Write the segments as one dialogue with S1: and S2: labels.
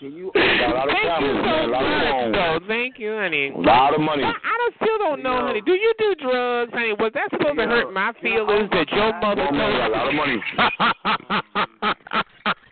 S1: Can you? Got a lot of
S2: Thank
S1: cameras,
S2: you
S1: man, a
S2: so
S1: lot of
S2: much,
S1: phones.
S2: though. Thank you, honey.
S1: A lot of money.
S2: I, I don't, still don't know,
S1: Yeah.
S2: honey. Do you do drugs, honey? Was that supposed to
S1: Yeah.
S2: hurt my
S1: Yeah,
S2: feelings
S1: oh,
S2: that your
S1: my
S2: mother
S1: God, a lot of money.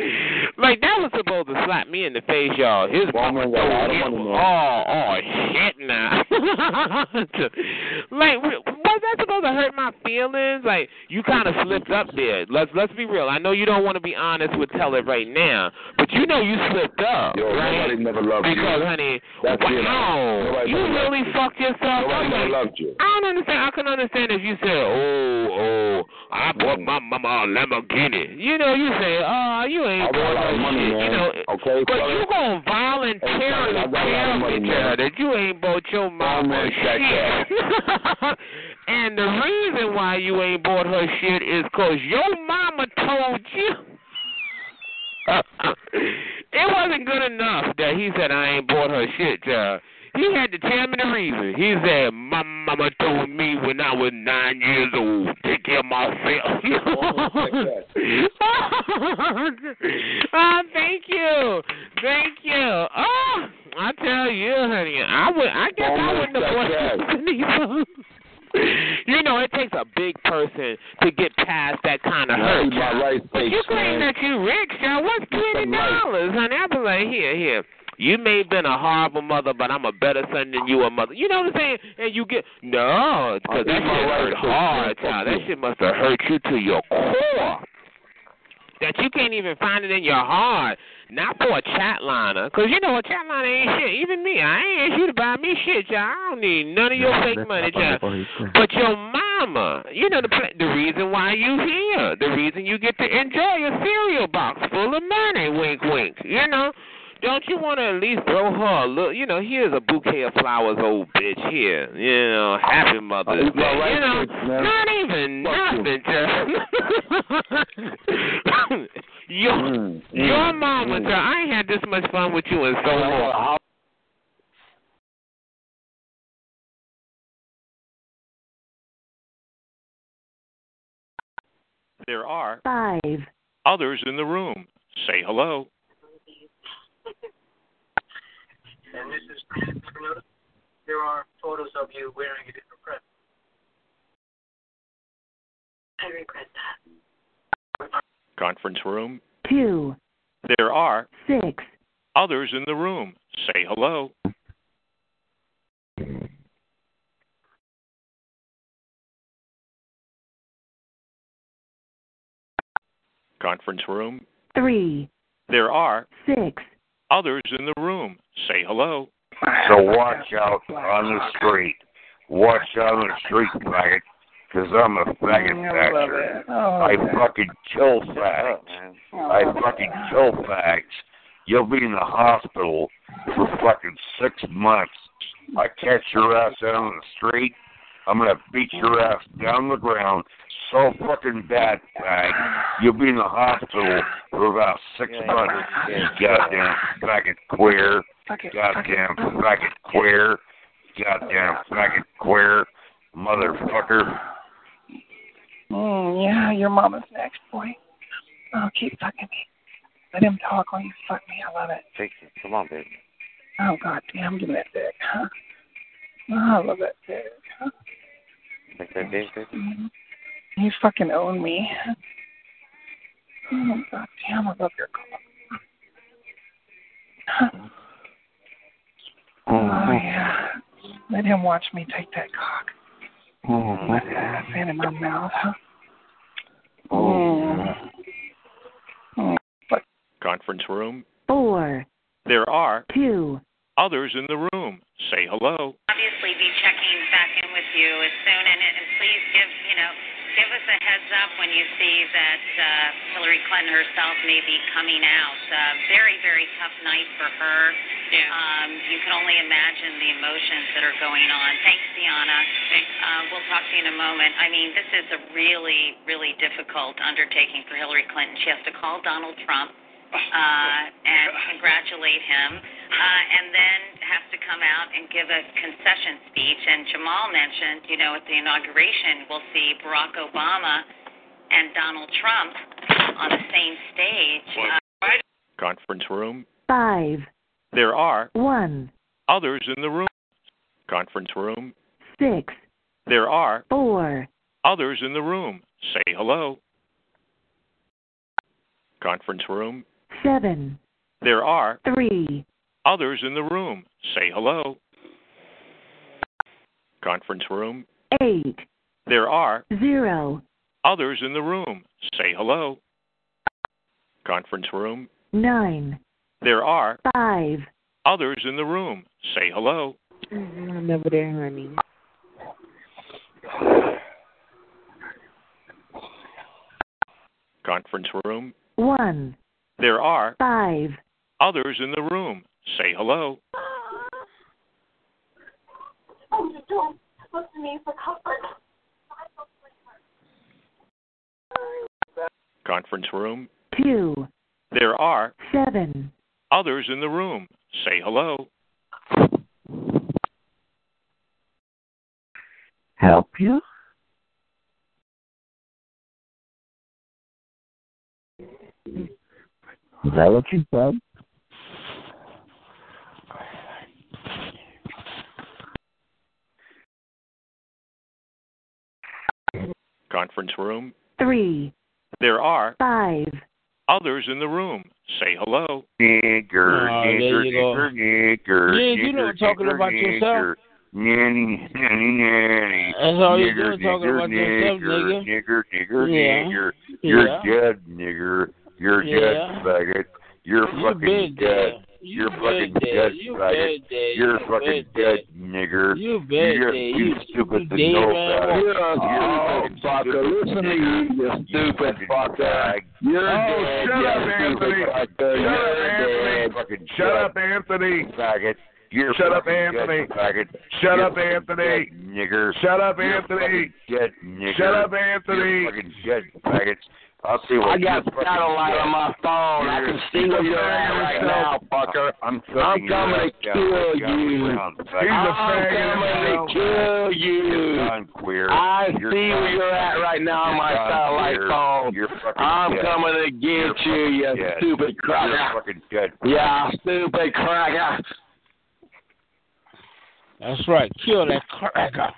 S2: like that was supposed to slap me in the face, y'all. His
S1: Well,
S2: mama
S1: man, got a lot
S2: told
S1: of
S2: him,
S1: money,
S2: oh, oh, shit, now. like, w- was that supposed to hurt my feelings? Like, you kind of slipped up there. Let's let's be real. I know you don't want to be honest with tell it right now, but you know you slipped up,
S1: Yo,
S2: right?
S1: nobody never loved you.
S2: Because, honey,
S1: That's it.
S2: wow,
S1: Nobody
S2: you
S1: never loved
S2: really
S1: you.
S2: fucked yourself
S1: Nobody
S2: up.
S1: never
S2: Like,
S1: loved you.
S2: I don't understand. I can understand if you said, "Oh, oh, I bought my mama a Lamborghini." You know, you say, "Oh, you
S1: I
S2: ain't
S1: got a lot of
S2: bought no
S1: money,
S2: shit,"
S1: man.
S2: You know,
S1: Okay,
S2: but
S1: fella?
S2: you gonna voluntarily
S1: I got a lot of money,
S2: tell me,
S1: man.
S2: girl, that you ain't bought your mama
S1: man, shut
S2: shit. and the reason why you ain't bought her shit is 'cause your mama told you. it wasn't good enough that he said I ain't bought her shit. Uh, he had to tell me the reason. He said my mama told me when I was nine years old, take care of myself. oh, thank you, thank you. Oh, I tell you, honey, I would. I guess I
S1: Almost
S2: wouldn't
S1: like
S2: have bought you. You know, it takes a big person to get past that kind of
S1: I
S2: hurt.
S1: need my rice
S2: But you
S1: cakes, man.
S2: claim that you rich, y'all. What's twenty dollars, honey? I be like, here, here. You may have been a horrible mother, but I'm a better son than you a mother. You know what I'm saying? And you get no, because that
S1: eat Uh, my
S2: shit
S1: rice
S2: hurt
S1: cakes, man.
S2: hard,
S1: Fuck
S2: child.
S1: you.
S2: That shit must have hurt you to your
S3: Oh,
S2: core. That you can't even find it in your heart, not for a chat liner, cause you know a chat liner ain't shit. Even me, I ain't asked you to buy me shit, y'all. I don't need none of your fake money, y'all. But your mama, you know the pla- the reason why you here, the reason you get to enjoy a cereal box full of money, wink wink. You know, don't you want to at least throw her a little? You know, here's a bouquet of flowers, old bitch. Here, you know, happy
S3: Oh,
S2: Mother's
S1: It's my
S2: Day.
S1: right
S2: Oh, you know,
S1: bitch, man.
S2: not even
S1: Fuck you.
S2: nothing. Just your
S1: Mm,
S2: your
S1: mm,
S2: mama.
S1: mm.
S2: Girl, I ain't had this much fun with you in so long.
S1: How-
S4: there are
S5: five.
S4: others in the room. Say hello.
S6: and this is Brandon Nicola. There are photos of you wearing a different dress. I regret that.
S4: Conference room.
S5: Two,
S4: There are
S5: six,
S4: others in the room. Say hello. Conference room.
S5: three,
S4: There are
S5: six,
S4: others in the room. Say hello.
S7: So watch out on the street. Watch out on the street, faggot, because I'm a faggot factor.
S1: Oh,
S7: I fucking kill fags. I fucking kill fags. You'll be in the hospital for fucking six months. I catch your ass out on the street. I'm gonna beat your ass down the ground so fucking bad, fag. You'll be in the hospital for about six months. You goddamn faggot queer. Goddamn faggot queer. Goddamn faggot queer. Motherfucker.
S8: Mm, yeah, your mama's next, boy. Oh, keep fucking me. Let him talk while you fuck me. I love it.
S7: Take it. Come on, baby.
S8: Oh, god damn, give me that dick, huh? Oh, I love that dick, huh?
S7: Take that, baby.
S8: Mm. You fucking own me. Oh, god damn, I love your cock. Huh.
S1: Mm-hmm.
S8: Oh, yeah. Let him watch me take that cock. Put that ass in my mouth, huh? Mm.
S4: conference room.
S5: Four,
S4: There are
S5: two.
S4: others in the room. Say hello.
S9: obviously be checking back in with you as soon, and, and please give you know give us a heads up when you see that uh, Hillary Clinton herself may be coming out. Uh, very very tough night for her. Yeah. Um, you can only imagine the emotions that are going on. Thanks, Diana. Thanks. Uh, we'll talk to you in a moment. I mean, this is a really really difficult undertaking for Hillary Clinton. She has to call Donald Trump. Uh, and congratulate him, uh, and then has to come out and give a concession speech. And Jamal mentioned, you know, at the inauguration, we'll see Barack Obama and Donald Trump on the same stage. Uh,
S4: Conference room.
S5: Five,
S4: There are
S5: one,
S4: others in the room. Conference room.
S5: six,
S4: There are
S5: four.
S4: others in the room. Say hello. Conference room.
S5: Seven,
S4: There are
S5: three,
S4: others in the room. Say hello. Conference room.
S5: eight,
S4: There are
S5: zero,
S4: others in the room. Say hello. Conference room.
S5: nine,
S4: There are
S5: five.
S4: others in the room. Say hello.
S10: Mm-hmm.
S5: I'm over there, honey.
S4: Conference room.
S5: One,
S4: There are
S5: five,
S4: others in the room. Say hello.
S11: Oh, you don't look to me for comfort.
S4: Conference room.
S5: two,
S4: There are
S5: seven,
S4: others in the room. Say hello.
S3: Help you? Is that what you said?
S4: Conference room.
S5: three,
S4: There are
S5: five.
S4: others in the room. Say hello.
S7: Nigger,
S12: Oh,
S4: Ah, there
S7: nigger,
S4: you
S7: nigger,
S4: go.
S7: nigger,
S4: Yeah,
S7: nigger,
S4: you know, talking
S7: nigger,
S4: about yourself.
S7: nigger. Nanny, nanny, nanny.
S12: That's all you
S7: Nigger,
S12: do, talking
S7: nigger,
S12: about yourself,
S7: nigger, Nigger, nigger,
S12: Yeah.
S7: nigger.
S12: Yeah.
S7: You're dead, nigger. You're
S12: Yeah.
S7: dead, faggot. You're fucking
S12: been dead.
S7: dead. You're
S12: been
S7: fucking
S12: dead.
S7: dead,
S12: You
S7: faggot.
S12: been dead.
S7: You're
S12: You
S7: fucking
S12: been
S7: dead, nigger.
S12: You been
S7: You're
S12: dead.
S7: too
S12: You-
S7: stupid to
S12: dead
S7: know
S12: man.
S13: Uh-huh.
S7: about it.
S12: You're a
S7: You're fucking
S3: Fucker, listen to you, you stupid fucker. You're
S7: Oh,
S3: dead,
S7: shut
S3: you
S7: up,
S3: stupid
S7: Anthony.
S3: fucker.
S7: Shut
S3: You're
S7: up,
S3: dead,
S7: Anthony.
S3: fucking
S7: Shut
S3: dead.
S7: up, Anthony. Faggot. You're shut up, Anthony. Faggot. Shut up, Anthony. Nigger. Shut up, Anthony. Dead nigger.
S3: Shut up,
S7: Anthony. You're fucking dead, faggot. I'll see what
S3: I got
S7: you're fucking
S3: satellite
S7: dead.
S3: on my phone. I can see where you're at right now, fucker.
S7: I'm
S3: I'm coming to kill you. I'm coming to kill you.
S7: queer.
S3: I see
S7: You're
S3: where
S7: done.
S3: you're at right now on my
S7: You're done,
S3: satellite
S7: queer.
S3: phone.
S7: You're fucking
S3: I'm
S7: dead.
S3: coming to get
S7: You're
S3: you,
S7: fucking
S3: you
S7: dead.
S3: stupid
S7: You're
S3: cracker.
S7: fucking dead.
S3: Yeah, stupid cracker.
S12: That's right. Kill that cracker.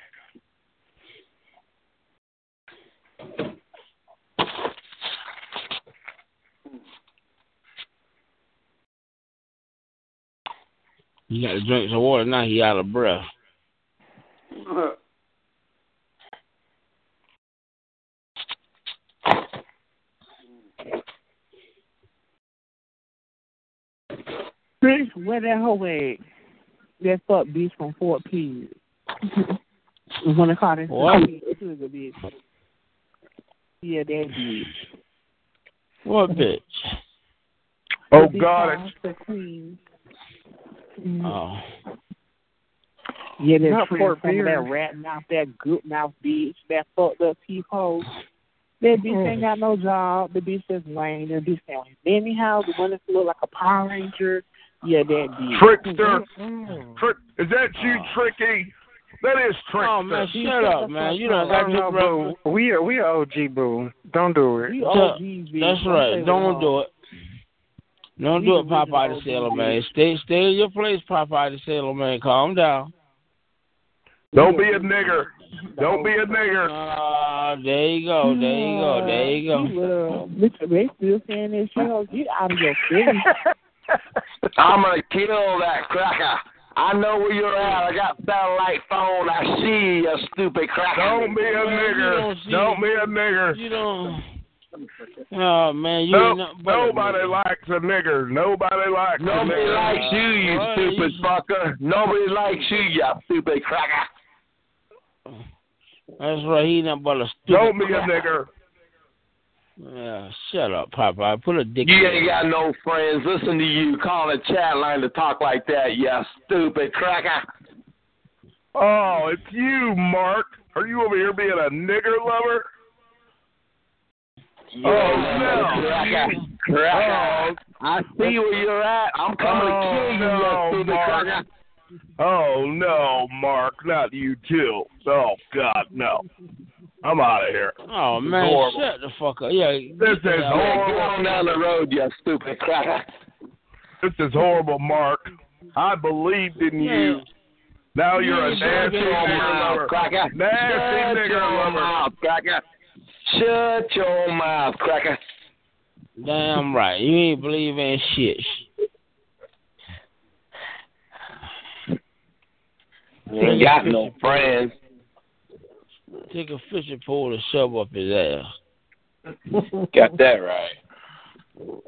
S12: You got to drink some water now. He out of breath.
S10: Chris, where that hoe at? That fuck bitch from Fort Pierce. You wanna call this?
S12: What?
S10: Sugar bitch. Yeah, that bitch.
S12: What bitch?
S10: Oh God, it's
S12: Oh.
S10: Yeah, that
S12: Not
S10: Chris,
S12: Fort
S10: some of
S12: Pierce.
S10: that rat mouth, that good mouth bitch, that fucked up teeth hoe. That
S14: Mm-hmm.
S10: bitch ain't got no job. The bitch just lame. The bitch can't anyhow. The one that look like a Power Ranger. Yeah, that bitch.
S13: Trickster. Trick. Is that you,
S3: Uh-huh.
S13: Tricky? That is Trickster.
S12: Oh, man, shut up, man. You don't got
S1: no,
S12: no brother.
S1: boo. We are we are OG boo. Don't do it.
S12: Tell- That's right. Don't do it. Don't do it, Popeye the Sailor Man. Stay, stay in your place, Popeye the Sailor Man. Calm down.
S13: Don't be a nigger. Don't be a nigger.
S12: Ah, there you go. There you go. There you go.
S10: go. Mr. They still saying that shit. Oh, get out of your face.
S3: I'm gonna kill that cracker. I know where you're at. I got satellite phone. I see you, stupid cracker.
S13: Don't be a nigger. Don't be a nigger.
S12: You don't. Oh man, you
S13: No,
S12: ain't nothing but a
S13: nobody
S12: nigga.
S13: likes a nigger. Nobody likes a
S3: Nobody
S13: nigger.
S3: likes you, you
S13: Well,
S3: stupid fucker. Nobody likes you, you stupid cracker.
S12: That's right. He nothing but a stupid.
S3: Don't be a
S13: nigger.
S12: Yeah, shut up, Popeye. Put a dick.
S3: You
S12: in
S3: ain't got no friends. Listen to you calling the chat line to talk like that, you stupid cracker.
S13: Oh, it's you, Mark. Are you over here being a nigger lover? oh, no. Oh.
S3: Cracker. Cracker. I see where you're at. I'm coming
S12: Oh,
S3: to kill you,
S13: no,
S3: you stupid
S13: Mark.
S3: cracker.
S13: Oh no, Mark, not you too. Oh God, no. I'm out of here.
S12: Oh
S13: This is
S12: man,
S13: horrible.
S12: shut the fuck up. Yeah,
S13: This
S12: get
S13: is
S12: out.
S13: horrible.
S3: down the road, you stupid cracker.
S13: This is horrible, Mark. I believed in you.
S12: Oh,
S13: Now you're a
S3: Shut
S13: nasty
S3: your
S13: nigger
S3: mouth,
S13: lover.
S3: cracker. Shut
S13: Nasty nigger
S3: your
S13: lover.
S3: mouth, cracker. Shut your mouth, cracker.
S12: Damn right. You ain't believe in shit.
S3: You ain't got no friends.
S12: Take a fishing pole and shove up his ass.
S3: Got that right.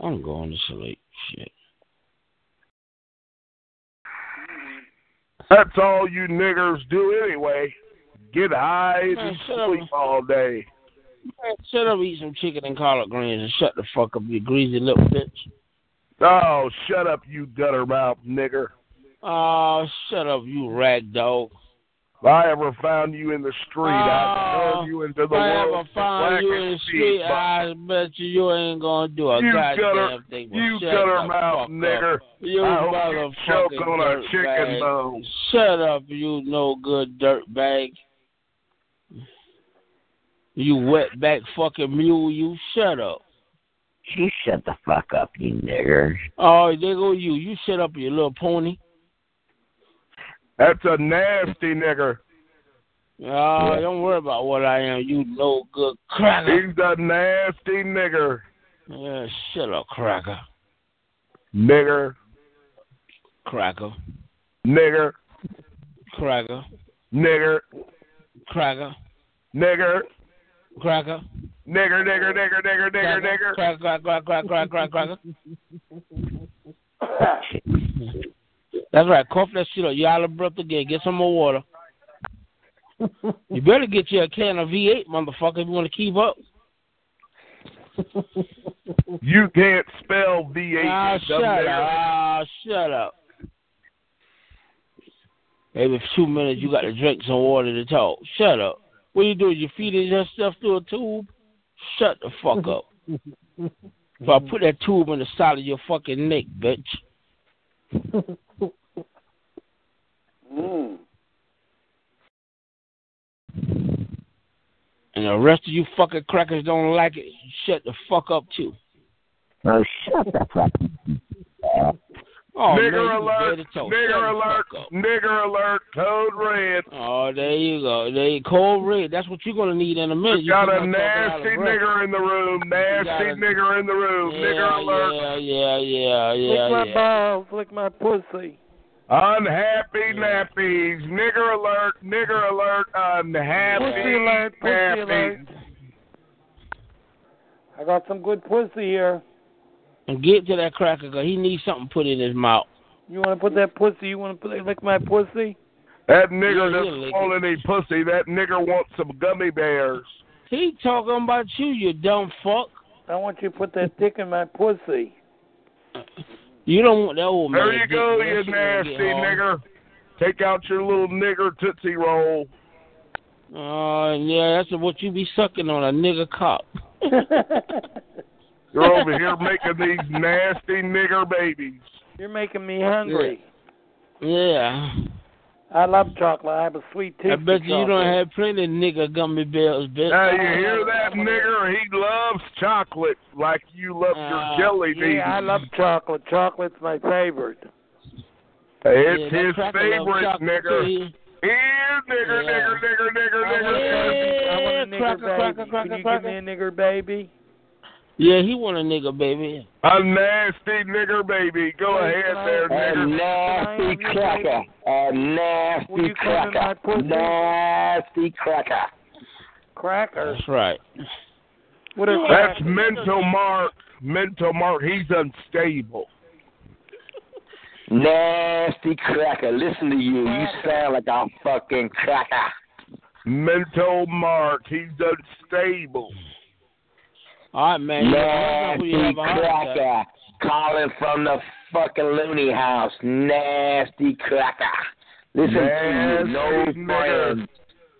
S12: I'm going to sleep. Shit.
S13: That's all you niggers do anyway. Get high and
S12: Man, shut up.
S13: sleep all day.
S12: Man, shut up, eat some chicken and collard greens, and shut the fuck up, you greasy little bitch.
S13: Oh, shut up, you gutter mouth nigger.
S12: Oh, shut up, you rag dog.
S13: If I ever found you in the street,
S12: Oh,
S13: I'd throw you into
S12: If
S13: the
S12: I
S13: world.
S12: ever
S13: of black
S12: find you in
S13: and
S12: the
S13: sea,
S12: street,
S13: but-
S12: I bet you you ain't gonna do a
S13: You
S12: goddamn
S13: gutter-
S12: thing. but
S13: you
S12: shut
S13: gutter
S12: the
S13: mouth
S12: fuck up.
S13: nigger.
S12: You
S13: I hope you choke
S12: motherfucking
S13: on a
S12: dirtbag.
S13: chicken bone.
S12: Shut up, you no good dirtbag. You wetback fucking mule, you shut up.
S14: She shut the fuck up, you nigger.
S12: Oh, there go you. You shut up, you little pony.
S13: That's a nasty nigger.
S12: Oh, don't worry about what I am. You no good cracker.
S13: He's a nasty nigger.
S12: Yeah, shut up, cracker.
S13: Nigger,
S12: Cracker.
S13: nigger,
S12: Cracker.
S13: nigger,
S12: Cracker.
S13: nigger,
S12: Cracker.
S13: nigger, nigger, nigger, nigger, nigger, nigger.
S12: Cracker, cracker, cracker, cracker, cracker, cracker. That's right. Cough that shit up. You out of breath again. Get some more water. You better get you a can of V8, motherfucker, if you want to keep up.
S13: You can't spell V8.
S12: Ah,
S13: you dumb
S12: shut up. Ah, shut up. Every two minutes, you got to drink some water to talk. Shut up. What you doing? You feeding yourself through a tube? Shut the fuck up. If I put that tube in the side of your fucking neck, bitch. And the rest of you fucking crackers don't like it. Shut the fuck up too.
S14: Oh, shut the fuck up.
S12: Oh, man,
S13: nigger
S12: you
S13: alert,
S12: dirty toe. Shut
S13: nigger
S12: the
S13: alert,
S12: fuck up.
S13: nigger alert, code red.
S12: Oh, there you go. There you cold red. That's what you're gonna need in a minute.
S13: You got
S12: You're
S13: a
S12: gonna talk out of
S13: nasty
S12: breath.
S13: nigger in the room,
S12: got
S13: nasty
S12: a-
S13: nigger in the room,
S12: Yeah,
S13: nigger alert.
S12: Yeah, yeah, yeah, yeah.
S15: Lick my
S12: yeah.
S15: balls, lick my pussy.
S13: Unhappy nappies, nigger alert, nigger alert, unhappy
S15: Pussy alert, pussy
S13: nappies.
S15: alert. I got some good pussy here.
S12: And get to that cracker 'cause he needs something put in his mouth.
S15: You want to put that pussy? You want to put, lick my pussy?
S13: That nigger
S12: Yeah,
S13: doesn't
S12: yeah,
S13: want any pussy. That nigger wants some gummy bears.
S12: He talking about you, you dumb fuck.
S15: I want you to put that dick in my pussy.
S12: You don't want that old Oh, man.
S13: There you
S12: dick,
S13: go,
S12: man.
S13: you
S12: She gonna
S13: nasty
S12: get hard.
S13: nigger. Take out your little nigger tootsie roll.
S12: Oh, yeah, that's what you be sucking on a nigga cop.
S13: You're over here making these nasty nigger babies.
S15: You're making me hungry.
S12: Yeah.
S15: I love chocolate. I have a sweet tooth.
S12: I
S15: for
S12: bet you you don't
S15: chocolate.
S12: have plenty of nigga gummy bears, bitch.
S13: Now you hear that, nigger? He loves chocolate like you love
S8: Uh,
S13: your jelly
S15: yeah,
S13: beans.
S15: I love chocolate. Chocolate's my favorite.
S13: It's
S15: Yeah, that
S13: his
S15: cracker loves
S13: favorite,
S15: chocolate,
S13: nigger.
S15: too.
S13: Here, nigger,
S15: Yeah.
S13: nigger, nigger, nigger,
S15: I want a
S13: nigger.
S15: nigger- I want a
S13: Yeah,
S15: nigger
S13: cracker,
S15: baby.
S13: cracker, cracker,
S15: Can you
S13: cracker.
S15: give me a nigger baby?
S12: Yeah, he want a nigga, baby.
S13: A nasty nigger baby. Go
S15: Hey, uh,
S13: ahead
S15: can I-
S13: there,
S3: A
S13: nigger.
S3: nasty
S15: Can I-
S3: cracker. A nasty cracker. Nasty cracker.
S15: Cracker.
S12: That's right.
S15: What a
S13: That's
S15: cracker.
S13: mental mark. Mental mark. He's unstable.
S3: Nasty cracker. Listen to you. You sound like a fucking cracker.
S13: Mental mark. He's unstable.
S12: All right, man.
S3: Nasty
S12: you have a heart attack.
S3: cracker. Calling from the fucking loony house. Nasty cracker. Listen to you. No
S13: Nasty nigger.
S3: friends.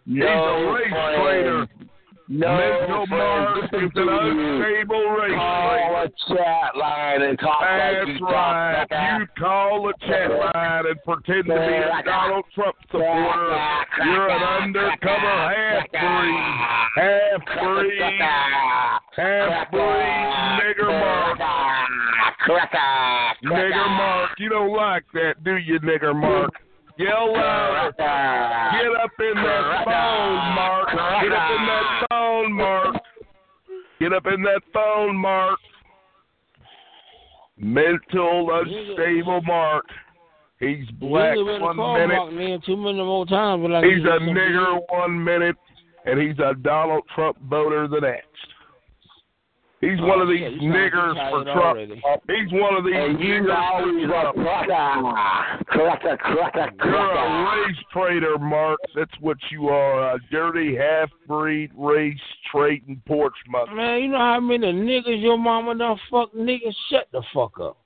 S13: He's a
S3: No
S13: race
S3: friends.
S13: trader.
S3: No
S13: mental mark
S3: friends.
S13: is
S3: Listen to
S13: an
S3: you.
S13: unstable race
S3: Call
S13: trader.
S3: a chat line and talk like
S13: That's
S3: you
S13: right.
S3: talk cracker.
S13: You call a chat line and pretend to be a
S3: Cracker.
S13: Donald Trump supporter.
S3: Cracker.
S13: You're an undercover half breed. Half breed. Half breed nigger mark. Nigger mark. You don't like that, do you, nigger mark? Yell louder. Get up in that phone, Mark. Get up in that phone, Mark. Get up in that phone, Mark. Mental unstable Mark. He's black
S12: Nigga better
S13: one
S12: call
S13: minute.
S12: Mark, man, too many more times. But I
S13: He's
S12: need
S13: a
S12: some-
S13: nigger one minute, and he's a Donald Trump voter the next. He's
S12: Oh,
S13: one of these
S12: yeah, you sound
S13: niggers
S12: tired
S13: for Trump.
S12: already.
S13: He's one of these
S3: And you
S13: niggers
S3: always
S13: for
S3: a
S13: Trump.
S3: cracker. Cracker, cracker,
S13: You're
S3: cracker.
S13: a race traitor, Mark. That's what you are. A dirty half breed race trading porch muffin.
S12: Man, you know how many niggas your mama done fuck niggas? Shut the fuck up.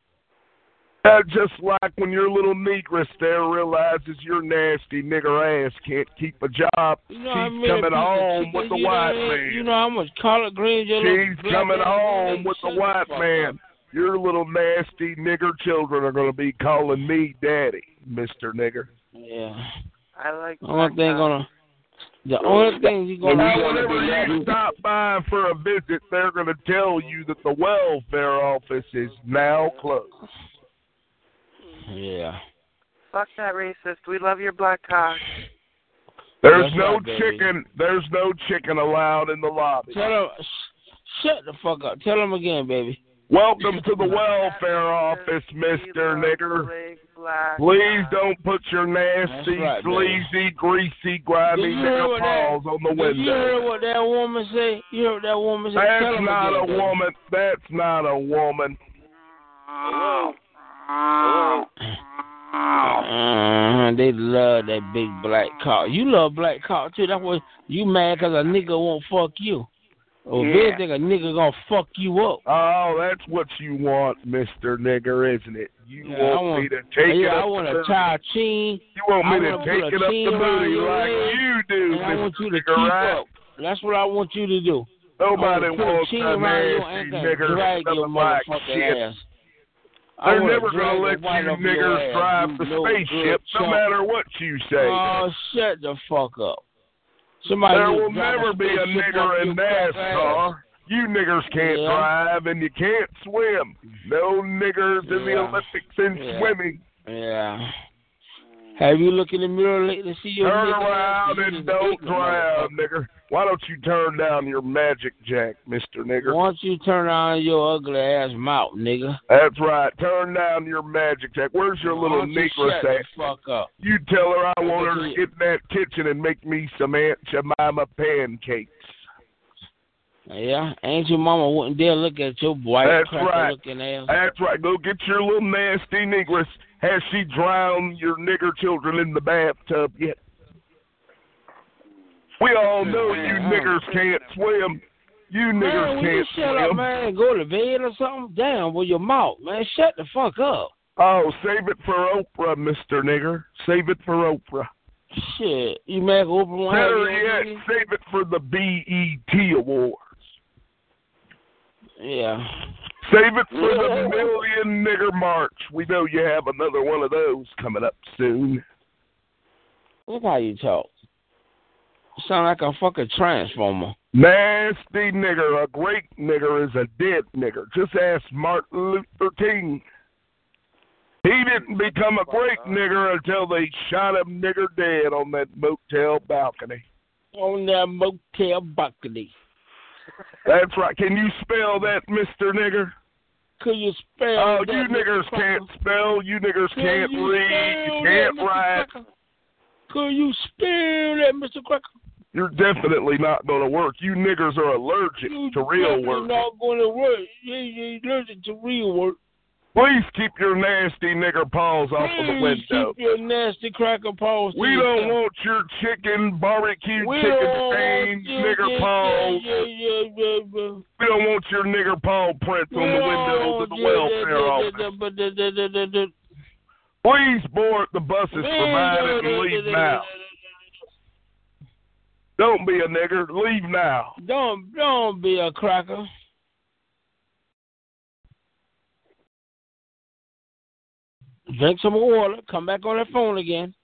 S13: Uh, just like when your little negress there realizes your nasty nigger ass can't keep a job,
S12: You know how
S13: she's
S12: many
S13: coming
S12: people-
S13: home with the
S12: you know
S13: white
S12: what I mean?
S13: man.
S12: You know how much collard greens your little
S13: She's
S12: black
S13: coming
S12: ass
S13: home
S12: nigga-
S13: with the
S12: Shut
S13: white
S12: fuck up.
S13: man. Your little nasty nigger children are going to be calling me daddy, Mr. Nigger.
S12: Yeah.
S2: I like
S12: The only thing gonna, Uh, the only thing you gonna,
S13: Now, whenever you stop by for a visit, they're going to tell you that the welfare office is now closed.
S12: yeah.
S2: Fuck that racist. We love your black cock.
S13: There's
S12: That's
S13: no
S12: right, baby.
S13: chicken. There's no chicken allowed in the lobby.
S12: Tell them, sh- shut the fuck up. Tell them again, baby.
S13: Welcome to the welfare office, Mr. Nigger.
S2: Big black.
S13: Please don't put your nasty,
S12: That's right, baby.
S13: sleazy, greasy, grimy
S12: Did you hear
S13: nigger
S12: what that-
S13: paws on the
S12: Did you
S13: window.
S12: hear what that woman say? You heard that woman say? Tell
S13: That's
S12: 'em
S13: not
S12: again,
S13: a
S12: baby.
S13: woman. That's not a woman.
S12: Uh, Uh-huh. they love that big black cock. You love black cock too. That's why you mad because a nigga won't fuck you. Or if
S13: Yeah.
S12: anything, a nigga gonna fuck you up.
S13: Oh, that's what you want, Mister Nigger, isn't it? You
S12: Yeah, I
S13: want,
S12: want-
S13: me to take
S12: yeah,
S13: it up
S12: I want
S13: the
S12: a
S13: booty.
S12: tie chin.
S13: You want me
S12: I
S13: to
S12: wanna put
S13: take
S12: a
S13: it up the
S12: chin around
S13: booty
S12: your
S13: like
S12: leg,
S13: you do,
S12: And I
S13: Mr.
S12: want you to keep
S13: Nigger, right?
S12: up. That's what I want you to do.
S13: Nobody
S12: I wanna put a
S13: wants a
S12: chin around your
S13: nasty
S12: ankle and
S13: nigger
S12: drag
S13: that
S12: your
S13: doesn't like
S12: motherfucking
S13: shit.
S12: ass. I
S13: They're
S12: wanna
S13: never
S12: drag
S13: gonna
S12: the
S13: let
S12: white
S13: you
S12: up your
S13: niggers
S12: ass,
S13: drive
S12: you
S13: the
S12: no good
S13: spaceship, no
S12: chump.
S13: matter what you say.
S12: Oh, shut the fuck up. Somebody
S13: there
S12: need to
S13: will
S12: drive
S13: never be a
S12: spaceship up
S13: nigger
S12: your
S13: in
S12: black ass.
S13: NASCAR. You niggers can't
S12: Yeah.
S13: drive and you can't swim. No niggers in the
S12: Yeah.
S13: Olympics in
S12: Yeah.
S13: swimming.
S12: Yeah. Have you looked in the mirror lately to see your
S13: Turn
S12: nigga ass?
S13: around
S12: You
S13: and
S12: just a
S13: don't
S12: ignorant
S13: drown,
S12: motherfucker.
S13: nigger. Why don't you turn down your magic jack, Mr. Nigger?
S12: Once you turn on your ugly ass mouth, nigga.
S13: That's right. Turn down your magic jack. Where's your little
S12: Why don't you
S13: negress
S12: shut the
S13: at?
S12: fuck up.
S13: You tell her I
S12: Look
S13: want
S12: at
S13: her to
S12: you.
S13: get in that kitchen and make me some Aunt Jemima pancakes.
S12: Yeah, ain't your mama wouldn't dare look at your white
S13: That's
S12: cracker
S13: right.
S12: looking ass.
S13: That's right. Go get your little nasty negress. Has she drowned your nigger children in the bathtub yet? We all know you
S12: Yeah.
S13: niggers can't swim. You
S12: man,
S13: niggers
S12: will you
S13: can't
S12: shut up,
S13: swim.
S12: man? Go to bed or something? Damn, with your mouth, man. Shut the fuck up.
S13: Oh, save it for Oprah, Mr. Nigger. Save it for Oprah.
S12: Shit, you mad open one eye,
S13: Better
S12: you
S13: yet,
S12: know,
S13: save it for the E BET Awards.
S12: nigga?
S13: Save it for the Million Nigger March. We know you have another one of those coming up soon.
S12: Look how you talk. Sound like a fucking transformer.
S13: Nasty nigger. A great nigger is a dead nigger. Just ask Martin Luther King. He didn't become a great nigger until they shot him nigger dead on that motel balcony.
S12: On that motel balcony.
S13: That's right. Can you spell that, Mister Nigger?
S12: Could you spell?
S13: Oh,
S12: that,
S13: you niggers
S12: motherfucker?
S13: can't spell. You niggers
S12: Could
S13: can't
S12: you
S13: read.
S12: spell
S13: You
S12: that,
S13: can't write.
S12: motherfucker? Could you spell that, Mr. Cracker?
S13: You're definitely not going to work. You niggers are allergic
S12: You
S13: to real
S12: definitely
S13: work.
S12: not going to work. You ain't allergic to real work.
S13: Please keep your nasty nigger paws off of the
S12: Please
S13: window.
S12: keep your nasty cracker paws. to
S13: We don't
S12: yourself.
S13: want your chicken barbecue
S12: We
S13: chicken
S12: don't want
S13: stains,
S12: you-
S13: nigger
S12: yeah,
S13: paws.
S12: Yeah, yeah, yeah, yeah.
S13: We don't want your nigger paw prints on the windows of the welfare office.
S12: office.
S13: Please board the buses provided and leave now. Don't be a nigger. Leave now.
S12: Don't don't be a cracker. Drink some water. Come back on that phone again.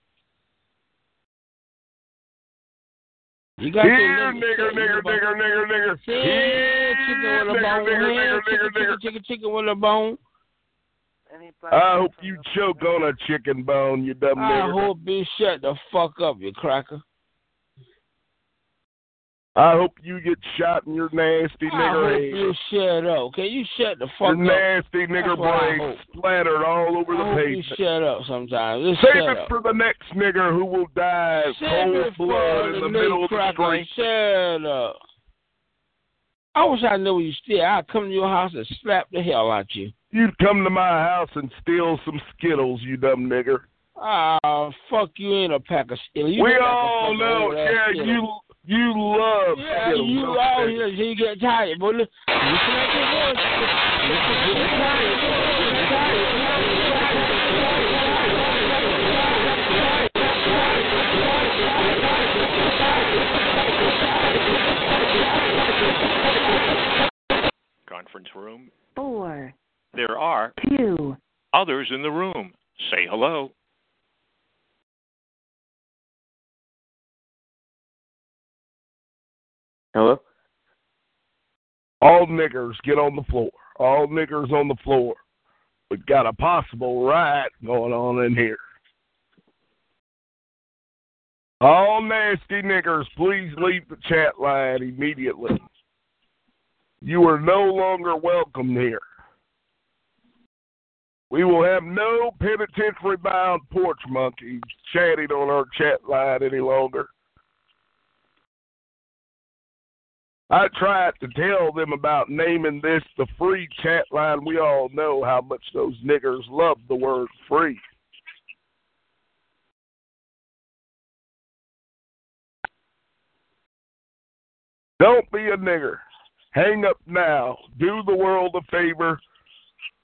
S12: You got
S13: Here,
S12: your
S13: nigger, nigger, nigger, nigger, nigger.
S12: Yeah,
S13: Here,
S12: chicken with a
S13: nigger,
S12: bone.
S13: nigger,
S12: Yeah,
S13: nigger, nigger,
S12: chicken,
S13: nigger.
S12: chicken, chicken, chicken with a bone.
S13: I hope you choke on a chicken bone, you dumb
S12: I
S13: nigger.
S12: hope you shut the fuck up, you cracker.
S13: I hope you get shot in your nasty
S12: I hope
S13: nigger head.
S12: you shut up. Can you shut the
S13: Your
S12: fuck up?
S13: nasty nigger
S12: That's what I
S13: brain
S12: hope.
S13: splattered all over
S12: I
S13: the
S12: hope you
S13: pavement.
S12: shut up sometimes. Just
S13: Save
S12: shut
S13: it
S12: up.
S13: for the next nigger who will die of
S12: Save
S13: cold
S12: it for
S13: blood in the
S12: new
S13: middle of the
S12: cracker.
S13: street.
S12: Shut up. I wish I knew you still. I'd come to your house and slap the hell out you.
S13: You'd come to my house and steal some Skittles, you dumb nigger.
S12: Ah, fuck you in a pack of steel. You
S13: we
S12: look like a
S13: all
S12: fucking
S13: know,
S12: old-ass
S13: yeah,
S12: Skittles.
S13: you you love
S12: Yeah,
S13: Skittles.
S12: you
S13: don't
S12: out
S13: you?
S12: here till you get tired, boy. Look, listen at your voice. Listen, get tired, boy. Get tired, tired, tired, tired, tired, tired, tired, tired,
S4: Conference room.
S5: four,
S4: There are
S5: two,
S4: others in the room. Say hello.
S13: Hello? All niggers get on the floor. All niggers on the floor. We've got a possible riot going on in here. All nasty niggers, please leave the chat line immediately. You are no longer welcome here. We will have no penitentiary bound porch monkeys chatting on our chat line any longer. I tried to tell them about naming this the free chat line. We all know how much those niggers love the word free. Don't be a nigger. Hang up now. Do the world a favor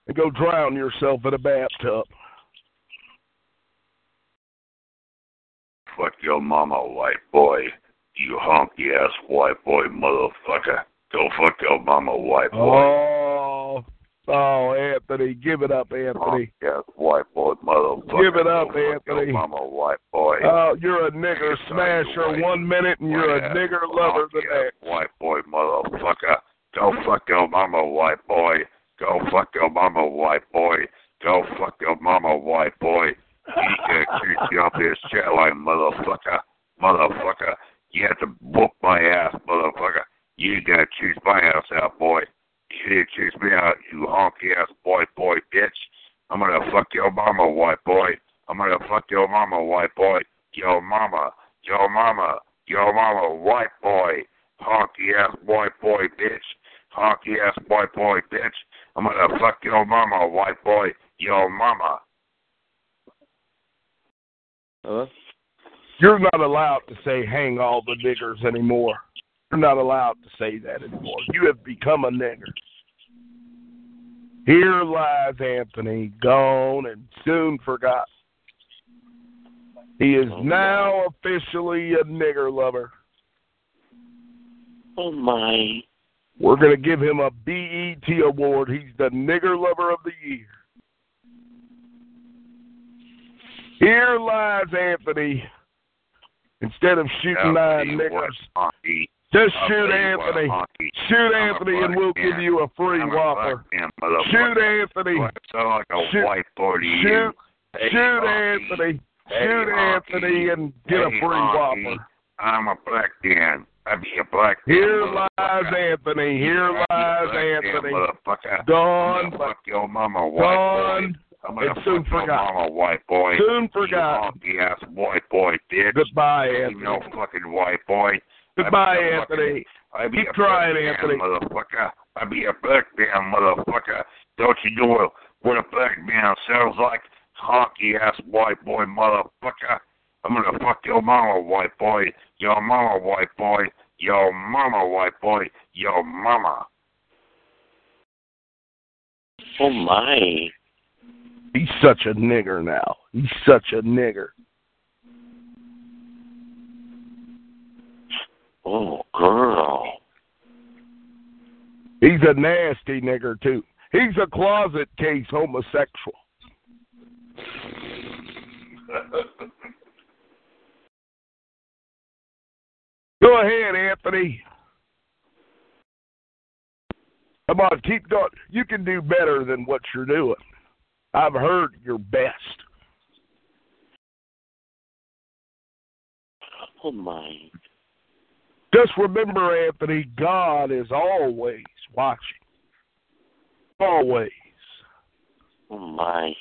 S13: and go drown yourself in a bathtub.
S7: Fuck your mama, white boy. You honky ass white boy motherfucker. Go fuck your mama, white boy.
S13: Oh, oh, Anthony, give it up, Anthony.
S7: Honky ass white boy motherfucker.
S13: Give it up,
S7: Go Oh, fuck your
S13: Anthony.
S7: mama, white boy.
S13: Oh, you're a nigger
S7: Sorry,
S13: smasher
S7: white-
S13: one minute and you're a
S7: white-ass
S13: nigger lover the
S7: honky-ass
S13: next.
S7: White boy motherfucker. Go fuck your mama, white boy. Go fuck your mama, white boy. Go fuck your mama, white boy. You can't treat me off this chat line, motherfucker. Motherfucker. You had to book my ass, motherfucker. You gotta choose my ass out, boy. You didn't choose me out, you honky ass boy, boy, bitch. I'm gonna fuck your mama, white boy. I'm gonna fuck your mama, white boy. Your mama, your mama, your mama, white boy. Honky ass white boy, bitch. Honky ass white boy, bitch. I'm gonna fuck your mama, white boy. Your mama.
S13: You're not allowed to say hang all the niggers anymore. You're not allowed to say that anymore. You have become a nigger. Here lies Anthony, gone and soon forgotten. He is now officially a nigger lover.
S15: Oh my.
S13: We're going to give him a BET award. He's the nigger lover of the year. Here lies Anthony, Instead of shooting nine niggers, just shoot
S7: I'll tell you what,
S13: Anthony.
S7: honky,
S13: Shoot
S7: I'm a
S13: Anthony, and
S7: black
S13: we'll
S7: man.
S13: give you a free
S7: I'm a
S13: whopper.
S7: black man, motherfucker.
S13: Shoot Anthony.
S7: Do I sound like a
S13: Shoot-
S7: white boy to you?
S13: Shoot,
S7: Hey,
S13: shoot
S7: honky.
S13: Anthony.
S7: Hey,
S13: shoot
S7: honky.
S13: Anthony and get a
S7: Hey, uh,
S13: free
S7: honky.
S13: whopper.
S7: I'm a black man. I be a black man.
S13: Here
S7: motherfucker.
S13: lies Anthony. Here
S7: I be a
S13: lies
S7: black man,
S13: Anthony.
S7: Motherfucker.
S13: Gone.
S7: I'm gonna fuck your mama, white boy.
S13: Gone.
S7: I'm gonna
S13: and
S7: fuck
S13: soon
S7: your
S13: forgotten.
S7: mama, white boy.
S13: Soon forgotten.
S7: You ass white boy, bitch.
S13: Goodbye,
S7: Ain't
S13: Anthony.
S7: No fucking white boy.
S13: Goodbye,
S7: I be a
S13: Anthony.
S7: fucking- I be
S13: Keep
S7: a
S13: trying,
S7: black man,
S13: Anthony.
S7: Motherfucker. I be a black man, motherfucker. Don't you know what a black man sounds like? Honky ass white boy, motherfucker. I'm gonna fuck your mama, white boy. Your mama, white boy. Your mama, white boy. Your mama.
S13: Oh my. He's such a nigger now. He's such a nigger.
S7: Oh, girl.
S13: He's a nasty nigger too. He's a closet case homosexual. Go ahead, Anthony. Come on, keep going. You can do better than what you're doing. I've heard your best.
S8: Oh my.
S13: Just remember, Anthony, God is always watching. Always.
S8: Oh my.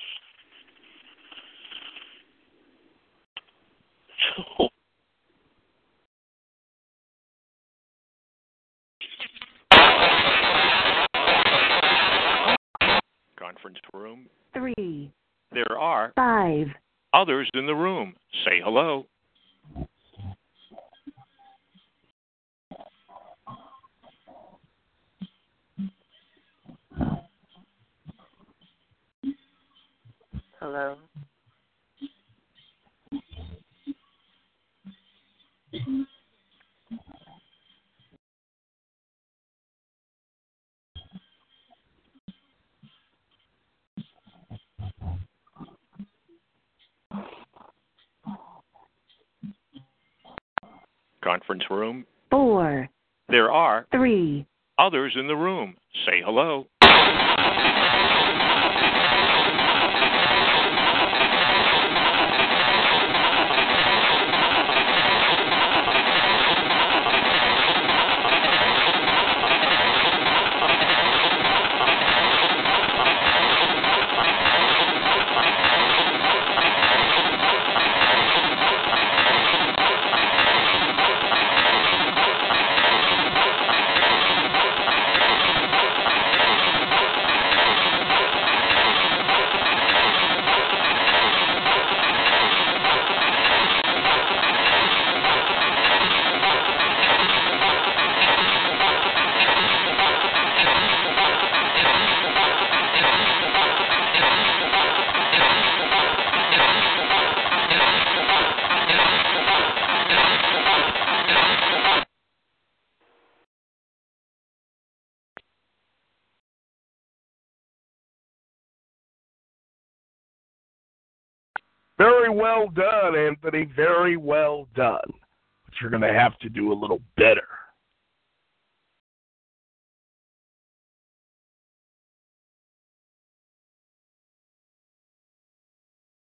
S4: Conference room.
S5: three,
S4: There are
S5: five,
S4: others in the room. Say hello.
S16: Hello.
S4: Conference room.
S5: four,
S4: There are
S5: three,
S4: others in the room. Say hello.
S13: Very well done, Anthony. Very well done. But you're going to have to do a little better.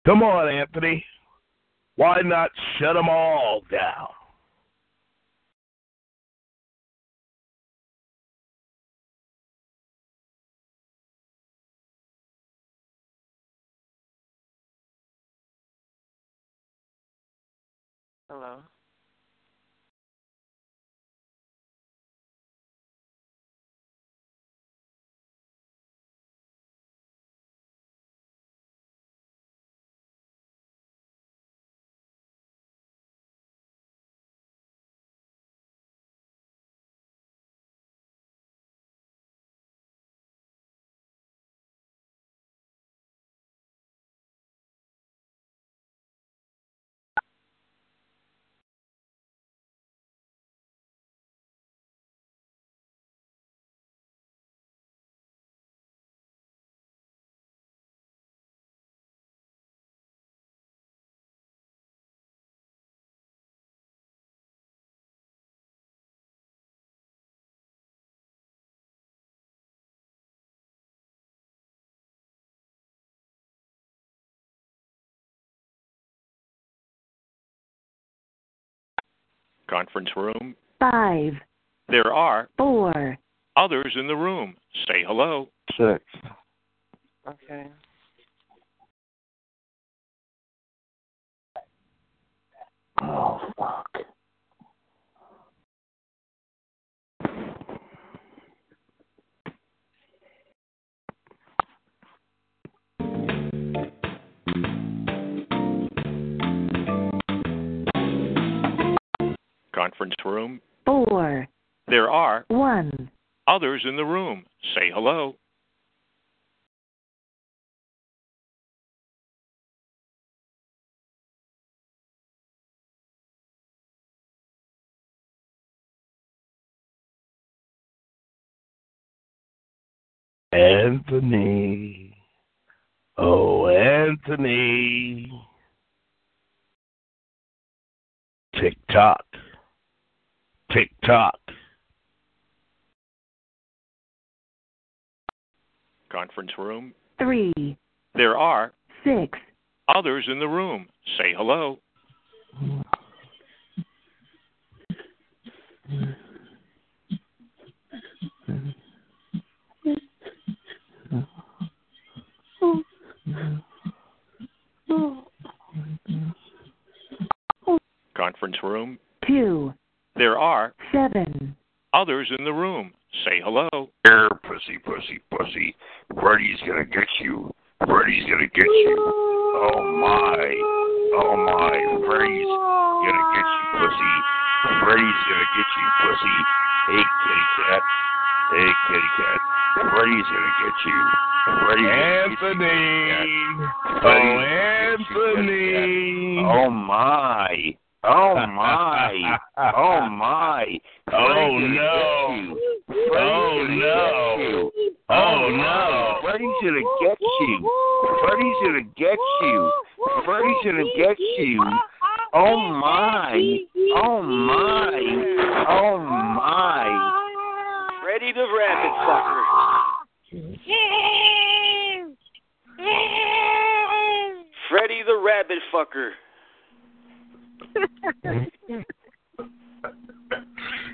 S13: Come on, Anthony. Why not shut them all down?
S16: Hello.
S4: conference room.
S17: five,
S4: There are
S17: four,
S4: others in the room. Say hello.
S18: Six.
S19: Okay.
S18: Oh, fuck.
S4: Conference room.
S17: four,
S4: There are
S17: one,
S4: others in the room. Say hello.
S2: Anthony. Oh, Anthony. Tick tock. Tick tock.
S4: Conference room.
S17: three,
S4: There are
S17: six,
S4: others in the room. Say hello. Conference room.
S17: two,
S4: There are
S17: seven,
S4: others in the room. Say hello.
S7: Here, pussy, pussy, pussy. Freddy's gonna get you. Freddy's gonna get you. Oh my. Oh my. Freddy's gonna get you, pussy. Freddy's gonna get you, pussy. Hey, kitty cat. Hey, kitty cat. Freddy's gonna get you. Freddy's gonna get
S2: Anthony.
S7: you.
S2: Oh,
S7: Freddy's
S2: Anthony.
S7: Oh my! Oh my! oh my!
S2: Oh,
S7: Freddy's
S2: no.
S7: gonna get you. Freddy's
S2: Oh,
S7: gonna
S2: no.
S7: get you.
S2: Oh, no.
S7: Freddy's gonna get you! Freddy's gonna get you! Freddy's gonna get you! Oh my! Oh my! Oh my!
S1: Ready to rabbit sucker. Freddy the rabbit fucker.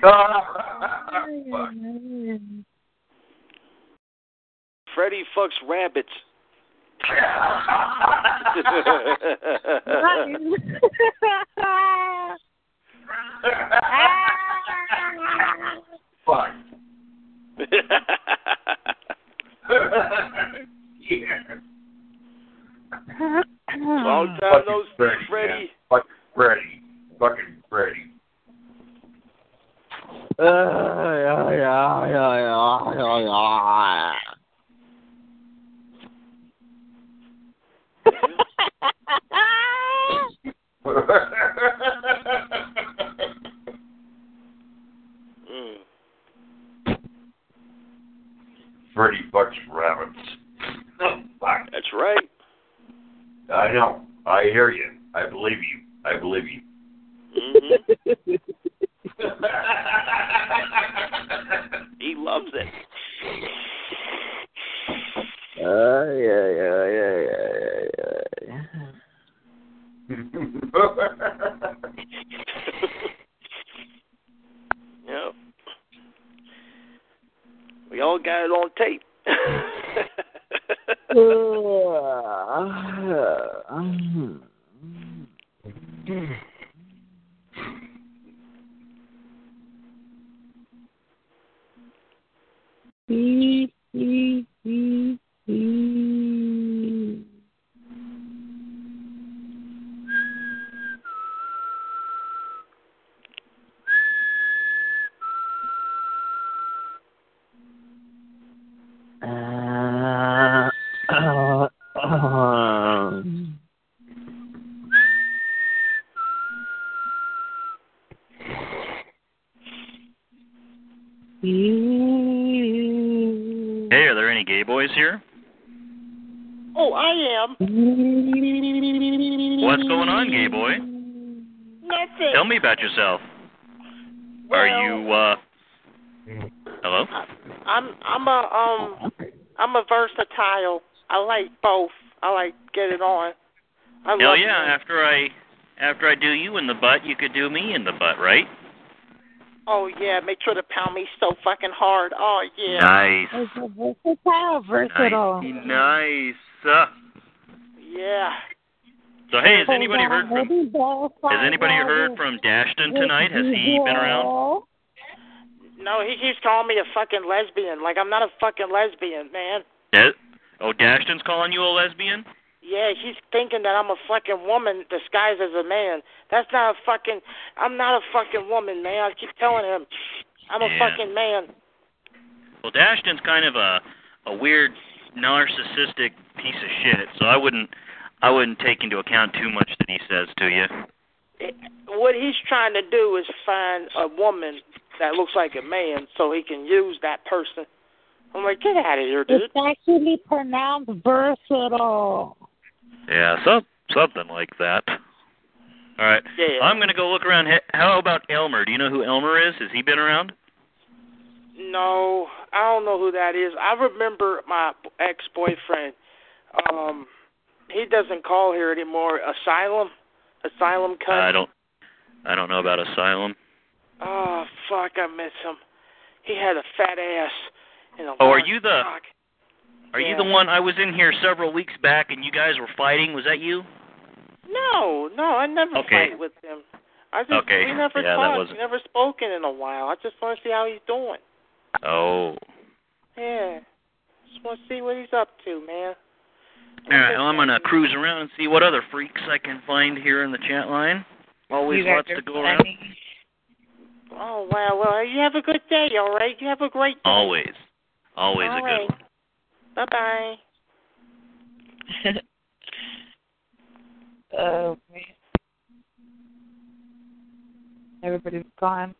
S7: Uh,
S1: Freddy fucks rabbits.
S18: Fuck.
S2: Oh,
S1: Long time
S7: Fucking
S1: no see,
S7: Freddy,
S1: Freddy.
S7: man. Fucking Freddy. Fucking Freddy.
S1: Mm.
S7: Freddy fucks rabbits. Fuck.
S1: That's right.
S7: I know. I hear you. I believe you. I believe you.
S1: hmm he loves it. Yeah. We all got it on tape.
S8: Hey, are there any gay boys here?
S20: Oh, I am.
S8: What's going on, gay boy?
S20: Nothing.
S8: Tell me about yourself. Are you uh Hello?
S20: I'm I'm a um I'm a versatile. I like both. I like get it on. I
S8: Hell
S20: love
S8: yeah, after I after I do you in the butt, you could do me in the butt, right?
S12: Oh yeah, make sure to pound me so fucking hard. Oh yeah.
S1: Nice.
S18: It's a versatile, versatile.
S1: Nice. nice. Uh,
S12: Yeah.
S1: so hey, has anybody heard from has anybody heard from Dashton tonight? Has he been around?
S12: No, he keeps calling me a fucking lesbian. Like I'm not a fucking lesbian, man.
S1: Da- oh, Dashton's calling you a lesbian?
S12: Yeah, he's thinking that I'm a fucking woman disguised as a man. That's not a fucking. I'm not a fucking woman, man. I keep telling him, I'm a
S1: Yeah.
S12: fucking man.
S1: Well, Dashton's kind of a a weird narcissistic piece of shit, so I wouldn't I wouldn't take into account too much that he says to you.
S12: What he's trying to do is find a woman that looks like a man, so he can use that person. I'm like, get out of here, dude.
S18: It's actually pronounced versatile.
S1: Yeah, so, something like that. All right.
S12: Yeah.
S1: I'm going to go look around. He- How about Elmer? Do you know who Elmer is? Has he been around?
S12: No, I don't know who that is. I remember my ex boyfriend. Um, he doesn't call here anymore. Asylum, asylum cut.
S1: I don't I don't know about Asylum.
S12: Oh fuck, I miss him. He had a fat ass and a
S1: Oh, are
S12: large
S1: you the
S12: cock.
S1: Are you
S12: Yeah.
S1: the one I was in here several weeks back and you guys were fighting? Was that you?
S12: No, no, I never
S1: Okay.
S12: fight with him. I just
S1: Okay,
S12: we never
S1: yeah, that
S12: talked,
S1: wasn't-
S12: never spoken in a while. I just want to see how he's doing.
S1: Oh.
S12: Yeah. Just want to see what he's up to, man.
S1: All right, well, I'm going to cruise around and see what other freaks I can find here in the chat line. Always
S12: You guys
S1: lots
S12: are
S1: to go around.
S12: Oh wow, well you have a good day, all right? You have a great day.
S1: Always. Always a good one.
S12: Bye bye.
S8: Oh, man.
S18: Everybody's gone.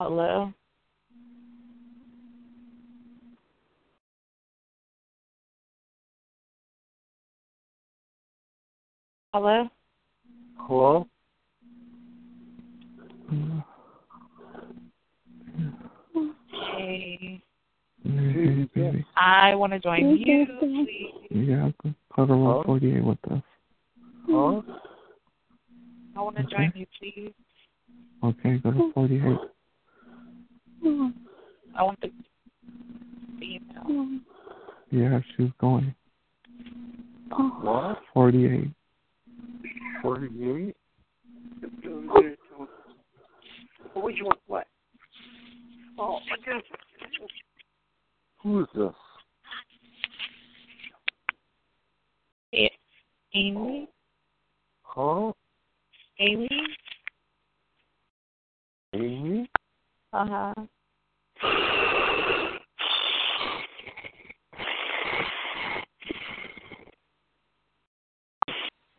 S18: Hello? Hello?
S21: Hello?
S18: Hey.
S2: Hey, baby.
S18: I want to join you, please.
S2: Yeah, I can cover 148 with us.
S18: Huh? I want to
S2: Okay.
S18: join you, please.
S2: Okay, go to 48.
S18: I want the female.
S2: Yeah, she's going.
S18: What?
S2: 48.
S21: 48?
S18: What you want? What?
S21: Oh, my God. Who is this?
S18: It's Amy.
S21: Huh?
S18: Amy?
S21: Amy?
S18: Uh huh.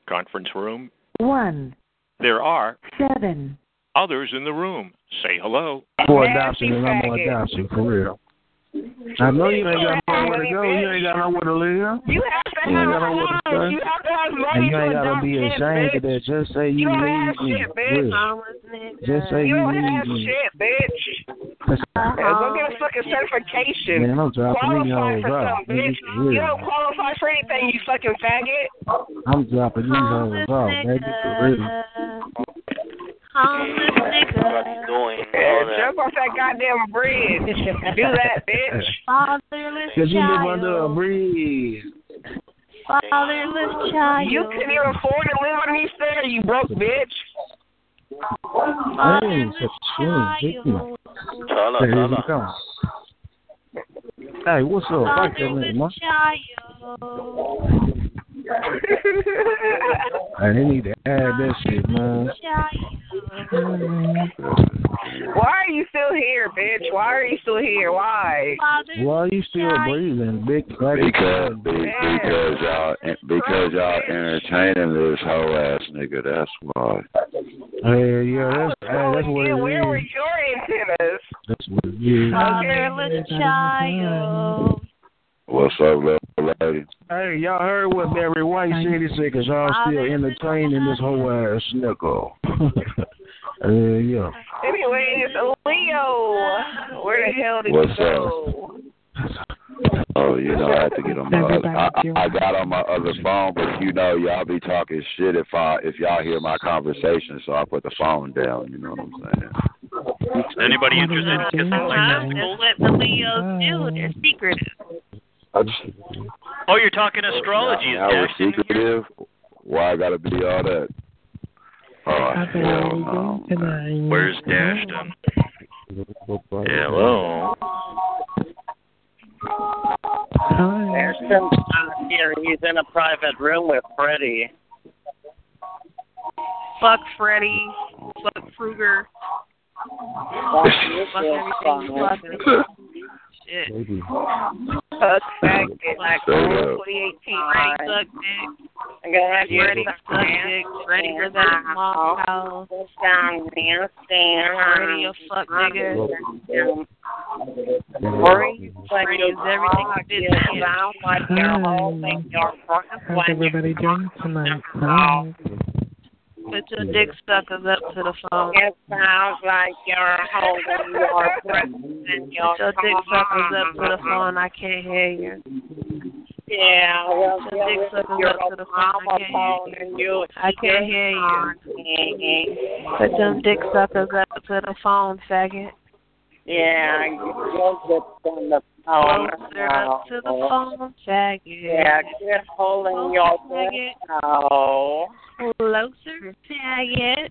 S4: Conference room.
S22: One
S4: There are
S22: seven.
S4: others in the room. Say hello.
S2: For adoption, and I'm for adoption, for real. I know you ain't got nowhere to go. You ain't got nowhere to live.
S18: You have
S2: You ain't got nowhere to stay. And you ain't gotta be ashamed of that. Just say you need me. Yeah. Just say
S8: You
S2: you
S8: don't
S2: need
S8: have
S2: me.
S8: shit, bitch.
S2: That's-
S22: Uh-huh.
S8: Yeah, Go get a fucking certification.
S2: Man, I'm dropping these
S8: qualify
S2: hoes
S8: for
S2: off.
S8: something, bitch.
S2: Yeah.
S8: You don't qualify for anything, you fucking faggot.
S2: I'm dropping these hoes off, baby, for real.
S1: Doing
S8: Jump off that goddamn bridge. Do that, bitch.
S2: Cause you live under a bridge.
S18: Fatherless child.
S8: You couldn't even afford to live on East Fair, you broke bitch.
S2: I ain't such a shit, bitch. Hey, here we come. Hey, what's up? Fuck that nigga, man. Hey, they need to add that shit, man.
S8: Mm. Why are you still here, bitch? Why are you still here? Why?
S2: Why are you still breathing, big fatty?
S7: Because be- because y'all because y'all entertaining this whole ass nigga. That's why.
S2: Hey, yeah, that's, hey, that's what
S8: Yeah, where
S2: it
S8: were Uh,
S2: is.
S8: your antennas?
S2: That's what it is.
S8: Fatherless
S18: child.
S7: What's up, little lady?
S2: Hey, y'all heard what Barry White said? He said, "Cause y'all still entertaining this whole ass nigga." uh, yeah.
S8: Anyway, it's Leo. Where the hell did
S2: What's
S8: you go?
S7: Oh, you know, I had to get on my other, I, I got on my other phone, but you know, y'all be talking shit if I if y'all hear my conversation, so I put the phone down. You know what I'm saying?
S17: Is anybody interested in kissing like
S1: Huh? That's what the Leos
S17: Oh.
S1: do. They're secretive.
S7: I just,
S17: that? Oh, you're talking astrology.
S7: now we're secretive. Why I gotta be all that? Oh, hell no.
S17: Where's Dashton? Hello.
S23: There's some uh, here. He's in a private room with Freddie.
S1: Fuck Freddy. Fuck Krueger. Fuck everything. Fuck shit.
S8: Fuck back in like
S1: Straight up.
S8: 2018.
S1: Freddy suck dick.
S8: I'm gonna have you
S1: Freddy suck dick. Freddy goes out his mom's house. Freddy a fuck nigga.
S8: Worry you play
S1: Freddy is everything a bitch is.
S8: around like your whole thing, your fucking
S24: How's everybody doing tonight? Hi.
S1: Put your dick suckers up to the phone.
S8: It sounds like you're holding your breath and your
S1: Put your dick suckers up to the phone. I can't hear you.
S8: Yeah, well,
S1: Put your dick suckers up to the phone. I can't hear you.
S8: you.
S1: I can't hear you. Put them dick suckers up to the phone, faggot.
S8: Yeah, you'll get on the phone.
S1: Closer up to the phone, faggot.
S8: Oh, Yeah, quit holding your breath. Oh.
S1: Closer, faggot.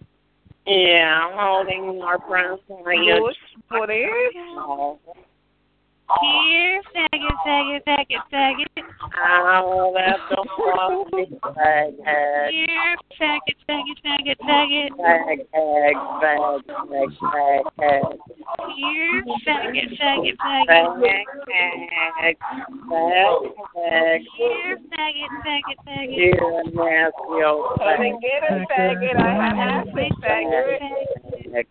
S8: Yeah, I'm holding your breath.
S1: Push,
S8: What is?
S1: Here, faggot, faggot, faggot, faggot.
S8: Oh, that's the fucking bag, bag,
S1: Here, faggot, faggot, faggot, faggot.
S8: bag, bag, bag, bag, bag, bag.
S1: Here, faggot, faggot, faggot.
S8: Bag, bag, bag.
S1: Here, faggot, faggot, faggot.
S8: You're a nasty old bag. Bag,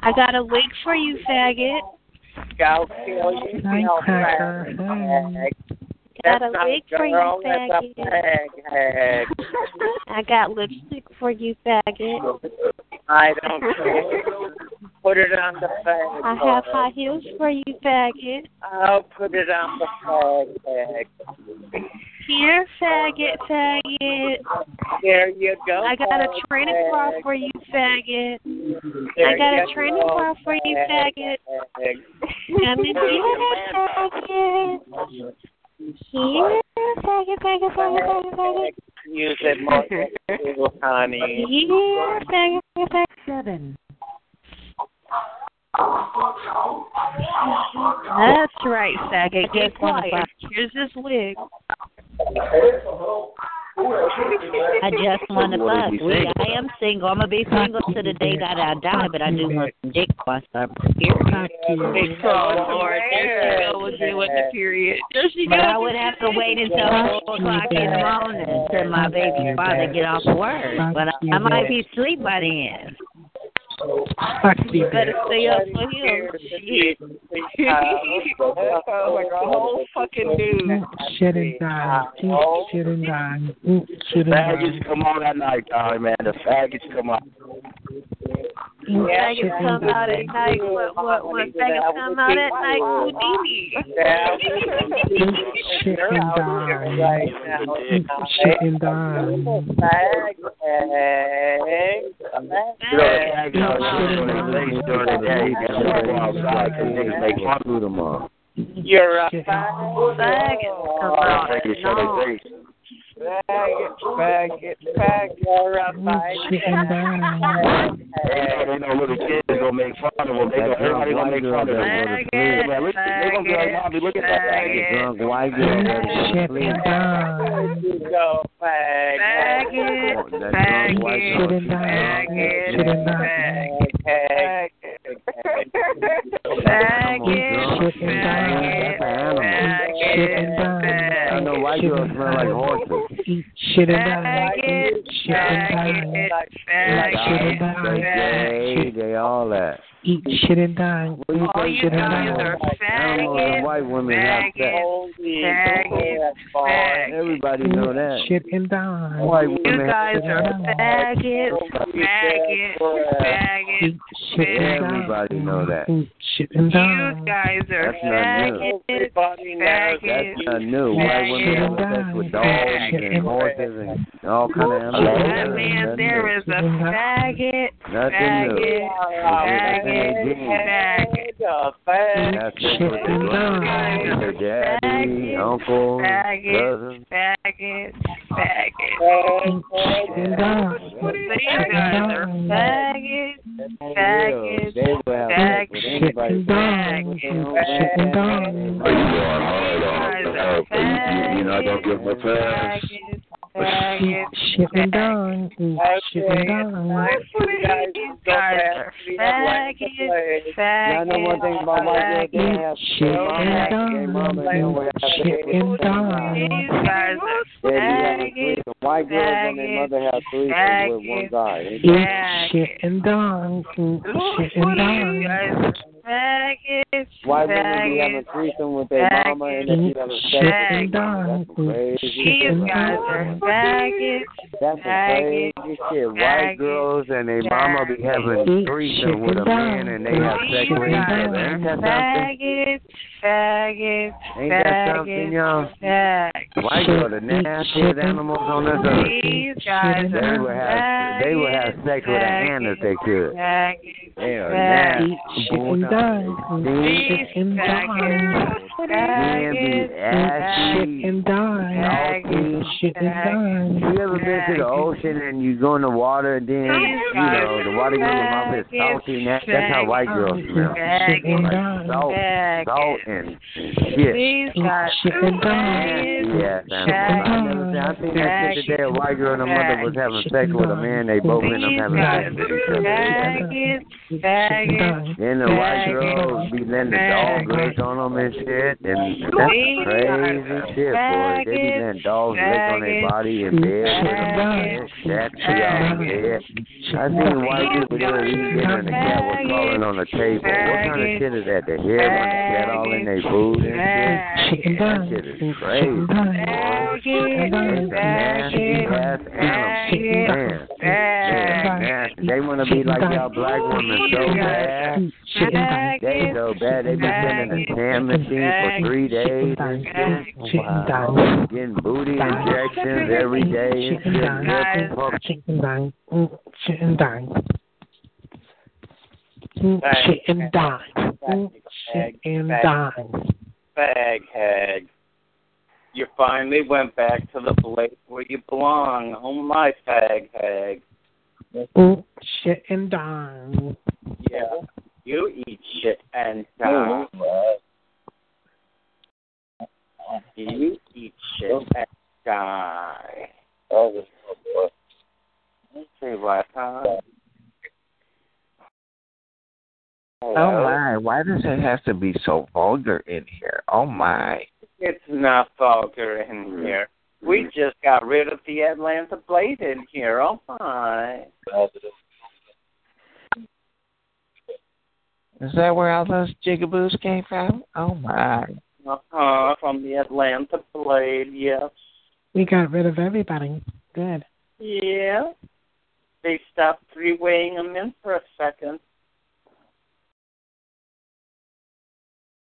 S1: I got a wig for you, faggot.
S8: Go kill yourself, bag, bag.
S1: Got a
S8: That's not
S1: wig for you,
S8: girl, that's a
S1: faggot.
S8: bag, bag.
S1: I got lipstick for you, faggot.
S8: I don't care. Put it on the bag.
S1: I have high heels for you, faggot.
S8: I'll put it on the bag, bag.
S1: Here, faggot, faggot.
S8: There you go.
S1: I got a training bra
S8: bag.
S1: for you, faggot.
S8: There
S1: I got
S8: you
S1: a training
S8: go,
S1: bra for you,
S8: bag,
S1: faggot.
S8: bag.
S1: Come and do it, faggot. Here, faggot, faggot, faggot, faggot, faggot.
S8: Use it more than you, honey.
S1: Here, faggot, faggot, faggot. Seven. That's right, faggot. Get quiet. Here's this wig.
S9: I just want to fuck. We, I am single. I'm gonna be single to the day that I die, but I do want some dick once I'm here.
S1: Big call, Oh, Lord. There she go with you with the period. There she
S9: But
S1: goes.
S9: I would have to wait until four o'clock in the morning till my baby father get off work. But I, I might be asleep by then.
S24: you
S9: better stay up for
S8: that sounds like a whole fucking dude.
S24: Shit and dime. Eat shit and dime. Eat shit and dime.
S2: Faggots come on at night time, man. The faggots come on.
S1: Yeah, faggots come out at night. What, what, what? Faggots come out at night. Houdini.
S24: Eat shit and dime. Eat shit and dime.
S8: Bag, bag, bag.
S2: You know, the faggots are shit on their face during the day. That's what they want. Like, they niggas make fun of them all.
S8: You're a
S2: They can show their face.
S8: Faggot, faggot, faggot, you're a faggot.
S2: They know, they know little kids gonna make fun of them. They gonna, everybody gonna make fun of them. They gonna be like, Mommy, look at that faggot.
S25: Drunk white girl.
S24: Shit and dime.
S8: Go faggot.
S25: That drunk white girl.
S24: Shit and dime. Shit and dime.
S8: Faggot.
S24: Shit and dime. Shit and dime.
S25: I know white girls smell like horses.
S24: Eat shit and dime. Eat shit and dime.
S25: Like,
S24: Shit and dime.
S25: they
S1: they all that.
S18: Eat shit and dine.
S1: What do you
S18: All
S1: think
S18: you
S1: shit and
S18: guys
S1: dine?
S18: are
S1: I don't know if white women like that.
S18: faggots,
S1: faggots. Everybody know that.
S18: Shit and dine.
S1: White women have that.
S18: faggots,
S15: faggots, faggots.
S18: Eat shit and dine.
S1: Everybody know that.
S18: Eat shit and dine.
S15: You guys are
S1: That's not new.
S15: faggots, faggots.
S1: That's not new. White women have sex with dogs and horses and all kind of
S15: That
S1: animals.
S15: man there is a faggot,
S1: Nothing new.
S15: faggot, faggot, faggot, faggot.
S1: That's just what they like. Their daddy, uncle, cousin.
S15: Faggot, faggot, faggot. These guys are faggots, faggots,
S1: They will have sex with
S15: faggots,
S1: anybody.
S15: You're
S26: not gonna give them a pass.
S18: Shit and dine. Eat shit and dine.
S15: These guys are faggots,
S1: Y'all know one thing about white girls, they have
S18: Shit and dine. Eat shit and dine.
S1: They be having threesomes. White girls and their mother have threesomes with one guy. They do.
S18: Eat shit and dine. Eat shit and dine.
S15: faggots,
S1: White women be having
S15: faggots.
S1: a threesome with their mama and they be having
S18: Shit
S1: sex.
S18: and dine. Eat shit
S15: These
S18: and
S15: guys
S18: dine.
S15: are faggots,
S1: That's
S15: faggots,
S1: the crazy shit. White girls and their mama be having threesome with a man and they have sex with each other. Ain't that something?
S15: faggots, faggots,
S1: Ain't that something,
S15: faggots,
S1: y'all?
S15: faggots.
S1: White are the nastiest animals on this
S15: These
S1: earth.
S15: guys
S1: They
S15: are
S1: would have, they would have sex with a hand if they could.
S15: faggots,
S1: They are
S15: faggots.
S1: nasty.
S18: and dine. Eat shit and dine.
S1: Faggots,
S18: Eat shit and dine. Eat shit and dine.
S1: You ever been to the ocean and you go in the water and then you know the water in your mouth is salty and that, that's how white
S8: Um,
S1: girls smell.
S15: Faggot.
S1: Like salt, salt and shit.
S15: These guys are faggots,
S1: Yeah, I never seen- I seen that shit today. A white girl and her mother was having sex with a man. They both end up having sex with each other.
S15: faggots, faggots.
S1: Then the white girls be letting the dog lick on them and shit, and that's
S15: These
S1: crazy shit, boy. They be letting dogs lick on their body in bed with them. That's yeah. I seen white people there eating dinner and the cat was crawling on the table. What kind of shit is that? The hair on the cat all in their food and shit. That shit is crazy. It's a nasty ass animal, man. Yeah, nasty. They want to be like y'all black women so bad. They so bad. They been sending the tan machine for three days and shit. Wow. Getting booty injections every day and shit. Milking pups.
S18: Shit and dine. Eat shit and dine. Eat shit and dine. Eat shit and dine.
S8: Fag hag. You finally went back to the place where you belong. Oh my fag hag.
S18: Eat shit and dine.
S8: Yeah. You eat shit and die. You eat shit and die. Oh, Say what, huh?
S26: Oh my, why does it have to be so vulgar in here? Oh my.
S8: It's not vulgar in here. We just got rid of the Atlanta Blade in here. Oh my.
S26: Is that where all those jigaboos came from? Oh my.
S8: Uh huh. From the Atlanta Blade, yes.
S18: We got rid of everybody. Good.
S8: Yeah. They stopped three weighing them in for a second.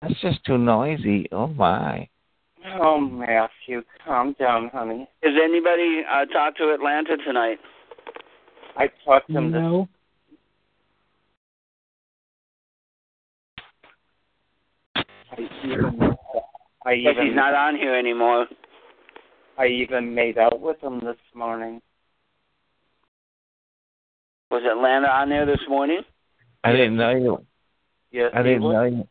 S26: That's just too noisy. Oh my.
S8: Oh, Matthew, calm down, honey.
S9: Is anybody uh, talk to Atlanta tonight?
S8: I talked them to
S18: No.
S8: I
S9: But
S8: even
S9: he's not on here anymore.
S8: I even made out with him this morning.
S9: Was Atlanta on there this morning?
S26: I didn't know you
S8: Yes,
S26: I
S8: he
S26: didn't
S8: was.
S26: know you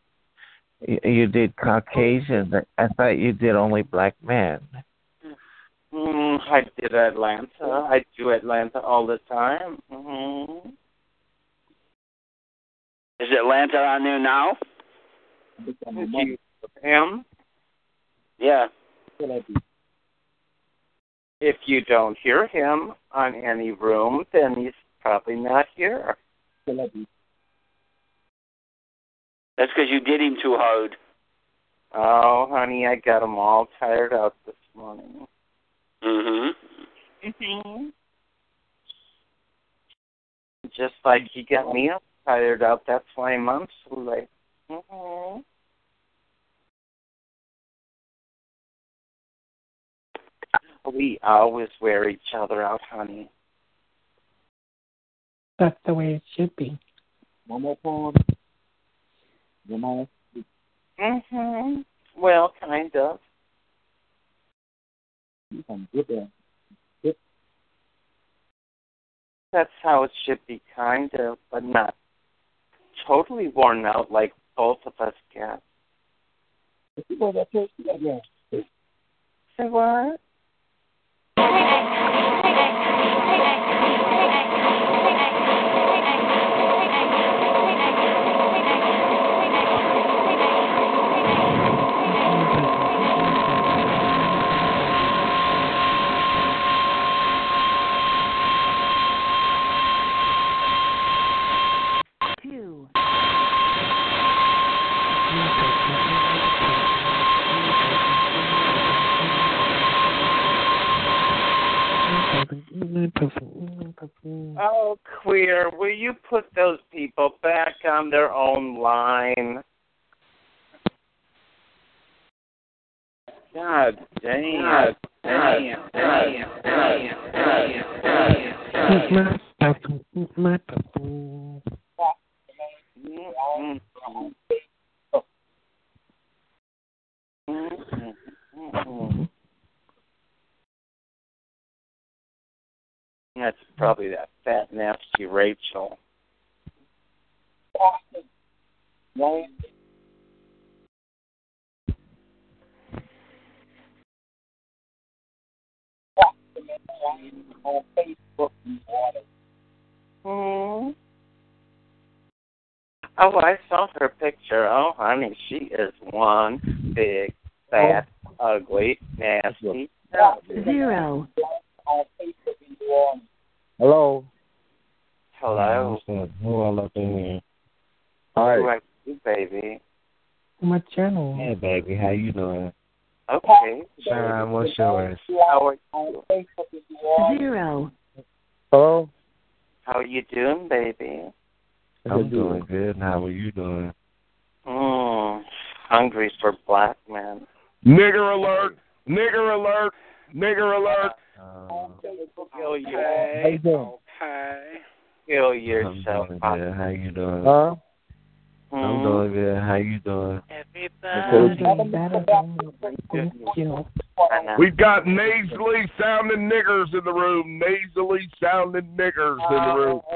S26: you- you did Caucasian. I thought you did only black men.
S8: Mm, I did Atlanta. I do Atlanta all the time. hmm
S9: Is Atlanta on there now?
S8: Him?
S9: Yeah.
S8: If you don't hear him on any room, then he's probably not here.
S9: That's because you did him too hard.
S8: Oh, honey, I got him all tired out this morning.
S9: Mhm.
S17: Mhm.
S8: Just like he got me up tired out. That's why I'm up so late.
S17: Mhm.
S8: We always wear each other out, honey.
S18: That's the way it should be.
S2: One more poem. One more.
S8: Mhm. Well, kind of.
S2: You can get there.
S8: That's how it should be, kind of, but not totally worn out like both of us get.
S2: If you go to that church, you got there.
S8: Say what? Oh, queer, will you put those people back on their own line? God
S26: Mm-hmm.
S8: damn. God damn. God damn. God damn. God damn. God damn. Mm-hmm. That's probably that fat, nasty Rachel.
S2: On Facebook and water.
S8: Mm-hmm. Oh, I saw her picture. Oh, honey, she is one big, fat, ugly, nasty.
S5: Zero.
S2: On Facebook and water. Hello.
S8: Hello.
S2: Who all up in here?
S8: All right. Who are you, baby?
S18: My channel.
S2: Hey, baby, how you doing?
S8: Okay.
S2: Sean, what's yours?
S8: How are you?
S5: Zero.
S2: Hello.
S8: How are you doing, baby?
S2: I'm doing good. And how are you doing?
S8: Mm, hungry for black men.
S13: Nigger alert! Nigger alert! Nigger alert!
S2: Um,
S8: Kill you.
S2: how you doing?
S8: Okay. Kill yourself.
S2: I'm doing good. How you doing? Huh? Mm-hmm. I'm
S8: Mm.
S13: Mm-hmm.
S2: doing good. How you doing?
S13: We've got nasally sounding niggers in the room. Nasally sounding niggers in the room.
S8: Oh,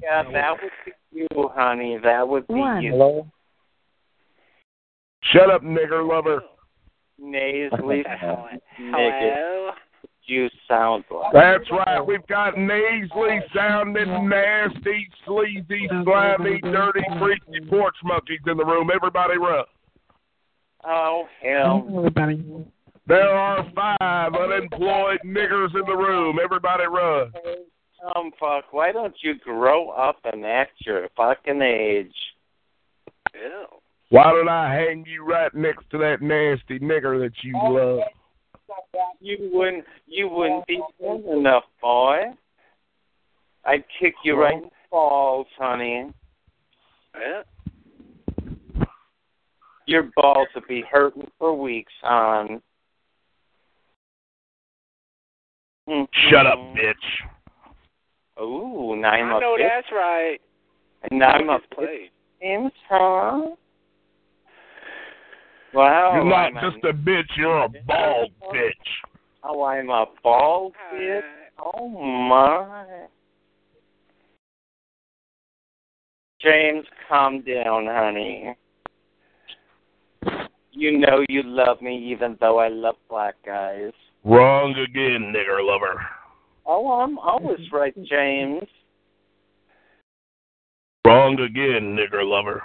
S8: yeah, that would be you, honey. That would be
S5: One.
S8: you.
S2: Hello.
S13: Shut up, nigger lover.
S8: Nasally
S2: Hello.
S8: nigger. You sound like.
S13: That's right. We've got nasally sounding, nasty, sleazy, slimy, dirty, freaky porch monkeys in the room. Everybody run.
S8: Oh, hell.
S18: Everybody.
S13: There are five unemployed niggers in the room. Everybody run.
S8: Dumb fuck. Why don't you grow up and act your fucking age?
S13: Why don't I hang you right next to that nasty nigger that you love?
S8: You wouldn't. You wouldn't be thin enough, boy. I'd kick you right in the balls, honey. Your balls would be hurting for weeks on.
S13: Shut up, bitch.
S8: Mm-hmm. Ooh, now I'm
S27: I
S8: a
S27: know
S8: bitch.
S27: that's right.
S8: And now I'm a
S27: Just play.
S8: bitch, huh? Wow.
S13: You're not
S8: I'm a-
S13: just a bitch, you're a bald bitch.
S8: Oh, I'm a bald bitch. Oh my. James, calm down, honey. You know you love me even though I love black guys.
S13: Wrong again, nigger lover.
S8: Oh, I'm always right, James.
S13: Wrong again, nigger lover.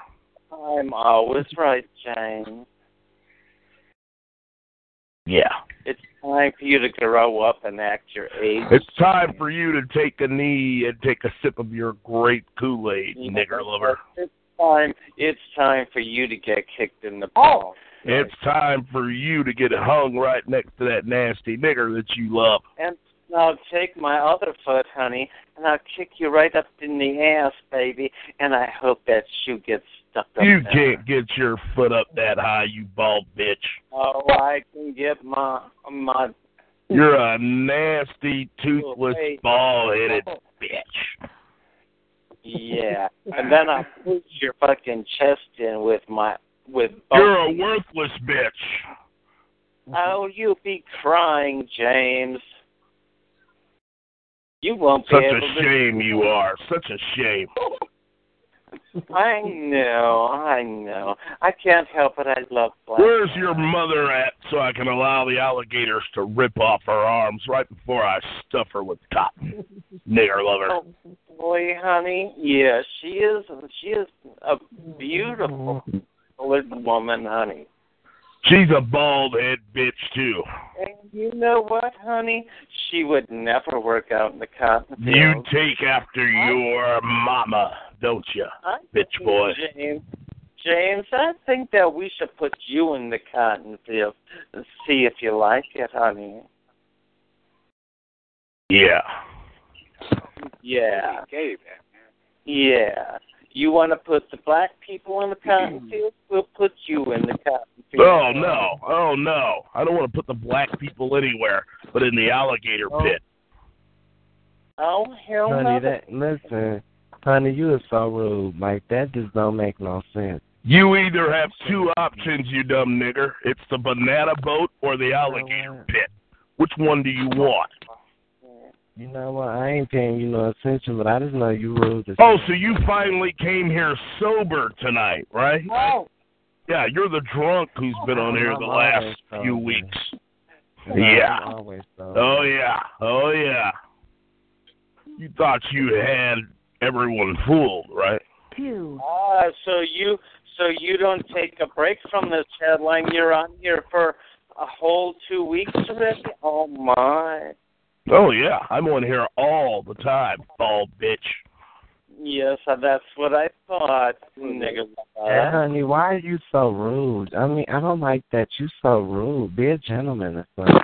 S8: I'm always right, James.
S26: Yeah.
S8: It's time for you to grow up and act your age.
S13: It's time for you to take a knee and take a sip of your grape Kool Aid, yeah. nigger lover.
S8: It's time. It's time for you to get kicked in the balls.
S13: Oh. It's time for you to get hung right next to that nasty nigger that you love.
S8: And I'll take my other foot, honey, and I'll kick you right up in the ass, baby. And I hope that shoe gets stuck up.
S13: You
S8: there.
S13: can't get your foot up that high, you bald bitch.
S8: Oh, I can get my my.
S13: You're a nasty, toothless, bald-headed bitch.
S8: Oh. Yeah, and then I push your fucking chest in with my with. Both
S13: You're a worthless bitch.
S8: Oh, you be crying, James. You won't be
S13: Such
S8: able
S13: a shame
S8: to...
S13: you are. Such a shame.
S8: I know, I know. I can't help it. I love black.
S13: Where's your mother at so I can allow the alligators to rip off her arms right before I stuff her with cotton? Nigger lover.
S8: Oh, boy, honey. Yeah, she is she is a beautiful little woman, honey.
S13: She's a bald head bitch too.
S8: And you know what, honey? She would never work out in the cotton
S13: field. You take after your mama, don't you,
S8: I
S13: bitch boy?
S8: James, James, I think that we should put you in the cotton field and see if you like it, honey.
S13: Yeah.
S8: Yeah. Yeah. You want to put the black people in the cotton field? We'll put you in the cotton field.
S13: Oh no! Oh no! I don't want to put the black people anywhere, but in the alligator
S8: oh.
S13: pit.
S8: Oh hell
S1: honey,
S8: no!
S1: That, listen, honey, you are so rude. Like that just don't make no sense.
S13: You either have two options, you dumb nigger. It's the banana boat or the alligator pit. Which one do you want?
S1: You know what? I ain't paying you no attention, but I just know you rude. As
S13: oh, so you finally came here sober tonight, right?
S8: Oh.
S13: Yeah, you're the drunk who's been on here the last few weeks.
S1: No,
S13: yeah.
S1: Oh
S13: yeah. Oh yeah. You thought you had everyone fooled, right?
S5: Two.
S8: Ah, so you so you don't take a break from this headline. You're on here for a whole two weeks already. Oh my.
S13: Oh yeah, I'm on here all the time, bald bitch.
S8: Yes, uh, that's what I thought, nigga. uh,
S1: Yeah, honey, why are you so rude? I mean, I don't like that. You so rude. Be a gentleman or something.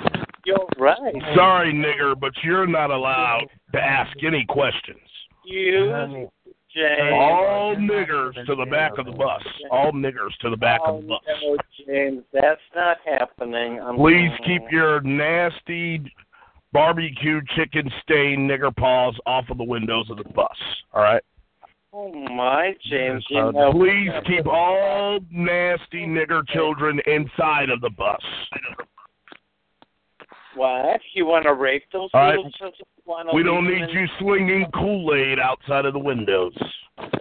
S8: You're right.
S13: Sorry, nigger, but you're not allowed to ask any questions.
S8: You,
S1: honey,
S8: James.
S13: All niggers to the back of the bus. All niggers to the back
S8: oh,
S13: of the bus.
S8: No, James, that's not happening. I'm
S13: Please keep your nasty barbecue chicken stained nigger paws off of the windows of the bus. All right.
S8: Oh my, James! You
S13: Uh,
S8: know,
S13: please keep all nasty nigger children inside of the bus.
S8: What? You want to rape those
S13: All right.
S8: little children? Wanna
S13: We
S8: leave
S13: don't
S8: them
S13: need
S8: in-
S13: you slinging Kool Aid outside of the windows.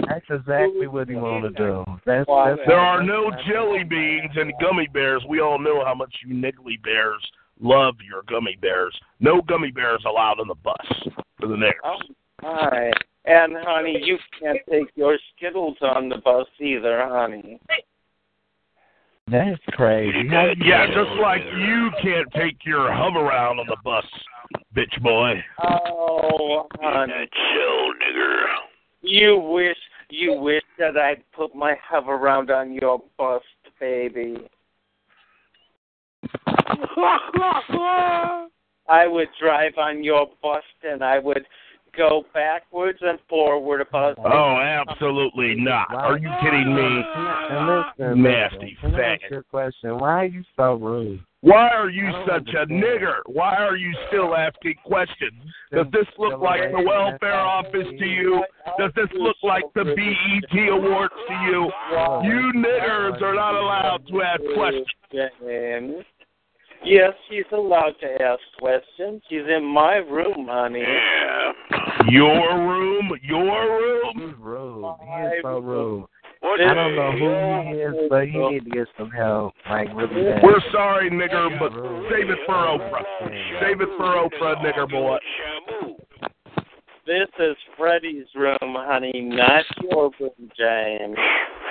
S1: That's exactly what he want to do. That's,
S8: Why?
S1: that's
S13: There are no
S8: Oh,
S13: jelly beans and gummy bears. We all know how much you niggly bears love your gummy bears. No gummy bears allowed on the bus for the niggers.
S8: Oh my! And honey, you can't take your Skittles on the bus either, honey.
S1: That's crazy. How you
S13: Yeah,
S1: doing?
S13: just like you can't take your hum around on the bus, bitch boy.
S8: Oh, honey,
S7: Chill, nigger.
S8: you wish you wish that I'd put my hover round on your bust, baby. I would drive on your bust and I would go backwards and forward about
S13: Oh, absolutely not. Are you kidding me?
S1: And listen,
S13: Nasty
S1: listen, can I ask
S13: faggot.
S1: you a question? Why are you so rude?
S13: Why are you such a nigger? Why are you still asking questions? Does this look like the welfare office to you? Does this look like the BET Awards to you?
S8: Oh,
S13: You niggers are not allowed to ask questions.
S8: James. Yes, she's allowed to ask questions. She's in my room, honey.
S7: Yeah.
S13: Your room, your
S1: He's
S13: room.
S1: rude. He is so rude.
S7: What
S1: I don't know who he is, but he need to get some help. Like really bad.
S13: We're sorry, nigger, but save it for Oprah. Save it for Oprah, nigger boy.
S8: This is Freddie's room, honey, not your room, James.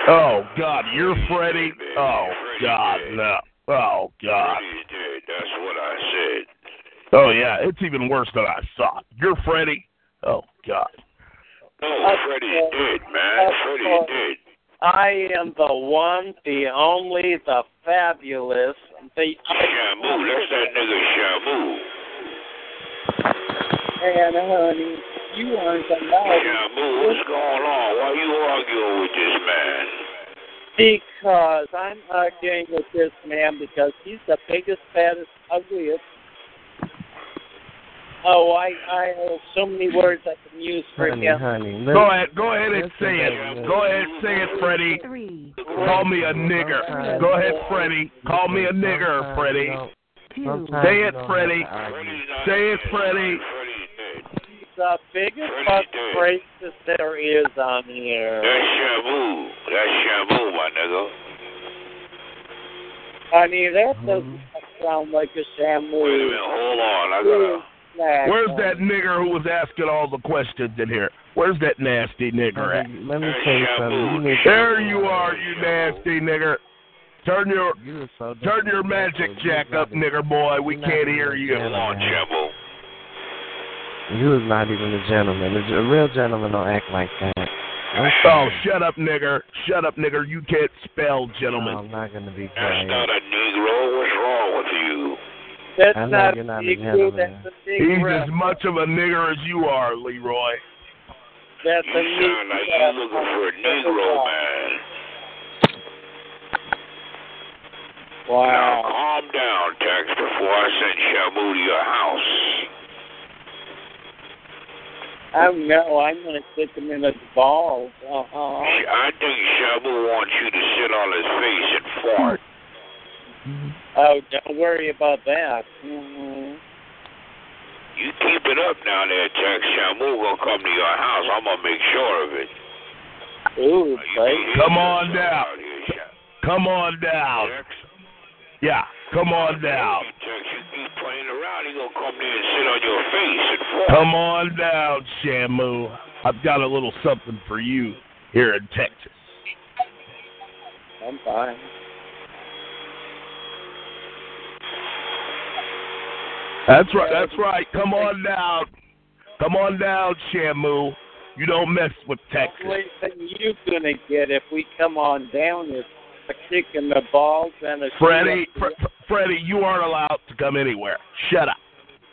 S13: Oh God, you're Freddie. Oh God, no. Oh God.
S7: Freddie's dead. That's
S13: Oh yeah, it's even worse than I thought. You're Freddy. Oh God.
S8: Oh,
S2: Freddy did, man. Freddy did.
S8: I am the one, the only, the fabulous, the
S2: Shamu, that's that nigga Shamu.
S28: And honey, you want some
S2: Shamu, what's going on? Why you arguing with this man?
S8: Because I'm arguing with this man because he's the biggest, fattest, ugliest. Oh, I I have so many words I can use for
S1: Honey,
S8: him.
S1: honey.
S13: Go ahead, go ahead and say it. Go ahead and say it, Freddie. Call me a nigger. Go ahead, Freddie. Call me a nigger, Freddie. Say it, Freddie. Say it, Freddie.
S8: The biggest fuck racist there is on here.
S2: That's Shamu. That's Shamu, my nigga.
S8: I mean, that doesn't
S1: Mm-hmm.
S8: sound like a Shamu.
S2: Wait a minute, hold on. I gotta.
S13: Where's that nigger who was asking all the questions in here? Where's that nasty nigger at?
S1: Let me tell you something. You need
S13: There you are, you nasty nigger. Turn your
S1: so
S13: turn your magic jack up, nigger boy. We can't hear you.
S2: Come on, Shamu.
S1: You was not even a gentleman. A, a real gentleman don't act like that.
S13: Oh, shut up, nigger. Shut up, nigger. You can't spell, gentlemen.
S1: I'm not gonna be
S2: That's
S1: quiet.
S2: not a Negro. What's wrong with you?
S8: That's
S1: I know
S8: not
S1: you're
S8: a
S1: not a
S8: big
S1: gentleman.
S8: That's a big
S13: He's
S8: rep.
S13: as much of a nigger as you are, Leroy.
S8: That's
S2: You
S8: a new
S2: sound like you looking for a Negro, man. Now
S8: Wow.
S2: calm down, Tex, before I send Shamu to your house.
S8: I know. I'm gonna stick him in his balls. Uh-huh.
S2: I think Shamu wants you to sit on his face and fart.
S8: Oh, don't worry about that. hmm
S2: You keep it up down there, Tex. Shamu gonna come to your house. I'm gonna make sure of it.
S8: Ooh, baby.
S13: Come on down.
S2: Out here, Sha-
S13: Come on down.
S2: Tex.
S13: Yeah, come on down.
S2: Tex, you keep playing around. He gonna come there and sit on your face and fart.
S13: Come on down, Shamu. I've got a little something for you here in Texas.
S8: I'm fine.
S13: That's right. That's right. Come on down. Come on down, Shamu. You don't mess with Texas.
S8: Only thing you're gonna get if we come on down is a kick in the balls and a
S13: Freddie, Fre- Fre- Freddie, you aren't allowed to come anywhere. Shut up.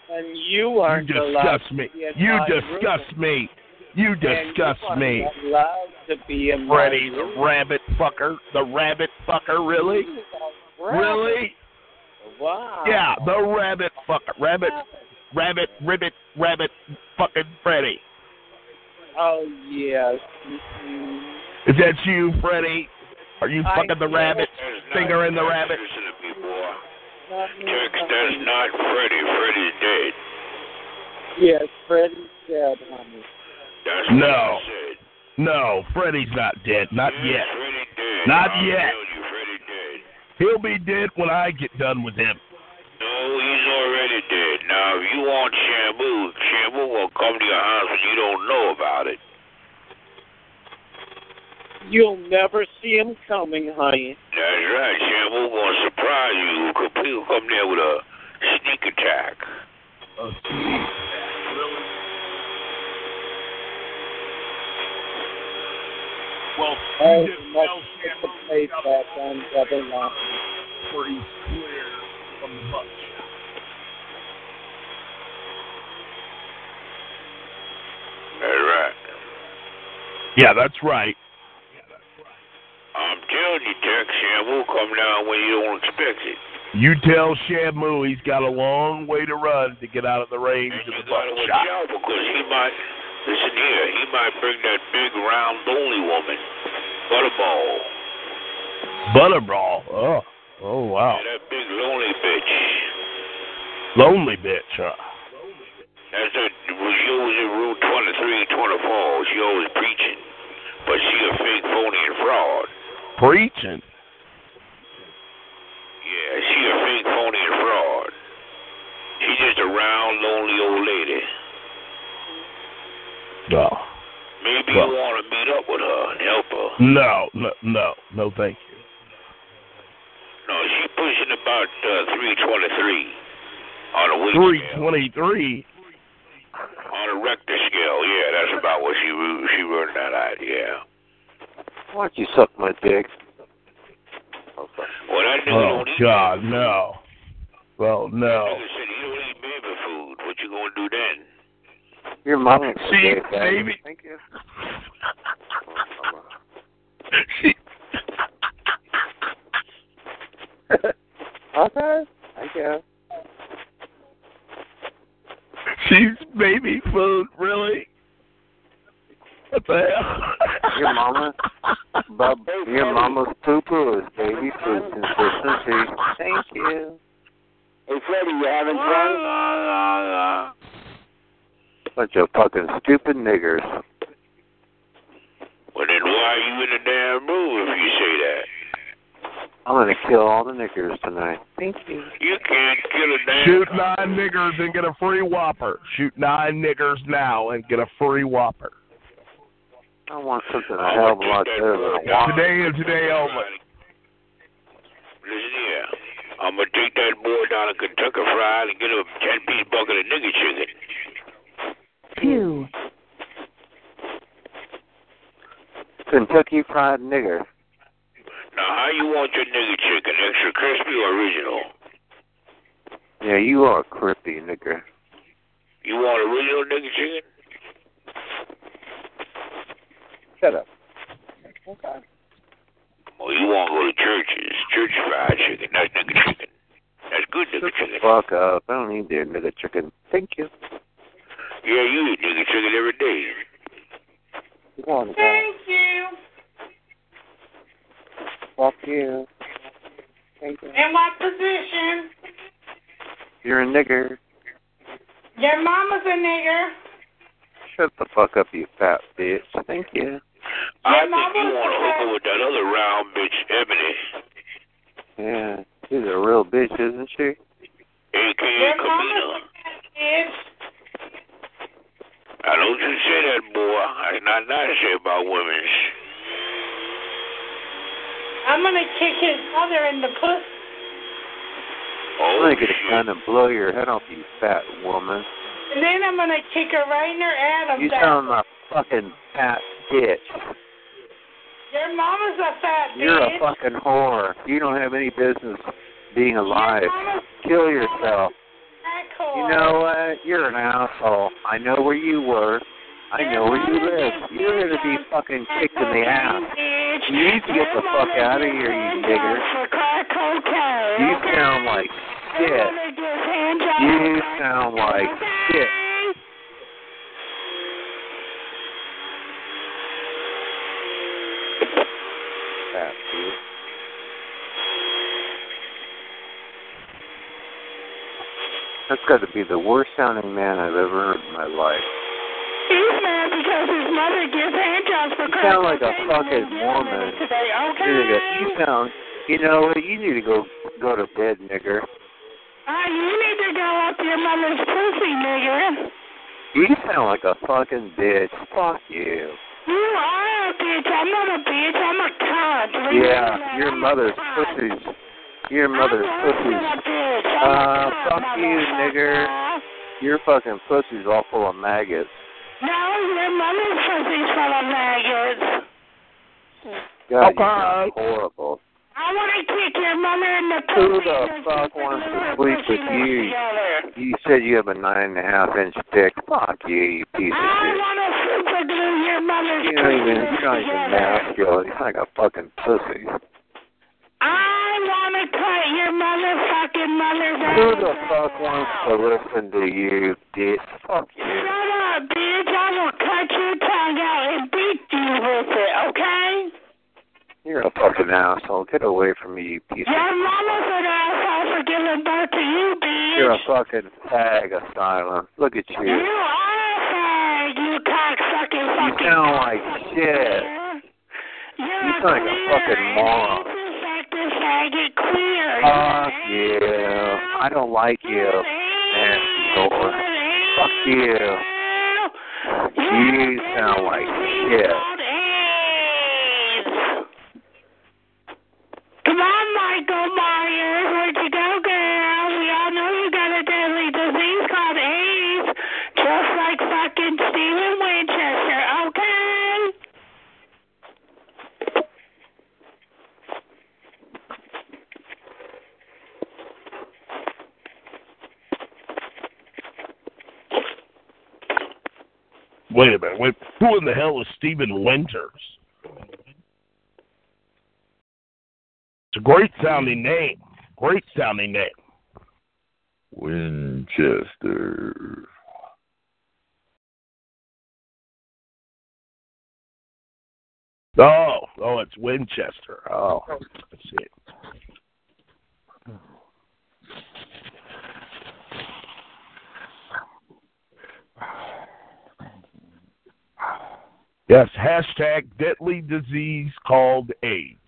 S8: And you aren't
S13: you
S8: allowed
S13: disgust
S8: to
S13: me.
S8: be in
S13: You
S8: my
S13: disgust me. You
S8: room. And
S13: disgust
S8: you aren't
S13: me.
S8: Allowed to be in my
S13: Freddie, the
S8: room.
S13: rabbit fucker. The rabbit fucker, really?
S8: You are
S13: Really?
S8: rabbit. Wow.
S13: Yeah, the rabbit fucker. Rabbit, rabbit, ribbit, rabbit fucking Freddie.
S8: Oh yes. Mhm.
S13: Is that you, Freddie? Are you
S8: I-
S13: fucking the rabbit?
S2: That's not-
S13: Finger in the rabbit?
S2: Listen to me, boy.
S8: Not me.
S2: Tex, that's not Freddy. Freddy's dead.
S8: Yes, Freddie's dead, honey.
S2: That's
S13: No.
S2: what I said.
S13: No, Freddie's not dead. Not
S2: yes,
S13: yet.
S2: Freddy dead.
S13: Not
S2: I'll
S13: yet.
S2: Tell you, Freddy dead.
S13: He'll be dead when I get done with him.
S2: No, Oh, he's already dead. Now, if you want Shamu, Shamu will come to your house and you don't know about it.
S8: You'll never see him coming, honey.
S2: That's right. Shamu gonna surprise you. 'cause He'll come there with a sneak attack.
S13: Well,
S8: Oh,
S13: you didn't
S8: much
S13: tell
S8: as the
S13: Shamu
S8: place that on Brother Lawson.
S13: before he's clear from the bus.
S2: That's right.
S13: Yeah, that's right.
S2: I'm telling you, Tex, Shamu come down when you don't expect it.
S13: You tell Shamu he's got a long way to run to get out of the range
S2: And
S13: of
S2: you
S13: the
S2: gotta watch
S13: buckshot.
S2: out because he might listen here, he might bring that big round lonely woman. Butterball.
S13: Butterball. Oh, oh wow.
S2: Yeah, that big lonely bitch.
S13: Lonely bitch. Huh?
S2: That's a, she was in Route 23, 24. She always preaching, but she a fake phony and fraud.
S13: Preaching.
S2: Yeah, she a fake phony and fraud. She just a round, lonely old lady.
S13: No.
S2: Maybe
S13: Well-
S2: you want to meet up with her and help her.
S13: No. No. No. No. Thank you.
S2: No, she pushing about uh, 323. uh, On a
S13: three twenty three.
S2: On a Richter scale, yeah, that's about what she ru- she ruled that out, yeah.
S8: Why'd you suck my dick?
S2: Okay. Well, that nigga
S13: Oh
S2: don't eat
S13: God, no. Well, no.
S2: Nigga said he don't eat baby food. What you gonna do then?
S8: Your mama.
S13: See,
S8: dick,
S13: baby.
S2: Thank you.
S29: Okay. Thank you.
S13: She's baby food, really. What the hell?
S8: Your mama. Bub, your mama's poo poo is baby poo consistency.
S29: Thank you.
S8: Hey Freddie, you having Bunch of fucking stupid niggers.
S2: Well, then why are you in the damn room if you say that?
S8: I'm gonna kill all the niggers tonight.
S29: Thank you.
S2: You can't kill a damn.
S13: Shoot nine niggers and get a free whopper. Shoot nine niggers now and get a free whopper.
S8: I want something a hell of a lot better than a whopper.
S13: Today and today only.
S2: Listen here. I'm gonna take that boy down to Kentucky Fried and get him a ten piece bucket of nigger chicken.
S30: Two.
S8: Kentucky Fried Nigger.
S2: Now, how you want your nigger chicken? Extra crispy or original?
S8: Yeah, you are a creepy nigger.
S2: You want original nigger chicken?
S8: Shut up.
S29: Okay.
S2: Or you want to go to churches? Church fried chicken. That's nigger chicken. That's good nigger chicken.
S8: Fuck up. I don't need their nigger chicken. Thank you.
S2: Yeah, you eat nigger chicken every day.
S29: Come on, guys.
S1: you.
S29: Fuck you. Thank you.
S1: In what position?
S8: You're a nigger.
S1: Your mama's a nigger.
S8: Shut the fuck up, you fat bitch. Thank you.
S2: I think you want to hook up with that other round bitch, Ebony.
S8: Yeah. She's a real bitch, isn't she?
S2: AKA Camila. I don't you say that, boy. That's not nice to say about women.
S1: I'm gonna kick his mother in the pussy.
S8: I'm
S2: Oh,
S8: gonna get a gun and blow your head off, you fat woman.
S1: And then I'm gonna kick her right in her Adam's
S8: You
S1: apple.
S8: sound like a fucking fat bitch.
S1: Your mama's a fat
S8: You're
S1: bitch.
S8: a fucking whore. You don't have any business being alive. Kill yourself.
S1: Fat whore.
S8: You know what? You're an asshole. I know where you were. I know where you live. You're gonna be fucking kicked in the ass. You need to get the fuck out of here, you nigger. You sound like shit. You sound like shit. Fat bitch. That's got to be the worst sounding man I've ever heard in my life.
S1: He's mad because his mother gives handjobs for
S8: You sound like a fucking woman.
S1: today.
S8: You need to- You sound. You know what? You need to go go to bed, nigger.
S1: Uh, you need to go up your mother's pussy, nigger.
S8: You sound like a fucking bitch. Fuck you.
S1: You are a bitch. I'm not a bitch. I'm a cunt. Remember
S8: Yeah,
S1: that.
S8: your
S1: I'm
S8: mother's
S1: a cunt.
S8: pussies. Your mother's
S1: I'm
S8: pussies.
S1: a bitch. I'm
S8: Uh,
S1: a cunt,
S8: fuck you, nigger.
S1: motherfucker.
S8: Your fucking pussy's all full of maggots.
S1: No, your mother's pussy's full of maggots.
S8: God, you
S1: Okay.
S8: sound horrible.
S1: I want to kick your mother in the pussy.
S8: Who the
S1: because
S8: fuck
S1: your
S8: wants to
S1: mother
S8: sleep
S1: pussy
S8: with
S1: lives
S8: you?
S1: together.
S8: You said you have a nine and a half inch dick. Fuck you, you piece of
S1: I
S8: shit.
S1: want to super glue your mother's
S8: You don't
S1: pussy
S8: even, you're not even
S1: together.
S8: masculine. You're like a fucking pussy.
S1: I want to cut your motherfucking mother's
S8: Who
S1: ass.
S8: the fuck wants to listen to you, bitch? Fuck you.
S1: Shut up, bitch. I will cut your tongue out and beat you with it, okay?
S8: You're a fucking asshole. Get away from me, you piece
S1: Your
S8: of
S1: mama's an asshole for giving birth to you, bitch.
S8: You're a fucking fag asylum. Look at
S1: You
S8: you.
S1: are a fag, you cocksucking
S8: You
S1: fucking.
S8: sound like shit.
S1: You're
S8: You
S1: a
S8: sound like a
S1: queer,
S8: fucking moron.
S1: Effective faggot queer.
S8: Fuck you. I don't like you. Nasty whore. Fuck you. You sound like shit.
S1: Come on, Michael Myers. Where'd you go, girl? We all know you got a deadly
S13: Wait a minute. Wait, who in the hell is Stephen Winters? It's a great sounding name. Great sounding name.
S8: Winchester.
S13: Oh, oh, it's Winchester. Oh, let's see. Yes, hashtag deadly disease called AIDS.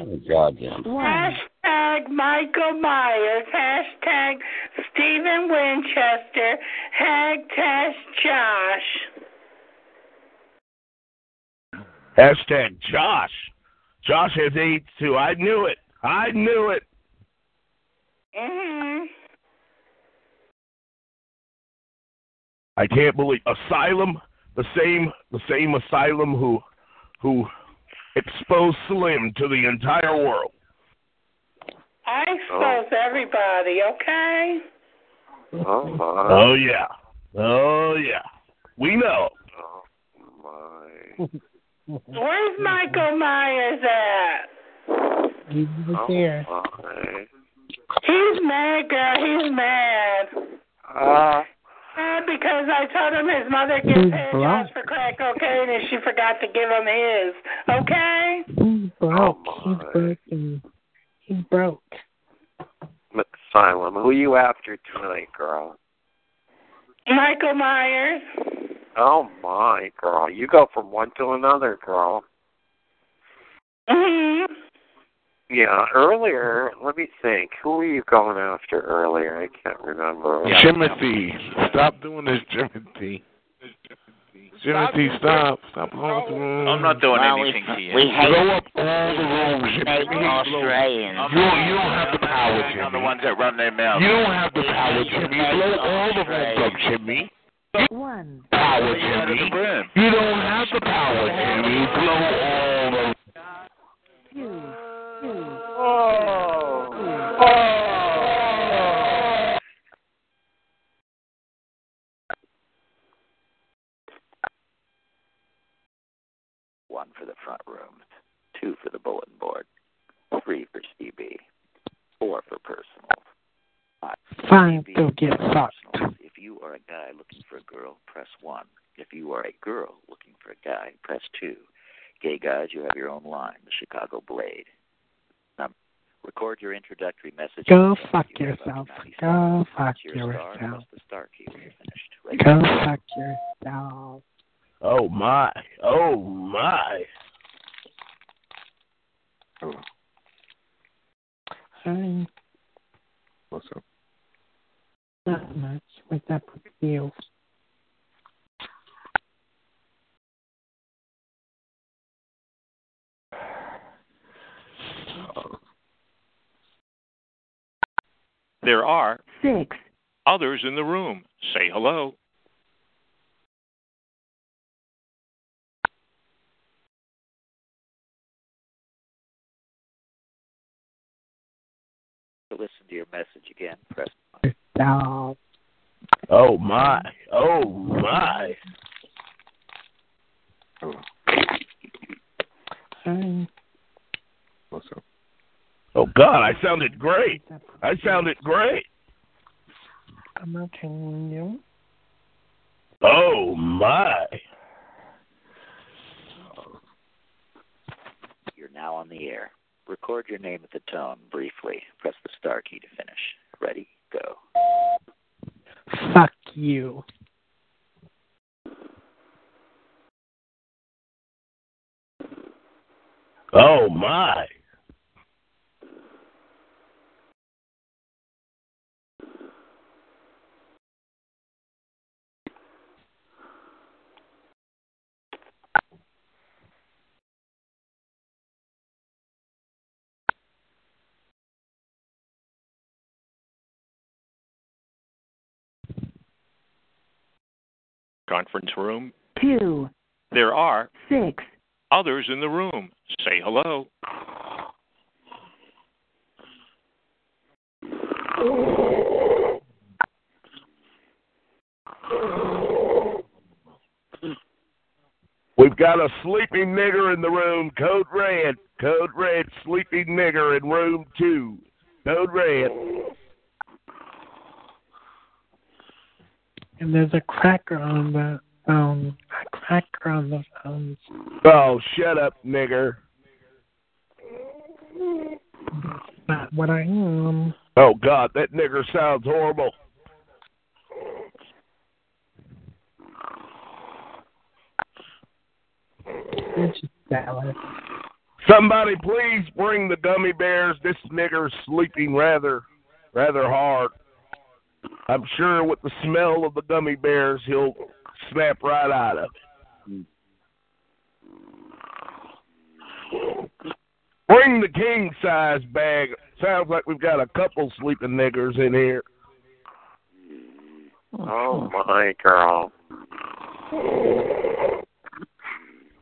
S8: Oh, God, yeah.
S1: Hashtag Michael Myers. Hashtag Stephen Winchester. Hashtag Josh.
S13: Hashtag Josh. Josh has AIDS too. I knew it. I knew it.
S1: Mhm.
S13: I can't believe Asylum, the same the same Asylum who who exposed Slim to the entire world.
S1: I expose oh. everybody, okay?
S8: Oh, my.
S13: oh yeah. Oh yeah. We know.
S8: Oh
S31: Oh,
S8: my.
S1: Where's Michael Myers at?
S18: He's there.
S8: Oh,
S1: He's mad, girl. He's mad.
S8: Uh,
S1: mad because I told him his mother gets paid Josh for crack cocaine and she forgot to give him his. Okay?
S18: He's broke.
S2: Oh,
S18: He's broken. He's broke.
S8: Asylum. Who you after tonight, girl?
S1: Michael Myers.
S8: Oh my, girl! You go from one to another, girl.
S12: Mm-hmm.
S1: Mhm.
S8: Yeah. Earlier, let me think. Who were you going after earlier? I can't remember.
S2: Yeah, Timothy, stop doing this, Timothy. Timothy, stop. Stop holding the room.
S31: I'm not doing well, anything we, to you.
S2: We hate Blow up all the rooms.
S31: Jimmy. Australians.
S2: You, you don't have the power, Jimmy.
S31: I'm the ones that run their mouth.
S2: You don't have the power, Jimmy. Blow all the rooms up, Jimmy.
S18: One.
S2: Power, Jimmy. You don't have the power, Jimmy. Blow all the rooms.
S18: Two. Two.
S1: Oh. Oh.
S8: one for the front room, two for the bulletin board, three for CB, four for personal.
S18: Five, Fine, don't get fucked.
S8: If you are a guy looking for a girl, press one. If you are a girl looking for a guy, press two. Gay guys, you have your own line, the Chicago Blade. Now, record your introductory message.
S18: Go fuck you yourself. Go fuck yourself. Star,
S8: star key when you're finished. Right
S18: Go now. fuck yourself.
S13: Oh my. Oh my.
S18: Hello. Hi.
S2: What's up?
S18: Not much. What's up with you?
S4: There are
S18: six
S4: others in the room. Say hello.
S8: listen to your message again, press
S18: no.
S13: Oh my. Oh my.
S18: Hi.
S2: What's up?
S13: Oh God, I sounded great. I sounded great.
S18: I'm not telling you.
S13: Oh my.
S8: You're now on the air. Record your name at the tone briefly. Press the star key to finish. Ready, go.
S18: Fuck you.
S13: Oh my.
S4: conference room.
S18: Two.
S4: There are
S18: six
S4: others in the room. Say hello.
S13: We've got a sleepy nigger in the room. Code red. Code red. Sleepy nigger in room two. Code red.
S18: And there's a cracker on the phone. A cracker on the phone.
S13: Oh, shut up, nigger.
S18: Not what I am.
S13: Oh God, that nigger sounds horrible.
S18: It's just valid.
S13: Somebody please bring the gummy bears. This nigger's sleeping rather rather hard. I'm sure with the smell of the gummy bears he'll snap right out of it. Bring the king size bag. Sounds like we've got a couple sleeping niggers in here.
S7: Oh my girl.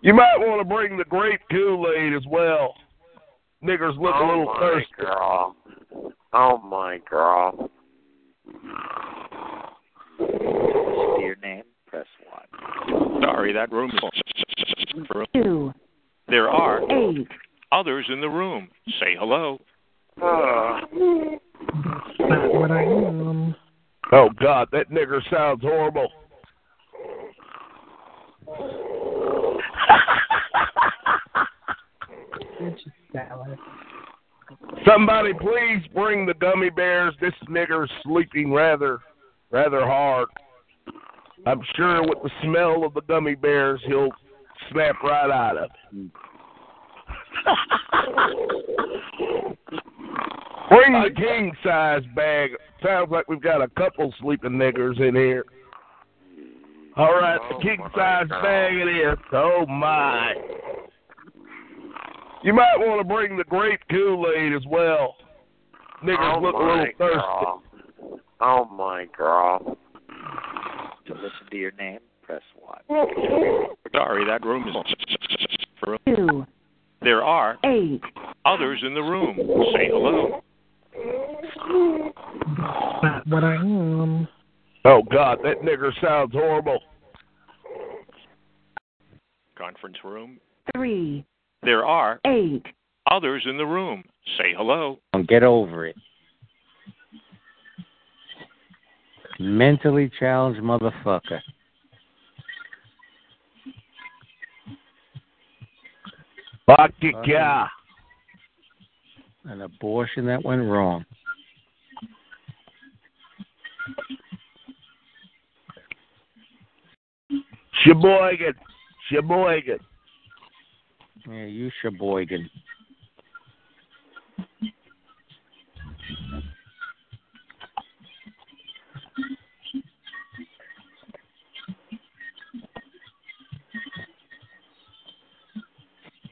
S13: You might want to bring the grape Kool Aid as well. Niggers look a
S7: Oh
S13: little
S7: my
S13: thirsty.
S7: girl. Oh my girl.
S11: Your name, press one.
S4: Sorry, that room is full.
S5: Two.
S4: There are
S5: Eight.
S4: others in the room. Say hello.
S11: Uh,
S18: Not what I am.
S13: Oh God, that nigger sounds horrible.
S18: It's just valid.
S13: Somebody please bring the gummy bears. This nigger's sleeping rather rather hard. I'm sure with the smell of the gummy bears he'll snap right out of it. Bring the king size bag. Sounds like we've got a couple sleeping niggers in here. All right, the king size bag it is. Oh my. You might want to bring the grape Kool Aid as well. Niggers
S7: Oh
S13: look a little
S7: my
S13: thirsty.
S7: girl. Oh my girl.
S11: To listen to your name, press one.
S4: Sorry, that room is full.
S5: Two.
S4: There are
S5: Eight.
S4: others in the room. Say hello.
S18: Not what I am.
S13: Oh God, that nigger sounds horrible.
S4: Conference room.
S5: Three.
S4: There are
S5: Eight.
S4: others in the room. Say hello.
S1: Get over it. Mentally challenged motherfucker.
S13: Bakika.
S1: An abortion that went wrong.
S13: Sheboygan. Sheboygan.
S1: Yeah, you Sheboygan.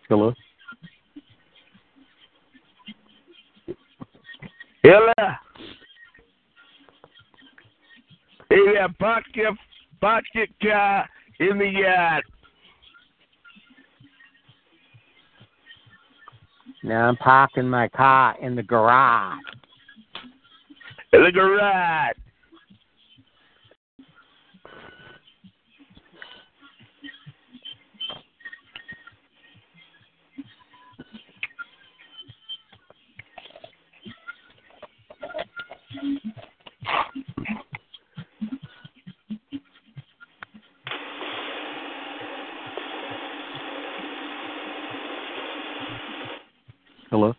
S1: Hello?
S13: Hela. Hela Bakika. Bakika in the yard.
S1: Now I'm parking my car in the garage.
S13: In the garage.
S1: Hello?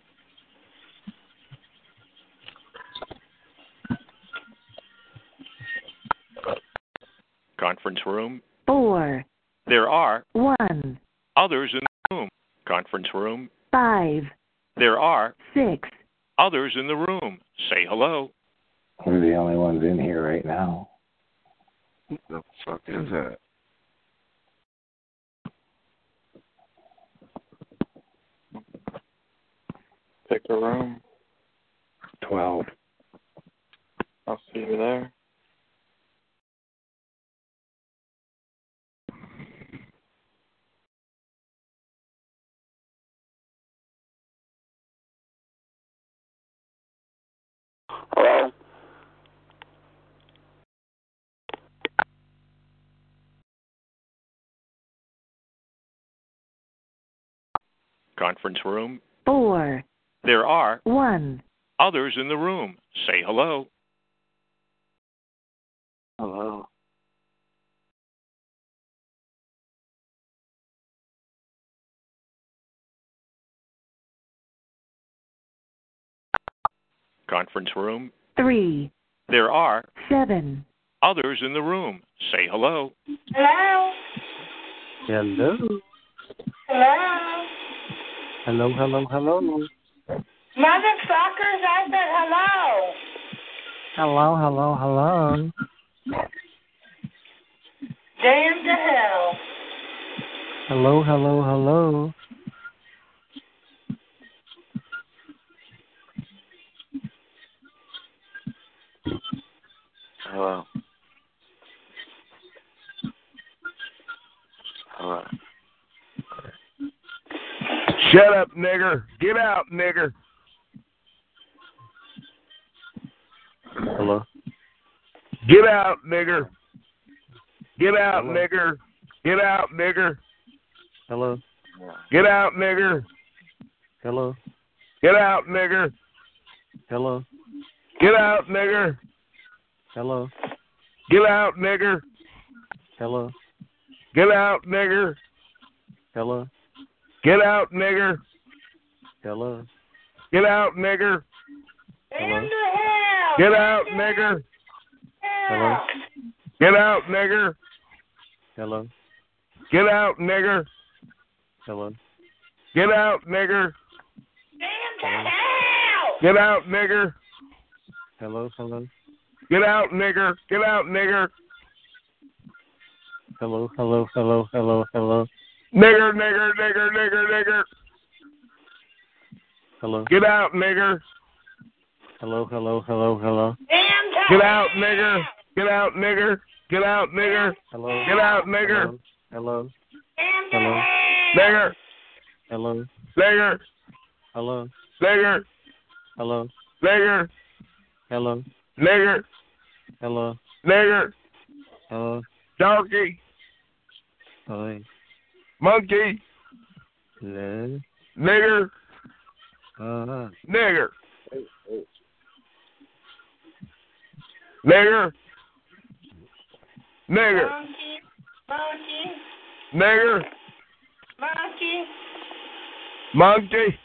S4: Conference room.
S5: Four.
S4: There are
S5: One.
S4: others in the room. Conference room.
S5: Five.
S4: There are
S5: Six.
S4: others in the room. Say hello.
S2: We're the only ones in here right now.
S26: The fuck is that?
S32: Pick a room.
S2: Twelve.
S32: I'll see you there.
S9: Hello?
S4: conference room.
S5: four,
S4: There are
S5: one.
S4: others in the room. Say hello.
S1: Hello.
S4: Conference room.
S5: Three,
S4: There are
S5: seven.
S4: others in the room. Say hello.
S12: Hello?
S1: Hello.
S12: Hello?
S1: Hello, hello, hello.
S12: Motherfuckers, I said hello.
S18: Hello, hello, hello.
S12: Damn to hell.
S18: Hello, hello, hello.
S11: Hello. Hello.
S13: Shut up, nigger. Get out, nigger.
S1: Hello.
S13: Get out, nigger. Get out, nigger. Get out, nigger.
S1: Hello.
S13: Get out, nigger.
S1: Hello.
S13: Get out, nigger.
S1: Hello.
S13: Get out, nigger.
S1: Hello.
S13: Get out,
S1: Hello.
S13: nigger. Get out, nigger.
S1: Hello.
S13: Get out, nigger.
S1: Hello.
S13: Get out, nigger.
S1: Hello.
S13: Get out, nigger.
S1: Hello.
S13: Get out, nigger.
S1: Hello.
S13: Get out, nigger.
S1: Hello.
S13: Get out, nigger.
S12: Damn to
S13: Get out, nigger.
S1: Hello. Hello.
S13: Get out, nigger. Get out, nigger.
S1: Hello. Hello. Hello. Hello. Hello.
S13: Nigger, nigger, nigger, nigger, nigger.
S1: Hello.
S13: Get out, nigger.
S1: Hello. Hello. Hello. Hello.
S13: Get out, nigger. Get out, nigger. Get out, nigger.
S1: Hello.
S13: Get out, nigger.
S1: Hello. Hello.
S13: Nigger.
S1: Hello.
S13: Nigger.
S1: Hello.
S13: Nigger.
S1: Hello.
S13: Nigger.
S1: Hello.
S13: Nigger.
S1: Hello.
S13: Nigger.
S1: Hello.
S13: Donkey.
S1: Hello.
S13: Monkey.
S1: Hello.
S13: Nigger.
S1: Uh,
S13: Nigger.
S12: hell.
S13: Nigger. Nigger.
S12: Monkey, monkey,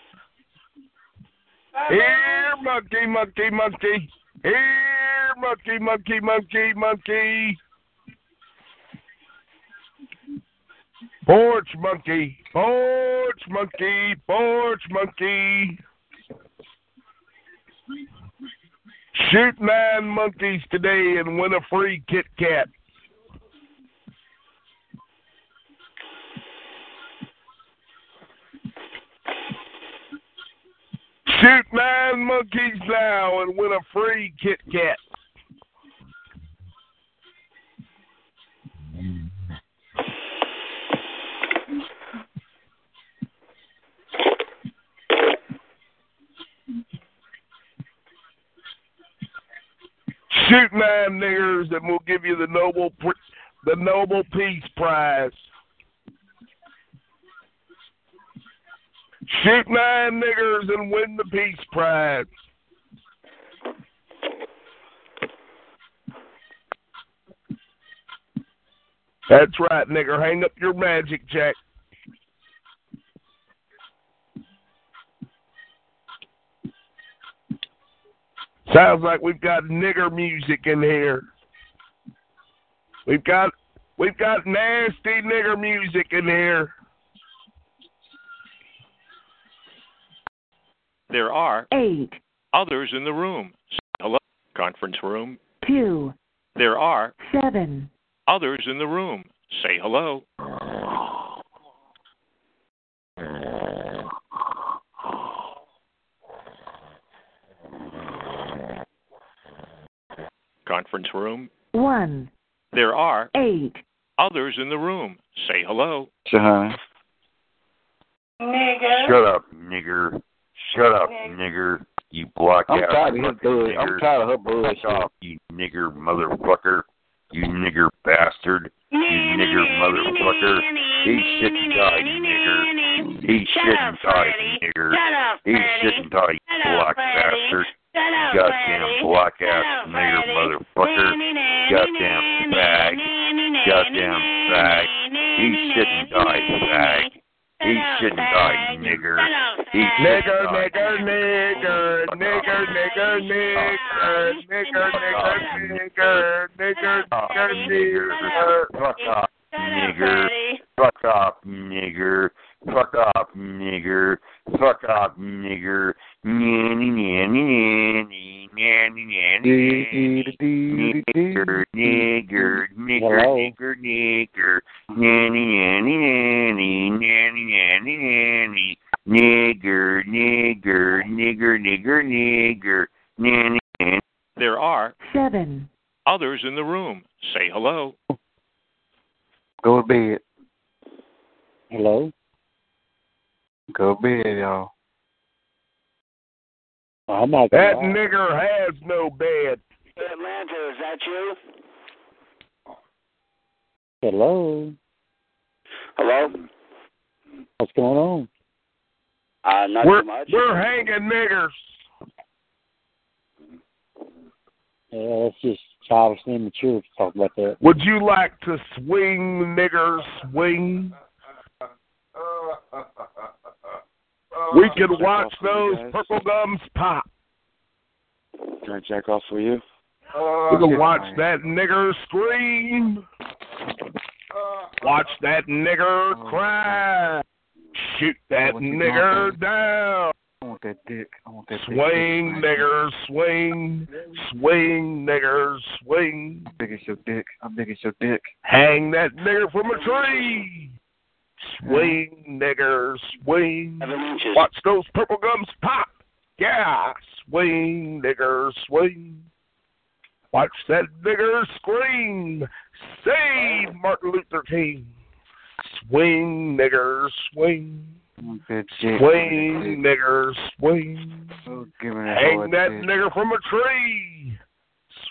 S13: Nigger.
S12: monkey, monkey.
S13: Monkey. Here, monkey, monkey, monkey. Here, monkey, monkey, monkey, monkey. Porch monkey, porch monkey, porch monkey. Shoot nine monkeys today and win a free Kit Kat. Shoot nine monkeys now and win a free Kit Kat. Shoot nine niggers and we'll give you the Nobel Pr- the Nobel Peace Prize. Shoot nine niggers and win the Peace Prize. That's right, nigger. Hang up your magic jack. Sounds like we've got nigger music in here. We've got we've got nasty nigger music in here.
S4: There are
S5: Eight,
S4: others in the room. Say hello. Conference room.
S5: two,
S4: There are
S5: seven.
S4: others in the room. Say hello. Conference room.
S5: One,
S4: There are
S5: eight.
S4: others in the room. Say hello.
S1: Shahana.
S12: Nigga.
S7: Shut up, nigger. Shut up, nigger. You block
S1: I'm
S7: out.
S1: tired of his
S7: fucking
S1: bull- I'm
S7: nigger.
S1: tired of her
S7: Fuck
S1: bullshit.
S7: off, you nigger motherfucker. You nigger bastard. You nigger motherfucker. He shit and die, you nigger. He shit and die, you nigger. He shit and die, you black bastard. Goddamn black ass nigger motherfucker. Goddamn fag. Goddamn fag. He shit and die, fag. He shit and die, nigger. He shit
S13: Nigger,
S7: and die,
S13: nigger, nigger, nigger, nigger, nigger, nigger, nigger, nigger, nigger, nigger, nigger.
S7: Fuck off, nigger. Fuck off, nigger. Fuck off, nigger. Fuck off, nigger. Nanny, nanny, nanny, nanny, nanny. Nigger, nigger, nigger, nigger, nigger. Nanny, nanny, nanny, nanny, nanny, nanny. Nigger, nigger, nigger, nigger, nigger. Nanny, nanny.
S4: There are
S5: seven
S4: others in the room. Say hello.
S1: Go to bed. Hello? Go to bed, y'all. I'm not
S13: That
S1: gonna lie.
S13: nigger has no bed.
S33: Atlanta, is that you?
S1: Hello?
S33: Hello?
S1: What's going on?
S33: Uh, not
S13: We're
S33: too much.
S13: we're hanging niggers.
S1: Yeah, it's just childish and immature to talk about that.
S13: Would you like to swing, nigger, swing? We can watch those purple gums pop.
S32: Can I jack off for you?
S13: We can watch that nigger scream. Watch that nigger cry. Shoot that nigger down.
S1: I want that dick. I want that
S13: Swing, nigger, swing. Swing, nigger, swing.
S1: dick. Nigga, your dick. I'm digging your dick.
S13: Hang that nigger from a tree. Swing, nigger, swing. Watch those purple gums pop. Yeah, swing, nigger, swing. Watch that nigger scream. Save Martin Luther King. Swing, nigger, swing.
S1: Good shit.
S13: Swing, nigger, swing.
S1: Give me that
S13: Hang
S1: hard
S13: that
S1: dick.
S13: nigger from a tree.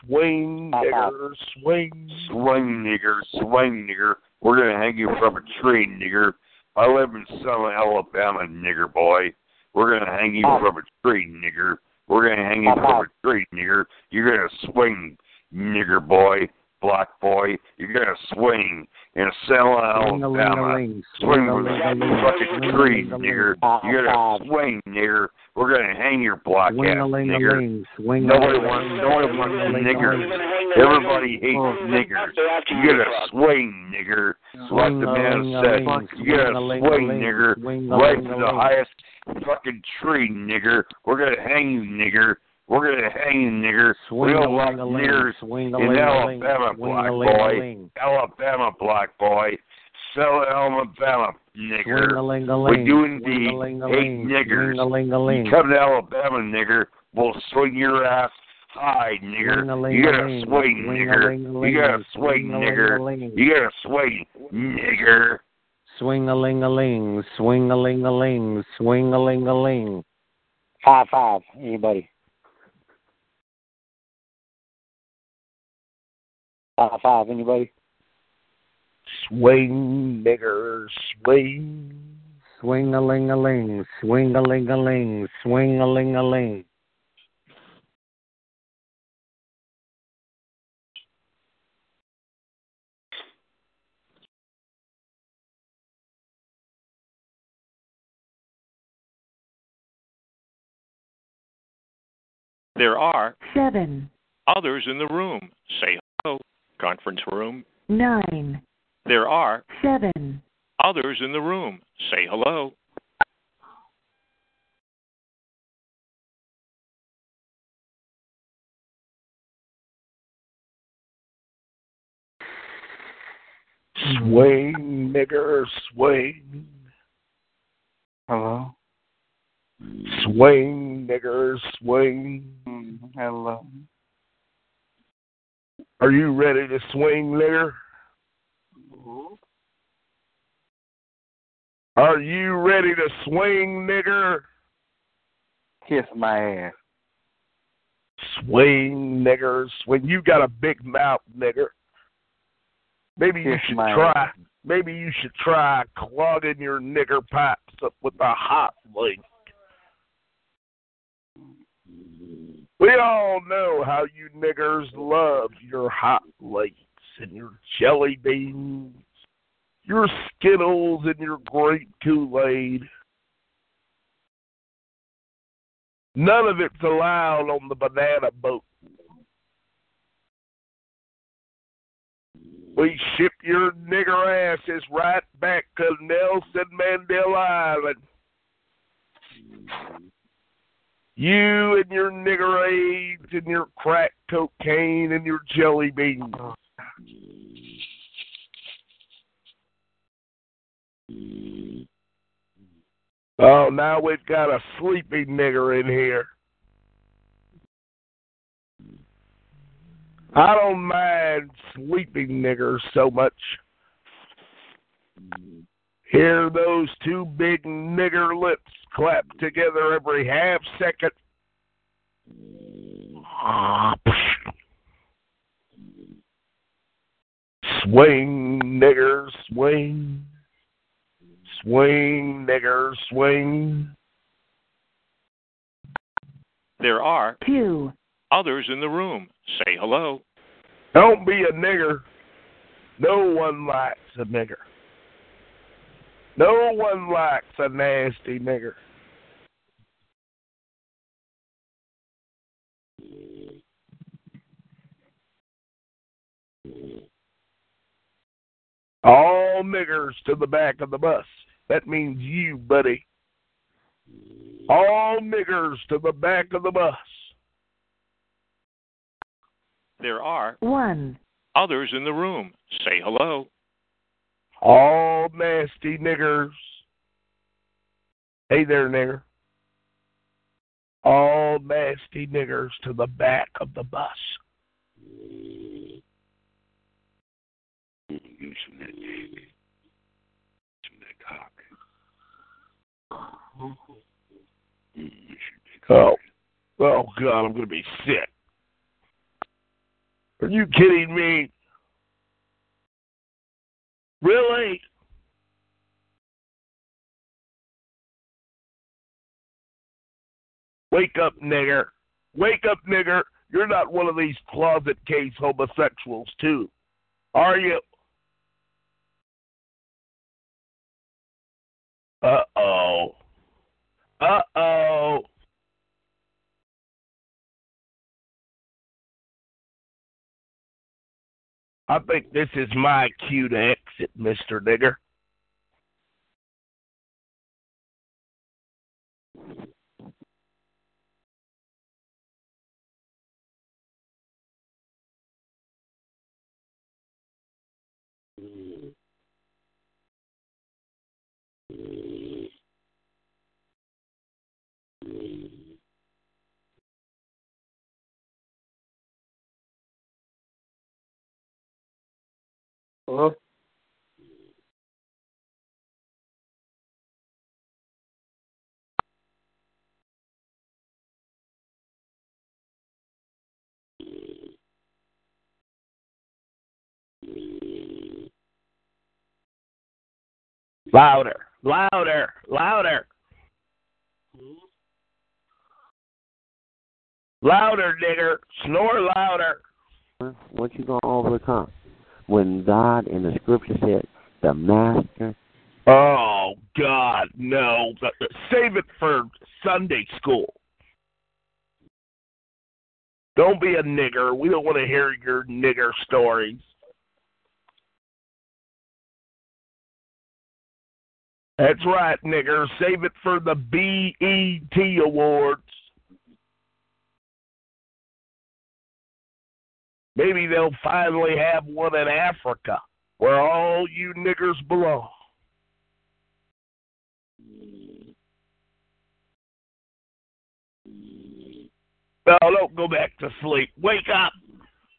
S13: Swing, nigger, swing.
S7: Swing, nigger, swing, nigger. We're gonna hang you from a tree, nigger. I live in Selma, Alabama, nigger boy. We're gonna hang you from a tree, nigger. We're gonna hang you from a tree, nigger. You're gonna swing, nigger boy, black boy. You're gonna swing in Selma, Alabama. Swing with a fucking tree, nigger. You're gonna swing, nigger. We're gonna hang your black ass, nigger. Nobody wants, nobody wants niggers. Everybody hates niggers. You gotta swing, nigger. That's what the man said. You gotta swing, nigger. Right to the highest fucking tree, nigger. We're gonna hang you, nigger. We're gonna hang you, nigger. We don't like niggers in Alabama, black boy. Alabama, black boy. Sell Alabama, nigger. We do indeed hate niggers. You come to Alabama, nigger, we'll swing your ass high, nigger. You gotta swing, nigger. You gotta swing, nigger. You gotta swing, nigger.
S18: Swing a ling a ling, swing a ling a ling, swing a ling a ling.
S1: High five, anybody. High five, anybody.
S13: Swing, nigger, swing.
S18: Swing a ling a ling, swing a ling a ling, swing a ling a ling.
S4: There are
S5: seven,
S4: others in the room. Say hello. Conference room.
S5: nine,
S4: There are
S5: seven,
S4: others in the room. Say hello.
S13: Swing, nigger, swing.
S1: Hello?
S13: Swing, nigger, swing.
S1: Hello.
S13: Are you ready to swing, nigger? Are you ready to swing, nigger?
S1: Kiss my ass.
S13: Swing, nigger, swing. You got a big mouth, nigger. Maybe you should try. Maybe you should try clogging your nigger pipes up with a hot link. We all know how you niggers love your hot links and your jelly beans, your Skittles and your grape Kool Aid. None of it's allowed on the banana boat. We ship your nigger asses right back to Nelson Mandela Island. You and your nigger aids and your crack cocaine and your jelly beans. Oh, now we've got a sleepy nigger in here. I don't mind sleeping niggers so much. Hear those two big nigger lips clap together every half second. Swing, nigger, swing. Swing, nigger, swing.
S4: There are
S5: two
S4: others in the room. Say hello.
S13: Don't be a nigger. No one likes a nigger. No one likes a nasty nigger. All niggers to the back of the bus. That means you, buddy. All niggers to the back of the bus.
S4: There are
S5: one
S4: others in the room. Say hello.
S13: All nasty niggers. Hey there, nigger. All nasty niggers to the back of the bus.
S9: Give me some of that dick. Some of that cock. Mm, that's your dick.
S13: Oh, oh God, I'm going to be sick. Are you kidding me? Really? Wake up, nigger. Wake up, nigger. You're not one of these closet case homosexuals, too. Are you? Uh oh. Uh oh. I think this is my cue to exit, Mr. Nigger.
S8: Hello?
S13: Louder, louder, louder. Louder, nigger. Snore louder.
S1: What you gonna overcome? When God in the scripture said, the master.
S13: Oh, God, no. Save it for Sunday school. Don't be a nigger. We don't want to hear your nigger stories. That's right, nigger. Save it for the BET Awards. Maybe they'll finally have one in Africa where all you niggers belong. No, don't go back to sleep. Wake up.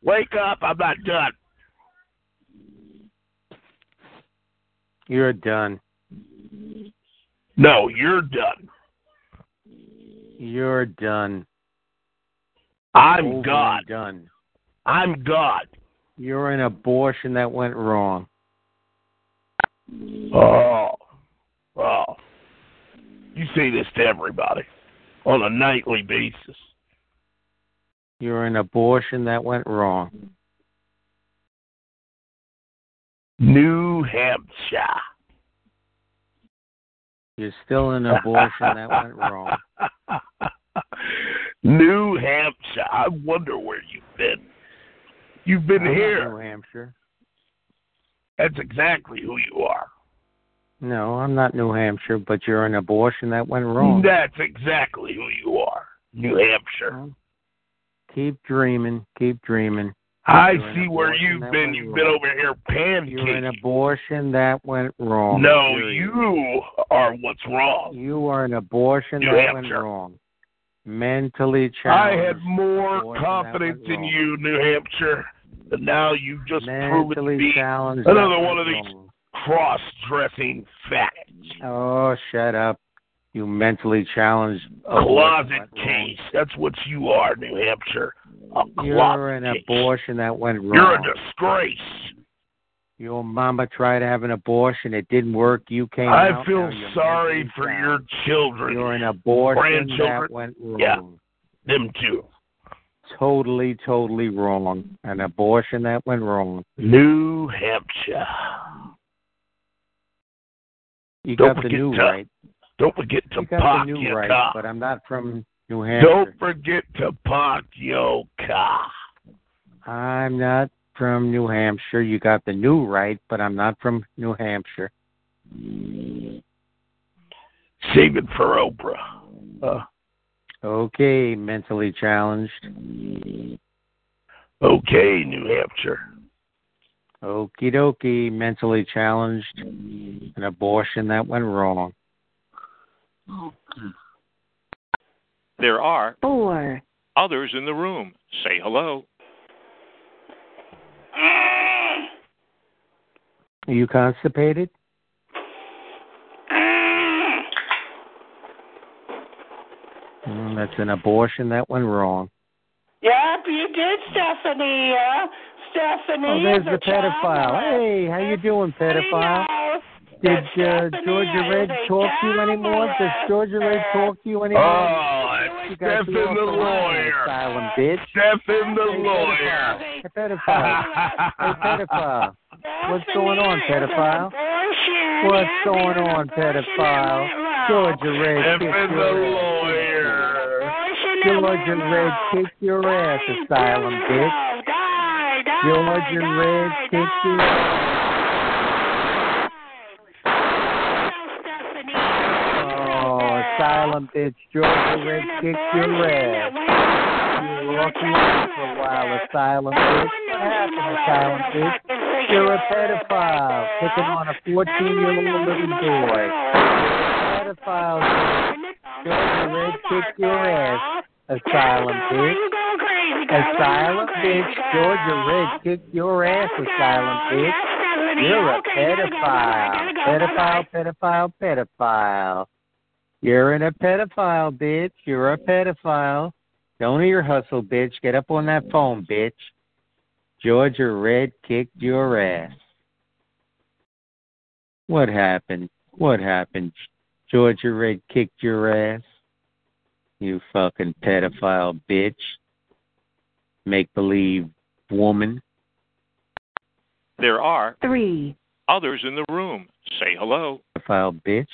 S13: Wake up. I'm not done.
S2: You're done.
S13: No, you're done.
S2: You're done.
S13: I'm
S2: Over
S13: God.
S2: and Done.
S13: I'm God.
S25: You're an abortion that went wrong.
S13: Oh, oh. You see this to everybody on a nightly basis.
S25: You're an abortion that went wrong.
S13: New Hampshire.
S25: You're still an abortion that went wrong.
S13: New Hampshire. I wonder where you've been. You've been
S25: I'm not
S13: here.
S25: New Hampshire.
S13: That's exactly who you are.
S25: No, I'm not New Hampshire, but you're an abortion that went wrong.
S13: That's exactly who you are. New Hampshire.
S25: Keep dreaming. Keep dreaming.
S13: I
S25: You're an
S13: see where
S25: abortion
S13: you've
S25: that
S13: been.
S25: went
S13: You've been
S25: wrong.
S13: over here
S25: You're an
S13: pancake.
S25: abortion that went wrong.
S13: No,
S25: Period.
S13: you are what's wrong.
S25: You are an abortion
S13: New
S25: that
S13: Hampshire.
S25: went wrong. Mentally
S13: I
S25: challenged.
S13: had more
S25: Abortion that
S13: confidence
S25: went
S13: in
S25: wrong.
S13: you, New Hampshire, and now you've just proven to
S25: mentally
S13: be
S25: challenged. that
S13: another one
S25: went
S13: of these
S25: wrong.
S13: cross-dressing fat
S25: Oh, shut up. You mentally challenged. abortion
S13: closet
S25: that went Oh, wrong.
S13: case. That's what you are, New Hampshire. A
S25: You're
S13: closet
S25: an
S13: case.
S25: abortion that went wrong.
S13: You're a disgrace.
S25: Your mama tried to have an abortion. It didn't work. You came
S13: I
S25: out.
S13: feel
S25: now you're
S13: sorry for your children.
S25: You're an abortion
S13: grandchildren.
S25: that went wrong.
S13: Yeah, them too.
S25: Totally, totally wrong. An abortion that went wrong.
S13: New Hampshire.
S25: You
S13: Don't
S25: got the
S13: forget
S25: new
S13: to-
S25: right.
S13: Don't forget to
S25: You got
S13: park
S25: the new
S13: your
S25: right,
S13: car.
S25: but I'm not from New Hampshire.
S13: Don't forget to park your car.
S25: I'm not from New Hampshire. You got the new right, but I'm not from New Hampshire.
S13: Save it for Oprah. Uh,
S25: Okay, mentally challenged.
S13: okay, New Hampshire.
S25: Okie dokie, mentally challenged. An abortion that went wrong.
S4: There are
S5: Four.
S4: others in the room. Say hello.
S25: Are you constipated? Mm, that's an abortion that went wrong.
S12: Yep, you did, Stephanie. Yeah, Stephanie.
S25: Oh, there's
S12: is a
S25: the pedophile. Hey, how you doing, pedophile? Did uh, Georgia Red talk to you anymore? Does Georgia Red talk to you anymore?
S13: Oh,
S25: You gotta
S13: Stephen
S25: be off
S13: the
S25: the line,
S13: lawyer.
S25: Asylum, bitch.
S13: Stephen the lawyer.
S25: Hey, pedophile. Hey, pedophile. What's going on, pedophile? What's going on, pedophile? Georgia Red, kick
S13: Stephen the
S25: your ass.
S13: lawyer.
S25: Georgia Red, kick your ass, asylum bitch. Georgia Red, kick your ass. Oh, asylum bitch, Georgia Red, kick your ass. You walk me out for a while, asylum bitch. What happened, asylum bitch? You're a pedophile, picking on a 14-year-old little boy. Pedophiles, Georgia Red, kick your ass. Asylum bitch. Asylum bitch, Georgia Red, kick your ass, asylum bitch. You're a pedophile. Pedophile, pedophile, pedophile. You're in a pedophile, bitch. You're a pedophile. Don't ear hustle, bitch. Get up on that phone, bitch. Georgia Red kicked your ass. What happened? What happened? Georgia Red kicked your ass. You fucking pedophile bitch. Make believe woman.
S4: There are
S5: Three.
S4: others in the room. Say hello.
S25: Pedophile bitch.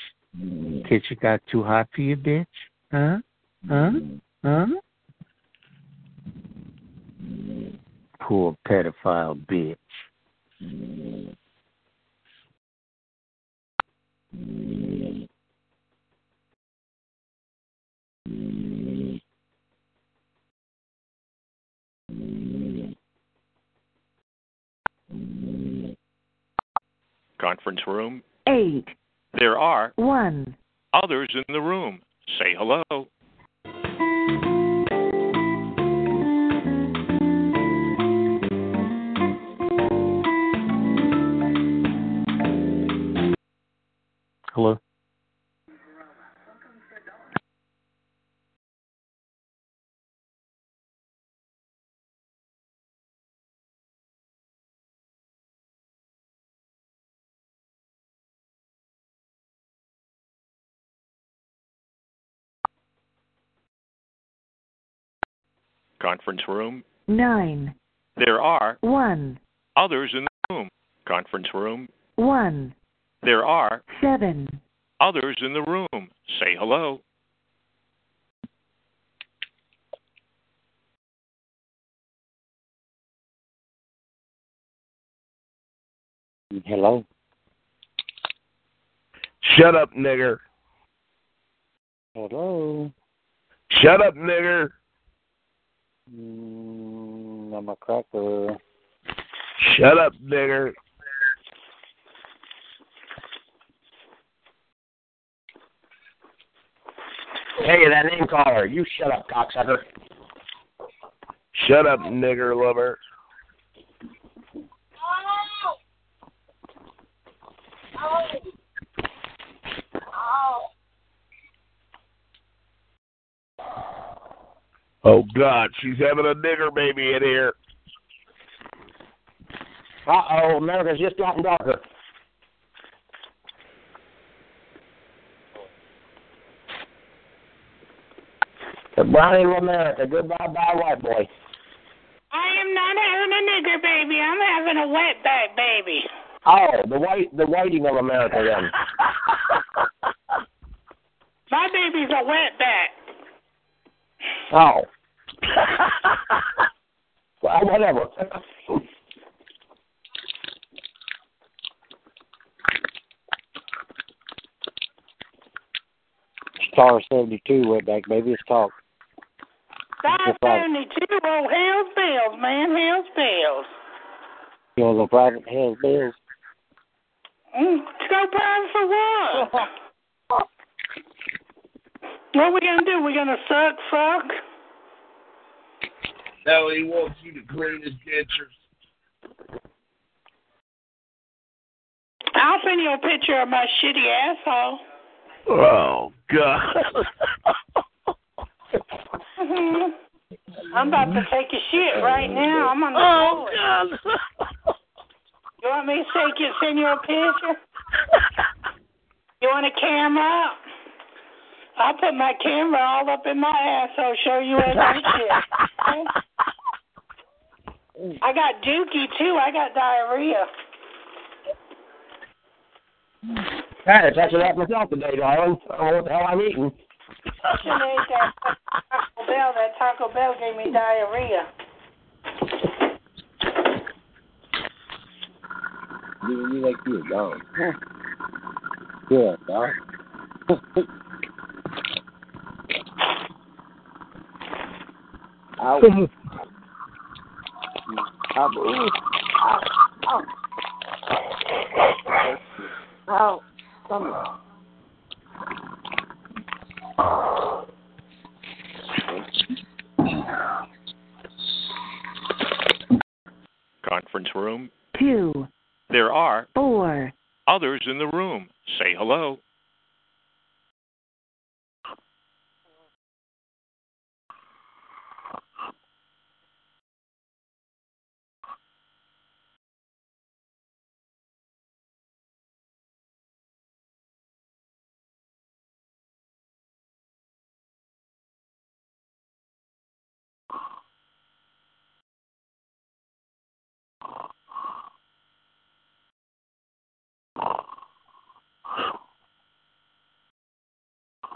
S25: Kitchen got too hot for you, bitch. Huh? Huh?
S1: Hmm,
S25: Huh? Poor pedophile bitch.
S4: Conference room.
S5: Eight.
S4: There are
S5: One.
S4: others in the room. Say hello.
S25: Hello?
S4: Conference room.
S18: nine,
S4: There are
S18: one,
S4: others in the room. Conference room.
S18: one,
S4: There are
S18: seven.
S4: others in the room. Say hello.
S25: Hello.
S13: Shut up, nigger.
S25: Hello.
S13: Shut up, nigger.
S25: Mm, I'm a cracker.
S13: Shut up, nigger.
S1: Hey, that name caller, you shut up, cocksucker.
S13: Shut up, nigger lover. Oh God, she's having a nigger baby in here.
S1: Uh oh, America's just gotten darker. The brownie of America, goodbye, bye, white boy.
S8: I am not having a nigger baby. I'm having a wetback baby.
S1: Oh, the white, the whiting of America then.
S8: My baby's a wetback.
S1: Oh. well, whatever.
S25: Star 72 way back, baby. It's talk.
S8: Five seventy-two. Oh, hell's bells, man, hell's bells.
S25: You know, the bright hands, bills.
S8: Mm, go prime for what? what we gonna do? We gonna suck, fuck?
S13: No, he wants you to clean his dentures.
S8: I'll send you a picture of my shitty asshole.
S13: Oh God.
S8: Mhm. I'm about to take a shit right now. I'm on the
S13: Oh,
S8: floor. You want me to take you, send you a picture? You want a camera? I'll put my camera all up in my asshole, show you every shit. I got dookie too. I got diarrhea.
S1: Hey, that's what happened myself today, darling. I don't know what the hell I'm eating.
S8: I should have ate that Taco Bell. That Taco Bell gave me diarrhea.
S2: Leaving me like you alone. Good, dog. Ow. Ow. Ooh. Ow. Ow. Ow. Stomach.
S4: Conference room.
S18: Two,
S4: There are
S18: four,
S4: others in the room. Say hello.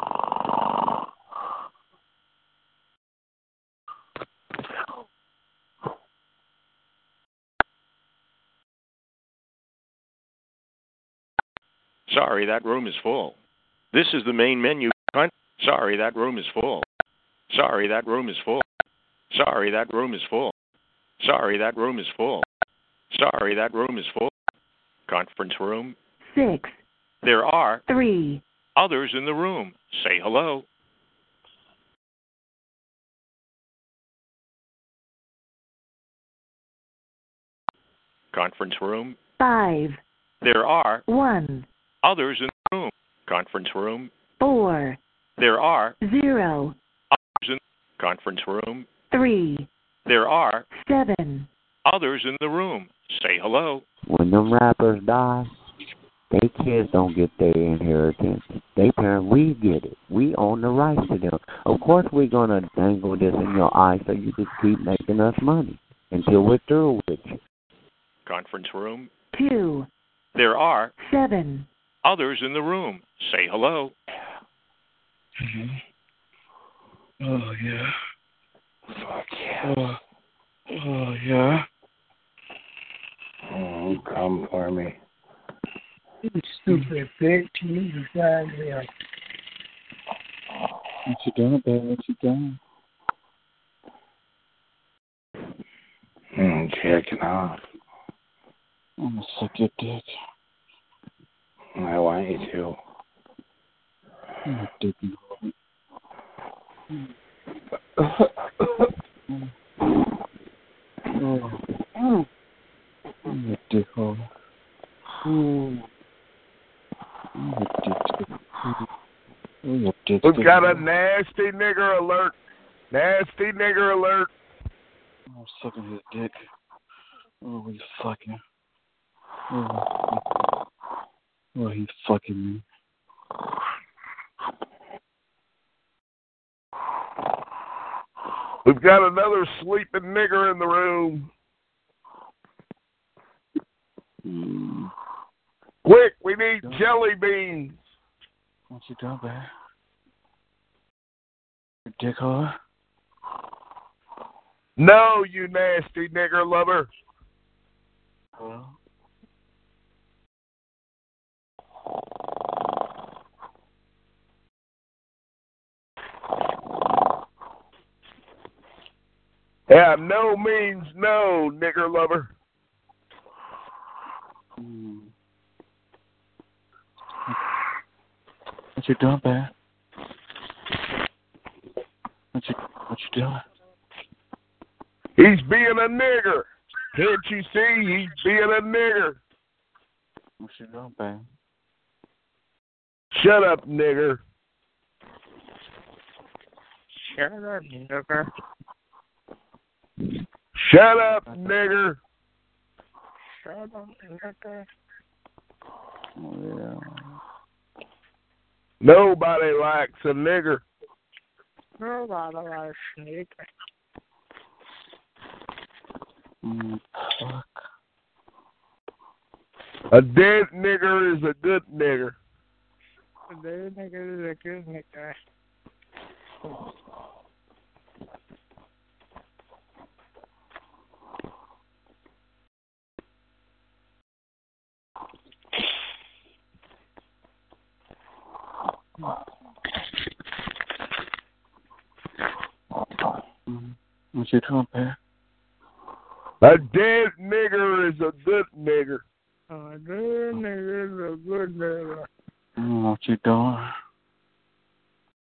S13: Oh.
S4: Sorry, that room is full. This is the main menu. Con- Sorry, that room is full. Sorry, that room is full. Sorry, that room is full. Sorry, that room is full. Sorry, that room is full. Conference room.
S18: six,
S4: There are
S18: three,
S4: others in the room. Say hello. Conference room.
S18: five,
S4: There are
S18: one,
S4: others in the room. Conference room.
S18: four,
S4: There are
S18: zero,
S4: others in conference room.
S18: three,
S4: There are
S18: seven,
S4: others in the room. Say hello.
S2: When them rappers die,
S25: They kids don't get their inheritance. They parents, we get it. We own the rights to them. Of course, we're gonna dangle this in your eye so you can keep making us money until we're through with you.
S4: Conference room.
S34: two,
S4: There are
S34: seven.
S4: others in the room. Say hello.
S13: Oh yeah. Fuck yeah. Oh, oh yeah. Oh, come for me.
S2: You stupid bitch. You decided to
S1: What you doing, babe? What you doing?
S13: Mm, checking off.
S1: I'm gonna suck your dick.
S13: I want you to.
S1: I'm gonna dick you. Oh, I'm a dick hole. I'm a dick. I'm a dick.
S13: We've got a nasty nigger alert. Nasty nigger alert.
S1: I'm sucking his dick. Oh, he's fucking. Oh, oh he's fucking me.
S13: We've got another sleeping nigger in the room.
S1: Mm.
S13: Quick, we need jelly beans.
S1: What you doing, babe? You dick hole.
S13: No, you nasty nigger lover.
S1: Hello?
S13: Yeah, no means no, nigger lover.
S1: What you doing, babe? What you what you doing?
S13: He's being a nigger. Can't you see? He's being a nigger.
S1: What you doing, babe?
S13: Shut up, nigger.
S8: Shut up, nigger.
S13: Shut up, nigger.
S8: Shut up, nigger.
S1: Oh,
S13: Nobody likes a nigger.
S8: Nobody likes nigger.
S1: yeah. Mm, fuck.
S13: A dead nigger is a good nigger.
S8: They nigger is a good nigger.
S1: What you doing, babe?
S13: A dead nigger is a good nigger.
S8: A good nigger is a good nigger.
S1: Mm, what you doing?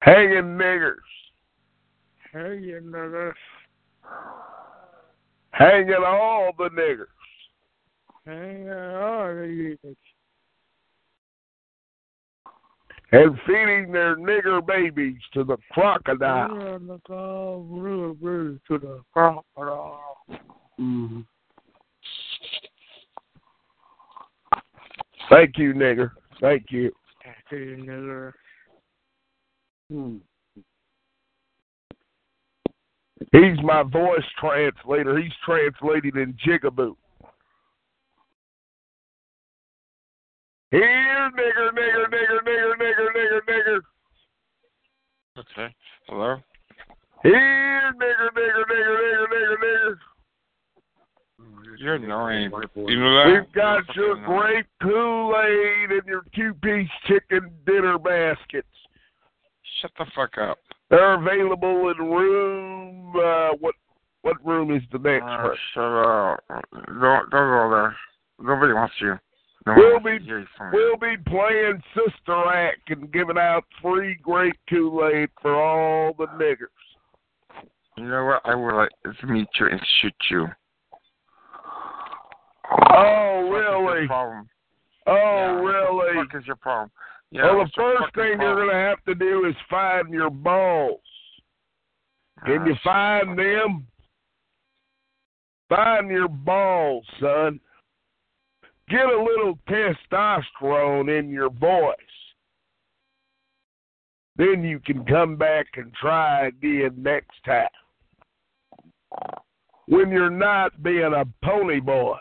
S13: Hanging niggers.
S8: Hey, you nigger.
S13: Hanging all the niggers.
S8: Hey, all the niggas.
S13: And feeding their nigger babies to the crocodile.
S8: We're gonna go uh, real good to the uh, crocodile.
S1: Mm.
S13: Thank you, nigger. Thank you.
S8: Hey, you nigger.
S1: Mm.
S13: He's my voice translator. He's translated in Jigaboo. Here, nigger, nigger, nigger, nigger, nigger, nigger, nigger.
S7: Okay. Hello?
S13: Here, nigger, nigger, nigger, nigger, nigger, nigger.
S7: You're annoying. You know that?
S13: We've got your grape Kool Aid and your two piece chicken dinner baskets.
S7: Shut the fuck up.
S13: They're available in room. Uh, what what room is the next
S7: Uh,
S13: room?
S7: shut up. Don't, don't go there. Nobody wants you. Nobody
S13: We'll
S7: wants
S13: be
S7: to hear you from
S13: we'll be playing Sister Act and giving out free grape Kool Aid for all the niggers.
S7: You know what? I would like to meet you and shoot you.
S13: Oh really?
S7: Problem.
S13: Oh
S7: Yeah, what the
S13: really?
S7: fuck is your problem? Yeah,
S13: well, the
S7: what's your
S13: first
S7: fucking
S13: thing
S7: problem?
S13: you're gonna have to do is find your balls. Can
S7: Ah,
S13: you find them? Find your balls, son. Get a little testosterone in your voice. Then you can come back and try again next time. When you're not being a pony boy.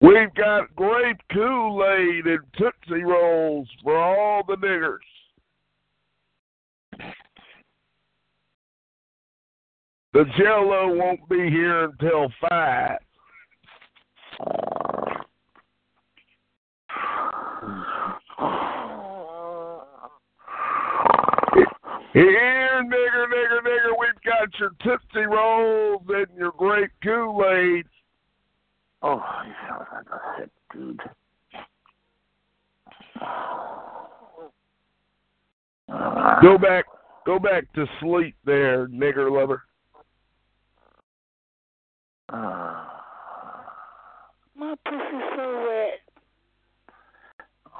S13: We've got grape Kool Aid and Tootsie Rolls for all the niggers. The Jello won't be here until five. Here, nigger, nigger, nigger, we've got your Tootsie Rolls and your grape Kool Aid.
S8: Oh, you sound like a sick dude.
S13: Go back, go back to sleep, there, nigger lover.
S8: Uh,
S35: My pussy's so wet.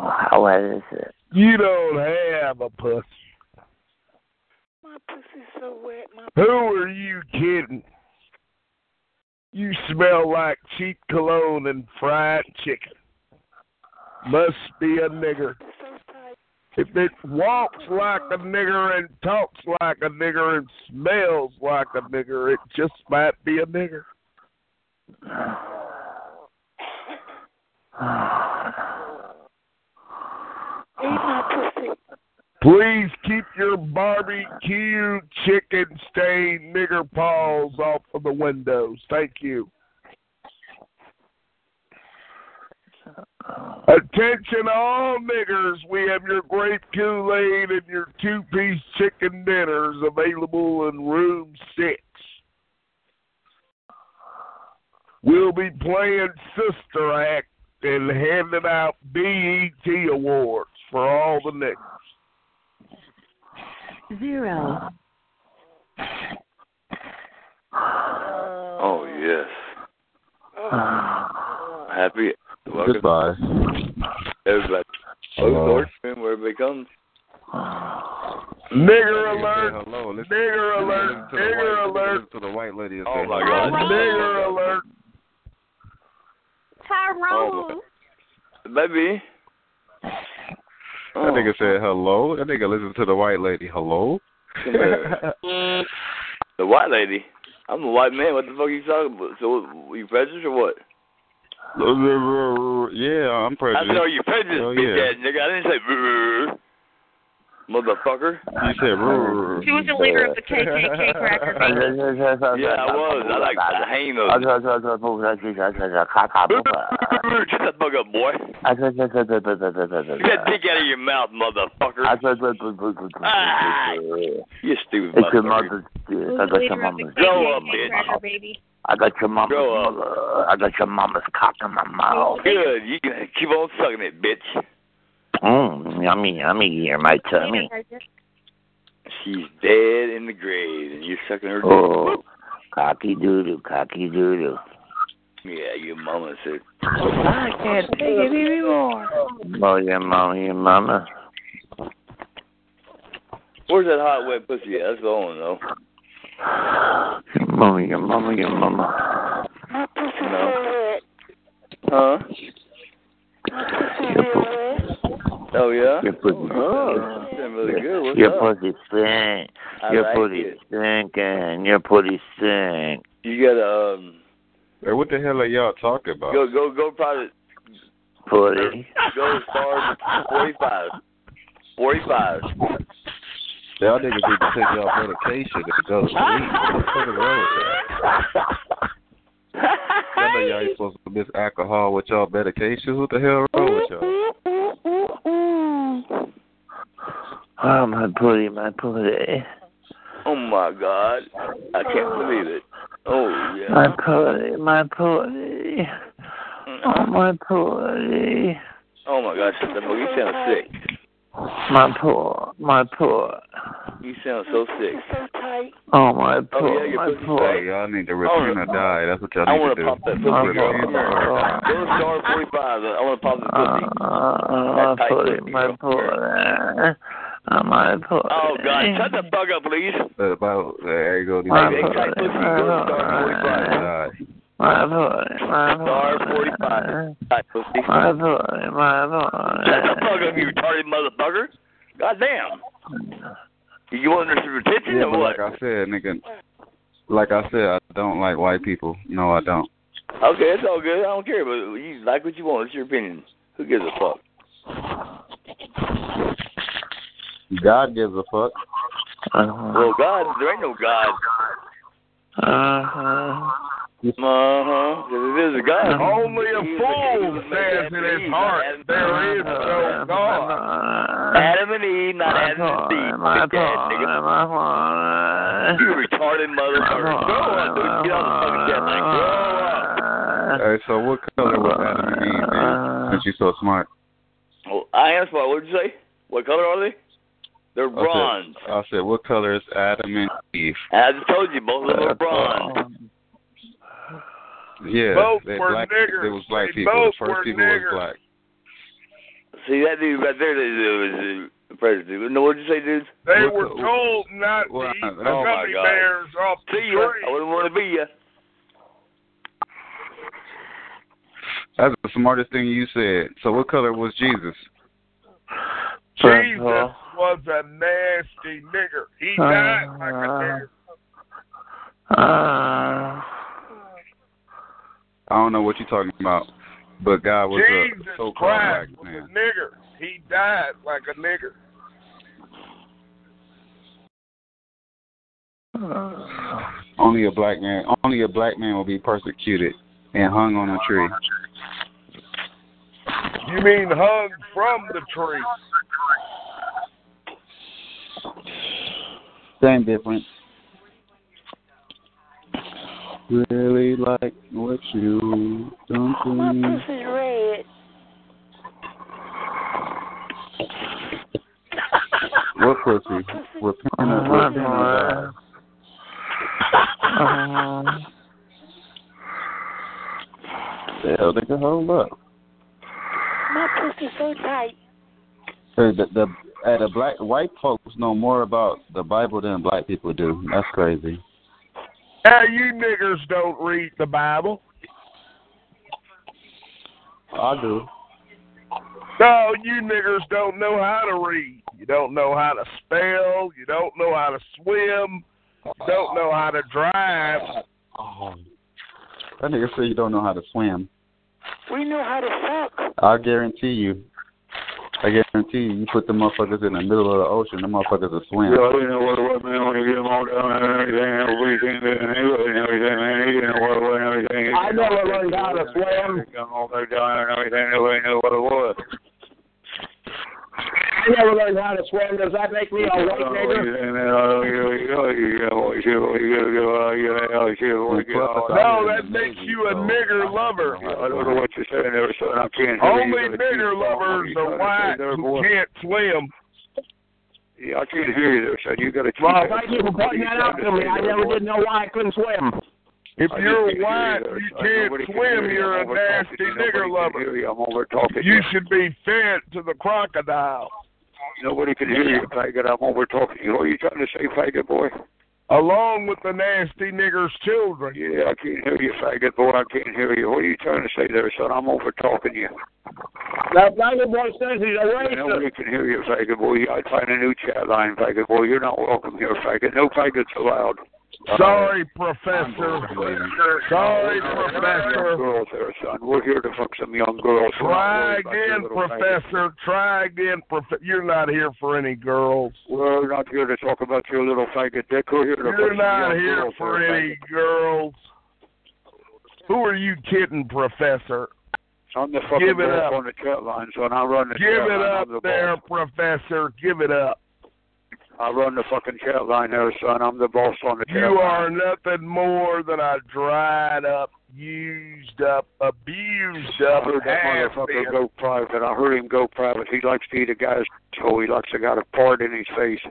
S8: Oh, how wet is it?
S13: You don't have a pussy.
S35: My pussy's so wet. My
S13: Who are you kidding? You smell like cheap cologne and fried chicken. Must be a nigger. If it walks like a nigger and talks like a nigger and smells like a nigger, it just might be a nigger.
S35: Eat my pussy.
S13: Please keep your barbecue chicken stained nigger paws off of the windows. Thank you. Attention all niggers, we have your grape Kool-Aid and your two-piece chicken dinners available in room six. We'll be playing Sister Act and handing out BET awards for all the niggers.
S36: Zero.
S2: Oh yes. Happy welcome
S8: Goodbye.
S2: everybody. Oh
S8: Hello.
S2: Lord, where it becomes.
S13: Nigger alert!
S1: Hello, listen,
S13: Nigger alert!
S1: listen to the white, Listen to
S13: Nigger alert!
S1: the white lady.
S2: Oh
S1: saying
S2: my
S1: hello.
S2: God.
S13: Nigger alert!
S2: Oh, baby.
S1: That nigga said hello. That nigga listened to the white lady. Hello.
S2: Come here. the white lady. I'm a white man. What the fuck are you talking about? So you prejudiced or what?
S1: yeah, I'm
S2: I
S1: prejudiced.
S2: said, are you prejudiced,
S1: Oh,
S2: bitch
S1: yeah.
S2: ass nigga? I didn't say "Brr." motherfucker.
S1: You said "Rrr."
S2: She was the leader of the KKK cracker Yeah, I was. I like the hang of it. Shut the fuck up, boy. Get that dick out of your mouth, motherfucker. Ah, you stupid
S8: It's your
S2: motherfucker.
S8: mother's. I got your mama's.
S2: Grow up, bitch.
S8: I got your mama's.
S2: Grow up.
S8: mother. I got your mama's cock in my
S35: Oh,
S8: mouth.
S2: Oh, Good. You can keep on sucking it, bitch.
S8: Mm, yummy, yummy. You're my tummy.
S2: She's dead in the grave, and you're sucking her dick.
S8: Oh, cocky doodoo, cocky doodoo.
S2: Yeah, your mama said.
S8: I
S2: can't take it
S8: anymore. Oh, your mama, your mama.
S2: Where's that hot, wet pussy at? That's all I want to know.
S8: Your mama, Oh, your mama, your mama.
S35: My pussy's
S2: No. Huh? Oh, yeah?
S8: Your pussy.
S2: Oh, that's been really good. What's
S8: your
S2: up?
S8: pussy stink.
S2: I
S8: Your
S2: like
S8: pussy
S2: it.
S8: stinking. Your pussy stink.
S2: You gotta um
S1: Hey, what the hell are y'all talking about?
S2: go go go probably
S8: Pussy.
S2: go as far as forty five. Forty five.
S1: Y'all niggas need to take y'all medication and go to sleep. What the fuck is wrong with that? I know y'all ain't supposed to miss alcohol with y'all medications. What the hell wrong with y'all?
S8: Oh, my pussy, my pussy.
S2: Oh my god. I can't believe it. Oh yeah.
S8: My pussy, my pussy. Oh,
S1: Mm-hmm.
S8: my poor,
S1: Oh my God, Sister Mo, you sound sick.
S8: my poor, my poor.
S1: You sound so sick.
S8: Oh, my poor,
S1: Oh yeah, your
S8: my Oh.
S1: pussy's
S8: poor.
S1: tight.
S2: Y'all need to
S1: I
S2: repent
S1: wanna-
S2: or die. That's what y'all
S1: I
S2: need
S1: wanna
S2: to do.
S1: pump that pussy.
S2: Repent
S1: girl.
S2: or
S8: Uh,
S1: Come here. Go to Star 45. I want to pump the pussy.
S8: Oh, my poor, my poor. Oh, my poor.
S1: Oh God, shut the fuck up, please.
S2: Uh, about, uh, there you go. These
S8: My
S2: niggas.
S8: poor, my poor. My poor, my poor.
S1: Star 45.
S8: My boy, my boy.
S1: Shut the fuck up, you retarded motherfucker. God damn. You want this retention
S2: Yeah,
S1: or
S2: but
S1: what?
S2: like I said, nigga. Like I said, I don't like white people. No, I don't.
S1: Okay, it's all good. I don't care, but you like what you want. It's your opinion. Who gives a fuck?
S2: God gives a fuck.
S1: Well, God, there ain't no God.
S8: Uh huh.
S1: Uh huh. It is a God.
S13: Only a fool says in his heart, there is no
S8: Uh,
S13: God.
S1: Adam and Eve, not Adam and Steve.
S8: My
S1: Big ass
S8: boy,
S1: nigga.
S2: Uh-huh.
S8: my boy.
S1: You retarded motherfucker. Go on, dude. Get on the fucking jet line. Go on.
S2: Hey, so what color was Adam and Eve, man? Since you so smart.
S1: Well, I am smart. What did you say? What color are they? They're
S2: I
S1: bronze.
S2: said, I said, what color is Adam and Eve? Uh,
S1: I just told you, both of them are bronze.
S2: Yeah,
S1: Both
S2: they
S1: were
S2: black,
S1: niggers.
S2: It was black
S1: They
S2: people.
S1: both
S2: the first
S1: were
S2: people
S1: niggers.
S2: was black.
S1: See, that dude right there that was the president. No, what did you say, dudes?
S13: They were told not to
S1: Well,
S13: eat
S1: I-
S13: the
S1: oh my
S13: gummy
S1: God.
S13: bears off the
S1: See ya.
S13: tree.
S1: I wouldn't want to be ya.
S2: That's the smartest thing you said. So what color was Jesus?
S13: Jesus was a nasty nigger. He died like a nigger.
S2: I don't know what you're talking about, but God
S1: uh,
S2: was
S13: Jesus
S2: a so-called
S13: Christ
S2: black
S13: was a
S2: man.
S13: nigger. He died like a nigger.
S2: Only a black man, only a black man will be persecuted and hung on a tree.
S13: You mean hung from the tree?
S2: Same difference. Really like what you
S37: My
S2: don't
S37: pussy's red.
S2: What pussy? Repent of
S37: My
S2: pussy and die.
S37: Um,
S2: Hell, nigga, hold up.
S37: my pussy's so tight.
S2: Hey, the the hey, the black white folks know more about the Bible than black people do. That's crazy.
S13: Hey, you niggers don't read the Bible.
S2: I do.
S13: No, you niggers don't know how to read. You don't know how to spell. You don't know how to swim. You don't know how to drive.
S2: That nigga said you don't know how to swim.
S38: We know how to fuck.
S2: I guarantee you. I guarantee you. You put the motherfuckers in the middle of the ocean, the motherfuckers will swim.
S7: Yeah, you know what, what, man, when you get them all down and everything, everything, and everything, and everything, man, you know what, what, everything.
S39: I never learned how to swim.
S7: All they down and everything, everybody knew what it was.
S39: I never learned how to swim. Does that make me a
S2: Oh,
S39: white
S7: Oh,
S39: nigger?
S7: oh, No,
S13: No, that makes you a nigger lover.
S7: I don't know what you're saying there, son. I can't.
S39: Oh,
S13: Only nigger lovers are white who can't swim.
S7: Yeah, I can't hear you there, son. You got to.
S39: Well, thank you for pointing that out to me. I never did know why I couldn't swim.
S13: If
S7: I
S13: you're
S7: just can't
S13: white,
S7: hear
S13: you
S7: you.
S13: can't
S7: Nobody can hear
S13: swim.
S7: you.
S13: You're a
S7: I'm over
S13: nasty
S7: talking. Nobody
S13: nigger
S7: can
S13: lover.
S7: hear you. I'm over talking.
S13: You should be fed to the crocodile.
S7: Nobody can hear you, faggot. I'm over talking. You know what you trying to say, faggot boy?
S13: Along with the nasty nigger's children.
S7: Yeah, I can't hear you, faggot boy. I can't hear you. What are you trying to say there, son? I'm over talking you.
S39: That black boy says he's a
S7: Nobody
S39: racist.
S7: can hear you, faggot boy. I'd find a new chat line, faggot boy. You're not welcome here, faggot. No faggots allowed.
S13: Sorry, Professor. Sorry,
S7: Young
S13: Professor.
S7: girls there, son. We're here to fuck some young girls. We're not
S13: Try
S7: worried about your
S13: again,
S7: little faggot.
S13: Professor. Try again, Professor. You're not here for any girls.
S7: We're not here to talk about your little faggot dick. We're here to fuck
S13: You're
S7: some
S13: not
S7: young
S13: here
S7: girls
S13: for
S7: there,
S13: any girls. Who are you kidding, Professor?
S7: faggot. I'm the fucking
S13: Give it
S7: boss
S13: up.
S7: on the chat line, son. I run the
S13: Give it
S7: chat line.
S13: up
S7: I'm the
S13: there,
S7: boss.
S13: Professor. Give it up.
S7: I run the fucking chat line there, son. I'm the boss on the chat
S13: You
S7: line.
S13: are nothing more than a dried up used up, abused up.
S7: I heard that
S13: half
S7: motherfucker
S13: been.
S7: go private. I heard him go private. He likes to eat a guy's toe. He likes to got a part in his face.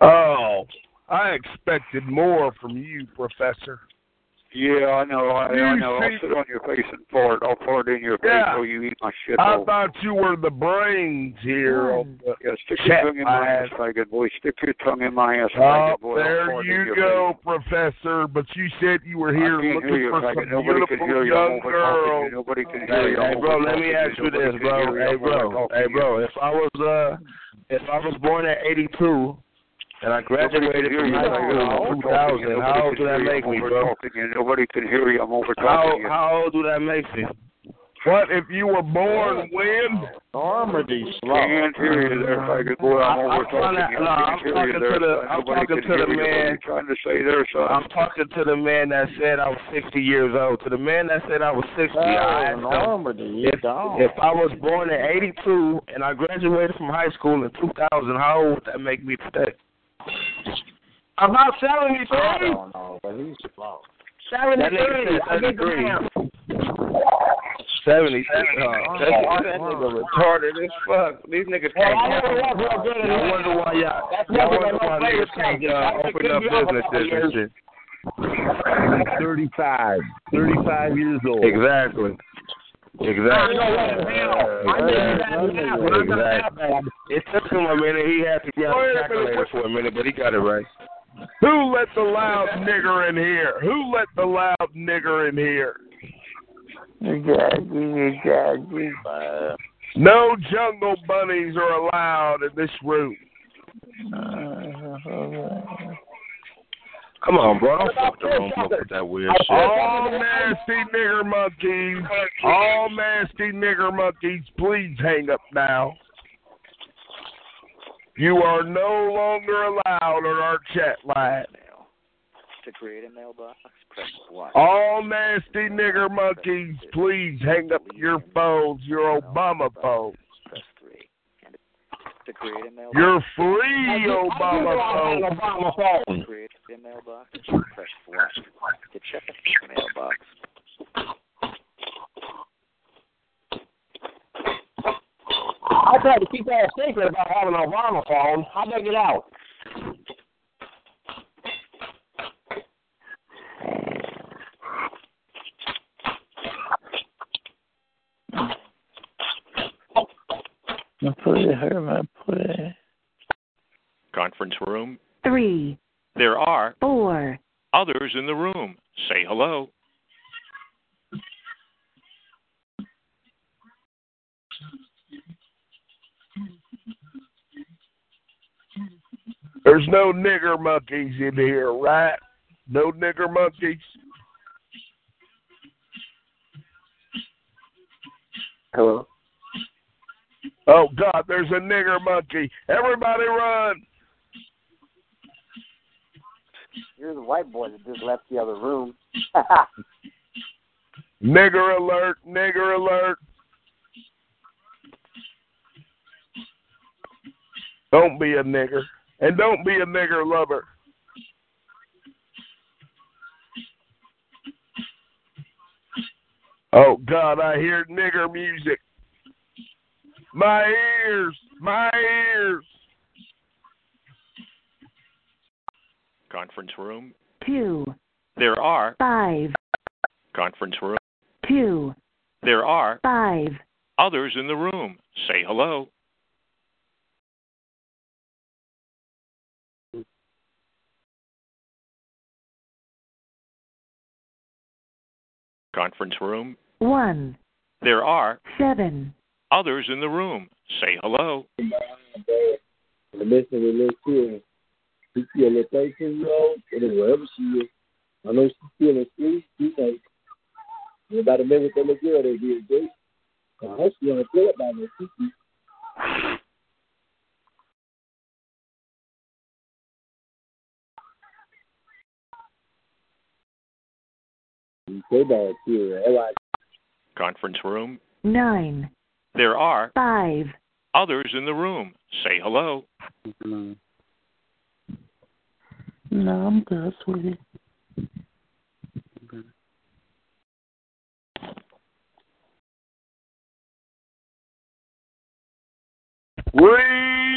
S13: Oh, I expected more from you, Professor.
S7: Yeah, I know. I, I
S13: You
S7: know. I'll
S13: see-
S7: sit on your face and fart. I'll fart in your face
S13: Yeah.
S7: while you eat my shit.
S13: I
S7: hole.
S13: thought you were the brains here. on the-
S7: Hmm. Yeah, stick
S13: Shit,
S7: your tongue in my
S13: my
S7: ass, faggot boy. Stick your tongue in my ass,
S13: Oh,
S7: faggot boy. I'll
S13: there
S7: fart in
S13: you
S7: your
S13: go, Professor. But you said you were here
S7: I can't
S13: looking
S7: hear you,
S13: for
S7: faggot.
S13: some
S7: Nobody can
S13: beautiful
S7: hear you.
S13: young
S7: I'm overtalking
S13: girl.
S7: you. Nobody can hear
S2: Hey,
S7: you.
S2: hey,
S7: I'm
S2: bro, let me
S7: overtalking
S2: ask
S7: you.
S2: you this,
S7: Nobody can
S2: bro.
S7: hear you.
S2: Hey,
S7: I'm
S2: bro.
S7: overtalking
S2: Hey,
S7: you.
S2: bro. If I was, uh, if I was born in '82 and I graduated from high school in 2000, how old
S7: Nobody
S2: do that
S7: can hear
S2: make me,
S7: you. I'm
S2: bro?
S7: overtalking you. Nobody can hear you. I'm
S2: How
S7: overtalking you.
S2: how old do that make me?
S13: What if you were born when?
S2: Normandy
S7: Can't hear you there, faggot boy. I'm
S2: I- I'm trying
S7: overtalking
S2: to-
S7: you.
S2: no, I'm
S7: Can't hear you
S2: talking
S7: there,
S2: to the-
S7: son.
S2: I'm
S7: Nobody
S2: talking
S7: can
S2: to the
S7: hear you. What are
S2: man.
S7: you trying to say there, son?
S2: I'm talking to the man that said I was 60 years old. To the man that said I was 60, I asked him, if, if I was born in 82 and I graduated from high school in 2000, how old would that make me today? I'm not telling you, I don't know, but he's flawed. 73. I did the math. 73. Oh, that, that nigga retarded as fuck. These niggas can't. I wonder why y'all. I wonder why niggas can't uh, open up businesses and shit.
S1: 35. 35 years old.
S2: Exactly. Exactly.
S1: Exactly.
S2: It took him a minute. He had to get out
S13: Wait
S2: a
S13: a
S2: calculator
S13: minute.
S2: for a minute, but he got it right.
S13: Who let the loud nigger in here? Who let the loud nigger in here? No jungle bunnies are allowed in this room.
S2: Come on, bro. Don't fuck the room up Oh. with that weird shit.
S13: All nasty nigger monkeys, all nasty nigger monkeys, please hang up now. You are no longer allowed on our chat line.
S8: To create a mailbox, press 1.
S13: All nasty nigger monkeys, please hang up your phones, your Obama phones.
S8: To create a mailbox.
S13: You're free, oh,
S8: I
S13: Obama
S8: do
S13: phone.
S8: not have a Create a mailbox, press 1. To check the mailbox,
S2: I tried to keep that secret about having an Obama phone. I dug it out.
S4: I put it here, I put it. Conference room.
S17: three,
S4: There are
S17: four,
S4: others in the room. Say hello.
S13: There's no nigger monkeys in here, right? No nigger monkeys.
S18: Hello.
S13: Oh God, there's a nigger monkey. Everybody run.
S18: You're the white boy that just left the other room.
S13: Nigger alert, nigger alert. Don't be a nigger. And don't be a nigger lover. Oh God, I hear nigger music. My ears, my ears.
S4: Conference room.
S17: two,
S4: There are
S17: five,
S4: conference room.
S17: two,
S4: There are
S17: five,
S4: others in the room. Say hello. Conference room.
S17: one,
S4: There are
S17: seven,
S4: others in the room. Say hello.
S18: the mission we live here, she's still a 13 year old, and wherever she is, I know she's still in school, she thinks. And about a minute with that little girl they did, Jay. I hope she don't play about no cookie. They don't care. That's why
S4: Conference room.
S17: nine,
S4: There are
S17: five,
S4: others in the room. Say hello.
S40: No, I'm good, sweetie.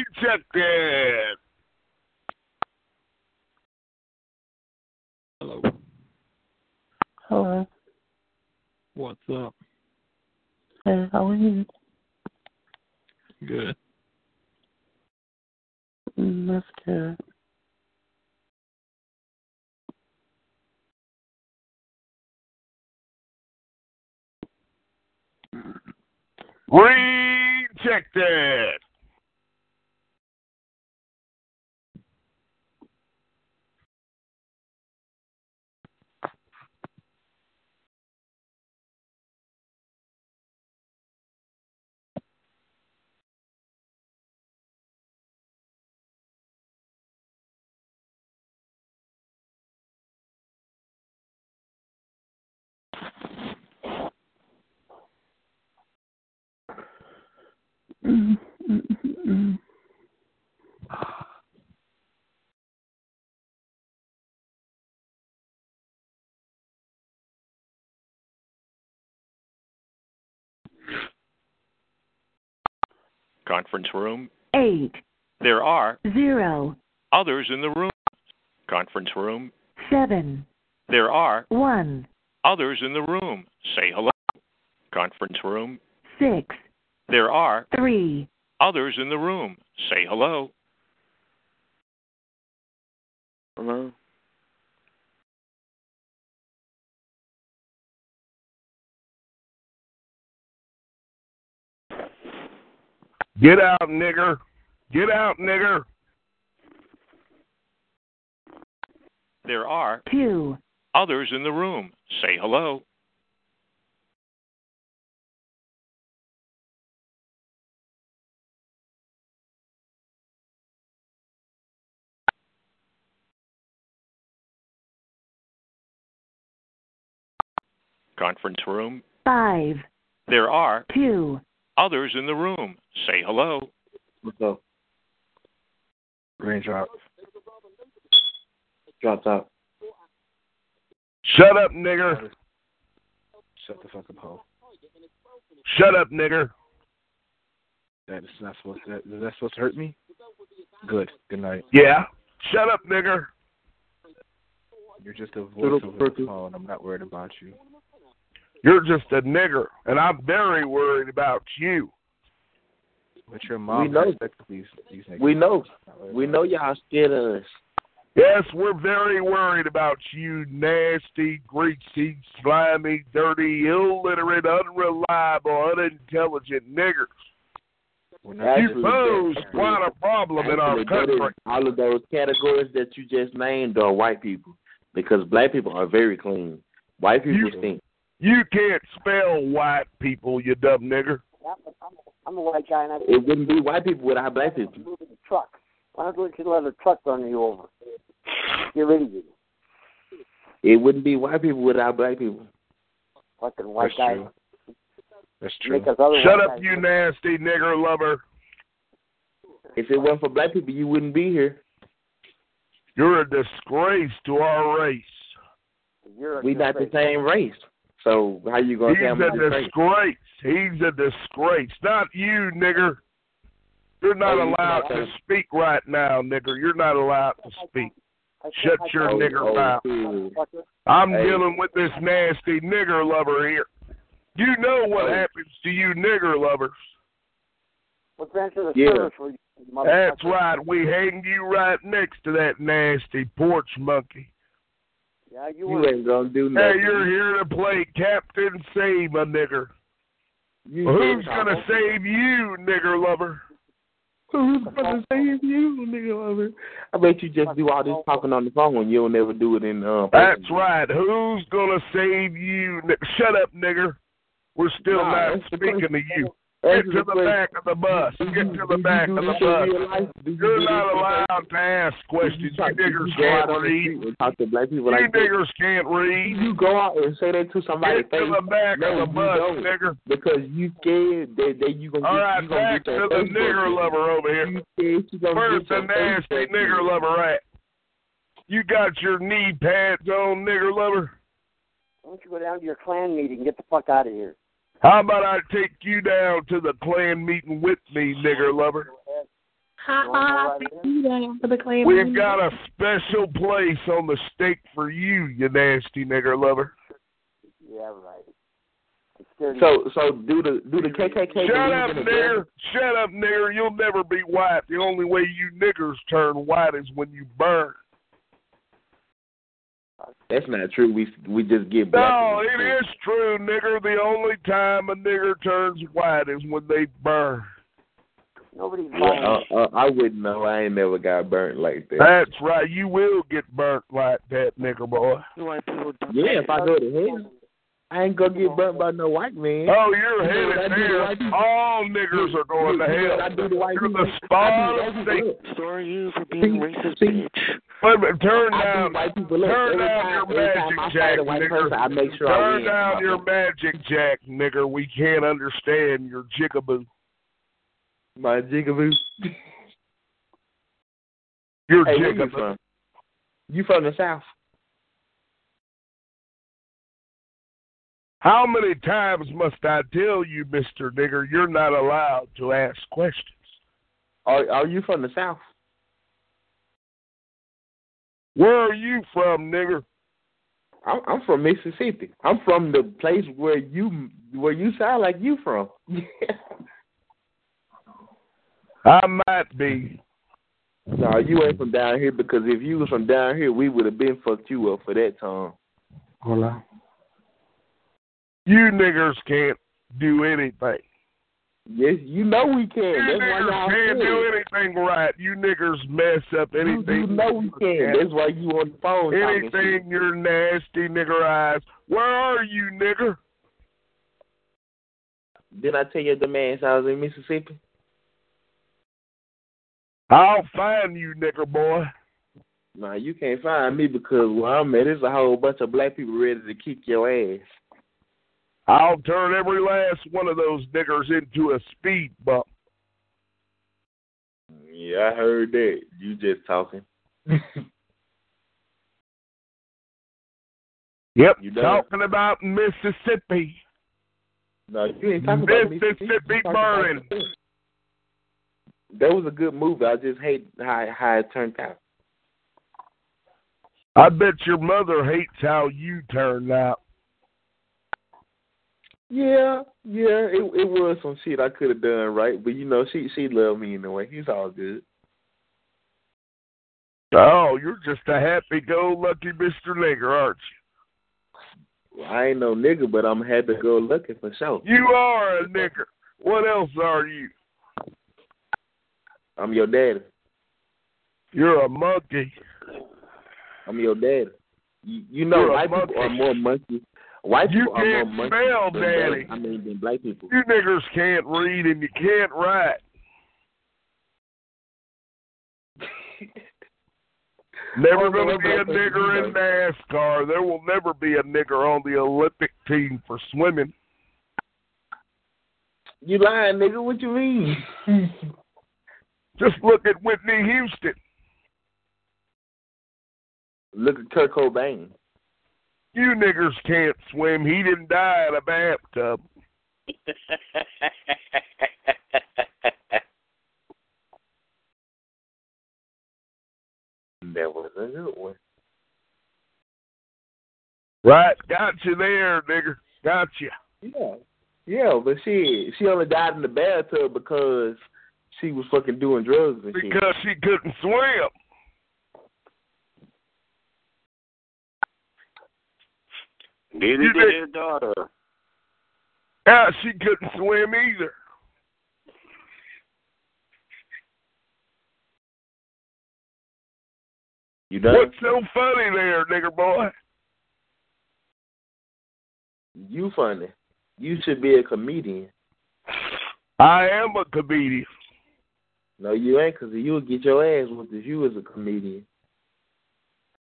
S18: Rejected.
S41: Hello.
S1: Hello.
S41: What's up?
S1: Hey, how are you?
S41: Good.
S1: Mm, That's good.
S18: Rejected.
S1: Mm, mm, mm, mm.
S4: Conference room.
S17: Eight.
S4: There are
S17: Zero.
S4: others in the room. Conference room.
S17: Seven.
S4: There are
S17: One.
S4: others in the room. Say hello. Conference room.
S17: Six.
S4: There are
S17: Three.
S4: others in the room. Say hello.
S42: Hello.
S13: Get out, nigger. Get out, nigger.
S4: There are
S17: Two.
S4: others in the room. Say hello. Conference room.
S17: Five.
S4: There are
S17: Two.
S4: others in the room. Say hello.
S2: What's up? Raindrop. Dropped out.
S13: Shut up, nigger.
S2: Shut the fuck up, hoe.
S13: Shut up, nigger.
S2: That is not supposed. That, is that supposed to hurt me? Good. Good night.
S13: Yeah. Shut up, nigger.
S2: You're just a voice
S13: Shut up,
S2: over the
S13: Berkey.
S2: phone. I'm not worried about you.
S13: You're just a nigger, and I'm very worried about you.
S2: But your mom
S13: know.
S2: has sex with these these niggas.
S13: We know.
S2: We know y'all scared of us.
S13: Yes, we're very worried about you, nasty, greasy, slimy, dirty, illiterate, unreliable, unintelligent nigger.
S2: Actually,
S13: You pose
S2: that-
S13: quite a problem in our
S2: actually, that is-
S13: country.
S2: all of those categories that you just named are white people because black people are very clean. White people stink.
S13: You can't spell white people, you dumb nigger.
S17: Uh,
S8: I'm a white guy, and I
S2: It wouldn't be white people without black people.
S8: moving a truck. Why don't you let a truck run you over? Get rid of you,
S2: It wouldn't be white people without black people.
S8: fucking white
S2: That's
S8: guy.
S2: true. That's
S8: true. Because otherwise
S13: Shut up,
S8: I-
S13: you nasty nigger lover.
S2: If it wasn't for black people, you wouldn't be here.
S13: You're a disgrace to our race.
S8: You're
S2: We not the same race. So how you gonna
S13: He's
S2: tell me?
S13: a disgrace. He's a disgrace. Not you, nigger. You're not
S2: Oh, you
S13: allowed
S2: cannot
S13: to
S2: say-
S13: speak right now, nigger. You're not allowed to speak. Shut your
S1: Oh,
S13: nigger mouth. I'm
S2: Hey.
S13: dealing with this nasty nigger lover here. You know what
S8: Hey.
S13: happens to you nigger lovers.
S8: Let's answer the
S13: Yeah.
S8: service for you, motherfucker.
S13: That's right. We hang you right next to that nasty porch monkey.
S8: Yeah, you,
S2: You ain't gonna do
S13: Hey,
S2: nothing.
S13: you're here to play Captain Save a nigger.
S2: You
S13: Who's
S2: said
S13: gonna
S2: so.
S13: save you, nigger lover?
S2: Who's gonna save you, nigga? lover? I bet you just do all this talking on the phone and you'll never do it in um.
S13: That's right. Who's gonna save you? ni- Shut up, nigger. We're still
S2: Nah,
S13: not
S2: that's the
S13: speaking to you. Get
S2: That's
S13: to
S2: the
S13: the
S2: question.
S13: back of the bus. Get to the back of
S2: do
S13: the
S2: this in real
S13: bus.
S2: life? Do you
S13: You're
S2: do
S13: not
S2: this in real
S13: allowed to ask questions. You
S2: You
S13: niggers
S2: go out
S13: can't
S2: on the
S13: read.
S2: street and talk to black people
S13: You
S2: like that.
S13: niggers can't read.
S2: You go out and say that to somebody.
S13: Get to the back
S2: no,
S13: of the
S2: you
S13: bus,
S2: don't.
S13: nigger.
S2: Because you scared that, that you gonna
S13: All
S2: get,
S13: right,
S2: you gonna
S13: back
S2: get
S13: to
S2: your
S13: the
S2: face
S13: nigger
S2: broken.
S13: lover over here.
S2: You scared you gonna
S13: First, the
S2: get your face
S13: nasty
S2: broken.
S13: nigger lover at? You got your knee pads on, nigger lover.
S8: why don't you go down to your clan meeting and get the fuck out of here?
S13: How about I take you down to the clan meeting with me, nigger lover?
S18: Hi, thank you for the clam.
S13: We've got a special place on the steak for you, you nasty nigger lover.
S43: Yeah, right.
S2: So, so do the do the KKK.
S13: Shut up,
S2: believe in a
S13: nigger. Shut up, nigger. You'll never be white. The only way you niggers turn white is when you burn.
S2: That's not true. We we just get black.
S13: No, it is true, nigger. The only time a nigger turns white is when they burn.
S43: Nobody's
S2: Uh, uh, I wouldn't know. I ain't never got burnt like that.
S13: That's right. You will get burnt like that, nigger boy.
S2: yeah, if I go to hell, I ain't gonna get burnt by no white man.
S13: Oh, you're
S2: You know what I
S13: headed
S2: do to
S13: there.
S2: white people?
S13: All niggers are going to
S2: You know what I
S13: hell.
S2: do to white
S13: You're
S2: people?
S13: the spawn
S2: I do
S13: of
S2: white people
S13: Satan.
S2: up.
S11: Sorry you for being racist, bitch.
S13: Wait a minute, turn
S2: I do
S13: down,
S2: white people up.
S13: turn
S2: Every
S13: down
S2: time-
S13: your
S2: every time I
S13: magic
S2: fight
S13: jack,
S2: a white
S13: nigger.
S2: person, I make sure I
S13: Turn
S2: win.
S13: down your magic jack, nigger. We can't understand your jigaboo.
S2: My jigaboo.
S13: You're
S2: Hey, where you
S13: jigaboo.
S2: from? You from the south?
S13: How many times must I tell you, Mister Nigger, you're not allowed to ask questions?
S2: Are Are you from the south?
S13: Where are you from, nigger?
S2: I'm, I'm from Mississippi. I'm from the place where you where you sound like you from.
S13: I might be.
S2: No, you ain't from down here because if you was from down here, we would have been fucked you up for that time.
S13: Hola. You niggers can't do anything.
S2: Yes, you know we
S13: You
S2: can. That's why
S13: niggers
S2: y'all
S13: can't
S2: here.
S13: do anything right. You niggers mess up
S2: You,
S13: anything.
S2: you know we can. That's why you on the phone talking shit.
S13: Anything your nasty nigger eyes. Where are you, nigger?
S2: Did I tell your demands I was in Mississippi?
S13: I'll find you, nigger boy.
S2: Nah, you can't find me because where I'm at, there's a whole bunch of black people ready to kick your ass.
S13: I'll turn every last one of those niggers into a speed bump.
S2: Yeah, I heard that. You just talking.
S13: Yep.
S2: You done
S13: Talking about Mississippi.
S2: No, you ain't talking about Mississippi.
S13: Mississippi
S2: You talking about
S13: burning.
S2: That was a good movie. I just hate how how it turned out.
S13: I bet your mother hates how you turned out.
S2: Yeah, yeah, it it was some shit I could have done right, but you know she she loved me anyway. It's all good.
S13: Oh, you're just a happy go lucky Mr. Nigger, aren't
S2: I ain't no nigga, but I'm happy to go looking for sure.
S13: you? You are a nigger. What else are you?
S2: I'm your daddy.
S13: You're a monkey.
S2: I'm your daddy. You, you know
S13: You're a
S2: white people are more monkeys. White
S13: You
S2: people are
S13: can't
S2: more monkeys.
S13: spell
S2: than
S13: daddy.
S2: black- I mean, than black people.
S13: You niggers can't read and you can't write. Never
S2: Oh,
S13: going
S2: no,
S13: to be a
S2: black people
S13: nigger in NASCAR. There will never be a nigger on the Olympic team for swimming.
S2: You lying, nigga? What you mean?
S13: Just look at Whitney Houston.
S2: Look at Kurt Cobain.
S13: You niggers can't swim. He didn't die in a bathtub.
S2: That was a good one.
S13: Right, got you there, nigger. Got you.
S2: Yeah, yeah, but she she only died in the bathtub because she was fucking doing drugs and shit.
S13: Because she couldn't swim.
S8: Neither
S13: You
S8: did
S13: did-
S8: his daughter.
S13: Yeah, she couldn't swim either.
S2: You done?
S13: What's so funny there, nigger boy?
S2: You funny. You should be a comedian.
S13: I am a comedian.
S2: No, you ain't, cause you'll get your ass whooped if you was a comedian.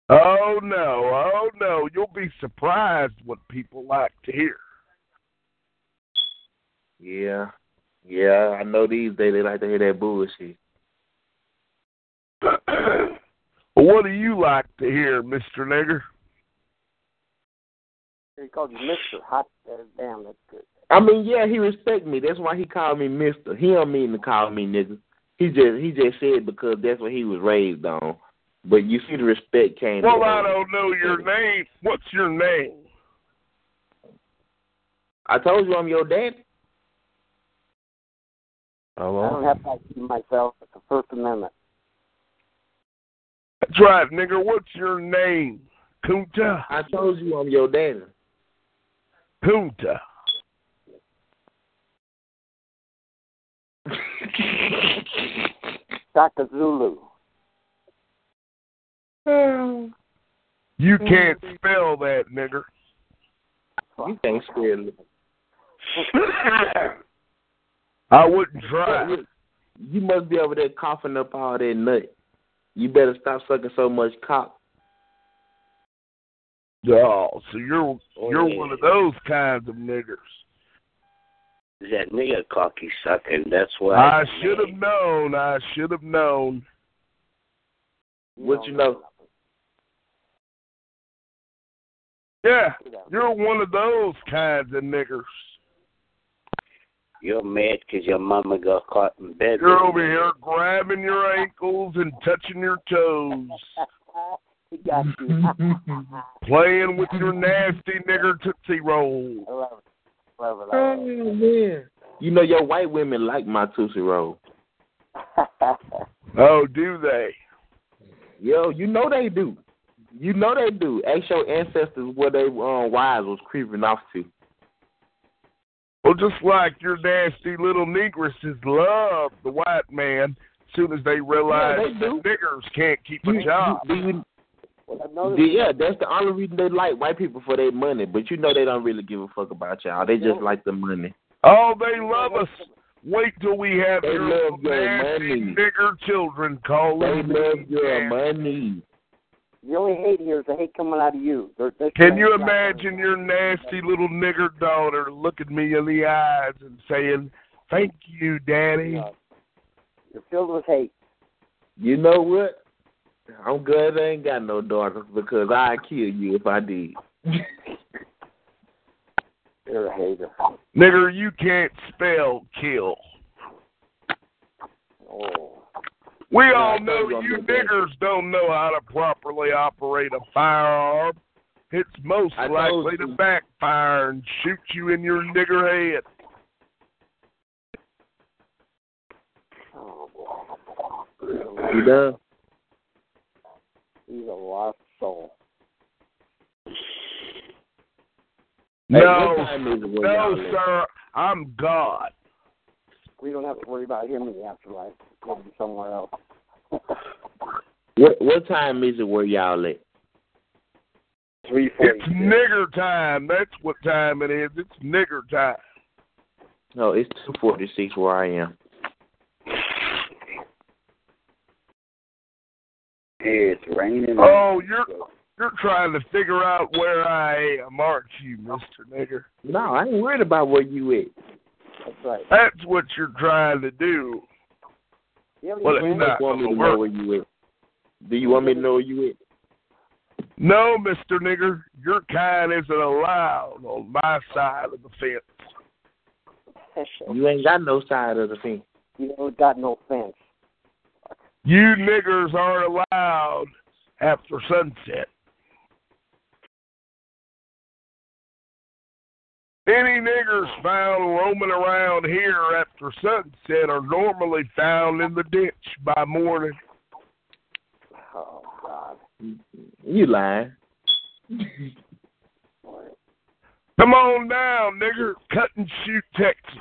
S13: Oh no, oh no. You'll be surprised what people like to hear.
S2: Yeah, yeah, I know these days they like to hear that bullshit.
S13: what do you like to hear, Mr. Nigger?
S43: He called you Mister Hot. uh, Damn, that's good.
S2: I mean, yeah, he respect me. That's why he called me Mister. He don't mean to call me nigga. He just he just said because that's what he was raised on. But you see the respect came.
S13: Well,
S2: to
S13: I
S2: him.
S13: don't know your name. What's your name?
S2: I told you I'm your daddy.
S13: Oh,
S43: I don't have to accuse myself. It's the First Amendment.
S13: That's right, nigga. What's your name? Kunta.
S2: I told you I'm your daddy.
S13: Kunta.
S43: Dr. Zulu.
S13: You
S2: Mm.
S13: can't spell that, nigga.
S2: You can't spell it.
S13: I wouldn't try.
S2: You must be over there coughing up all that nut. You better stop sucking so much cock.
S13: Oh, so you're you're
S2: yeah.
S13: one of those kinds of niggers.
S33: That nigga cocky sucking. That's why.
S13: I should have known. I should have known.
S2: What you know?
S13: Yeah, you're one of those kinds of niggers.
S33: You're mad 'cause your mama got caught in bed.
S13: You're over here grabbing your ankles and touching your toes,
S43: He got you.
S13: playing with your nasty nigger tootsie roll.
S43: I love it. Love it. Love it.
S2: Oh man. You know your white women like my tootsie roll.
S13: oh, do they?
S2: Yo, you know they do. You know they do. Ask your ancestors where they um, wives was creeping off to.
S13: Well, just like your nasty little negresses love the white man, soon as they realize
S2: Yeah, they do.
S13: that niggers can't keep a
S2: You-
S13: job.
S2: you- do you- Yeah, that's the only reason they like white people for their money. But you know they don't really give a fuck about y'all. They just like the money.
S13: Oh, they love us. Wait till we have
S2: They
S13: your
S2: love your
S13: nasty
S2: money.
S13: nigger children calling.
S2: They love your money.
S43: The only hate here is the hate coming out of you. They're, they're
S13: Can you imagine your nasty little nigger daughter looking me in the eyes and saying, "Thank you, Daddy"?
S43: You're filled with hate.
S2: You know what? I'm glad I ain't got no daughter because I'd kill you if I did.
S43: You're a hater.
S13: Nigger, you can't spell kill.
S43: Oh.
S13: We
S43: Yeah,
S13: all
S43: I
S13: know
S43: told you I'm
S13: you
S43: the best.
S13: niggers don't know how to properly operate a firearm. It's most
S2: I told
S13: likely to
S2: you.
S13: backfire and shoot you in your nigger head.
S2: You done?
S43: He's a lost soul.
S2: Hey,
S13: no,
S43: what time is it where
S13: no,
S43: y'all live?
S13: sir. I'm God.
S43: We don't have to worry about him in the afterlife. He'll be somewhere else.
S2: What what time is it where y'all at?
S43: Three
S13: It's nigger time. That's what time it is. It's nigger time.
S2: No, it's two forty six where I am.
S33: It's raining.
S13: Oh, you're you're trying to figure out where I am, aren't you, Mister Nigger?
S2: No, I ain't worried about where you at.
S43: That's right.
S13: That's what you're trying to do. Well, it's
S2: you
S13: not
S2: want me to
S13: gonna
S2: know where you at? Do you want me to know where you at?
S13: No, Mister Nigger, your kind isn't allowed on my side of the fence.
S2: You ain't got no side of the fence.
S43: You ain't got no fence.
S13: You niggers aren't allowed after sunset. Any niggers found roaming around here after sunset are normally found in the ditch by morning.
S43: Oh, God.
S2: You lying.
S13: Come on down, nigger. Cut and shoot Texas.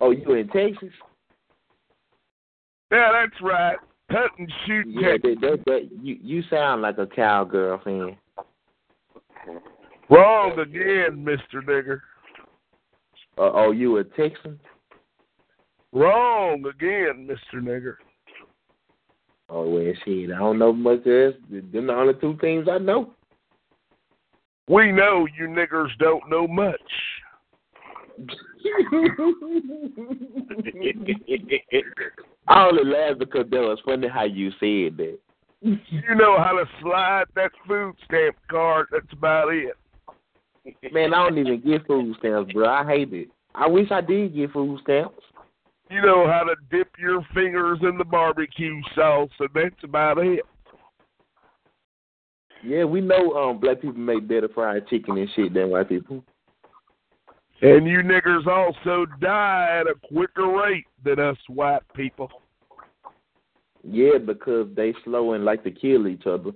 S2: Oh, you in Texas?
S13: Yeah, that's right. Cut and shoot
S2: Yeah,
S13: Texas.
S2: that, that, that, you you sound like a cowgirl fan.
S13: Wrong again, Mr. Nigger.
S2: Uh, oh, you a Texan?
S13: Wrong again, Mr. Nigger.
S2: Oh well, shit. I don't know much else. Them the only two things I know.
S13: We know you niggers don't know much.
S2: I only laughed because that was funny how you said that.
S13: You know how to slide that food stamp card. That's about it.
S2: Man, I don't even get food stamps, bro. I hate it. I wish I did get food stamps.
S13: You know how to dip your fingers in the barbecue sauce, and that's about it.
S2: Yeah, we know um black people make better fried chicken and shit than white people.
S13: And you niggers also die at a quicker rate than us white people.
S2: Yeah, because they slow and like to kill each other.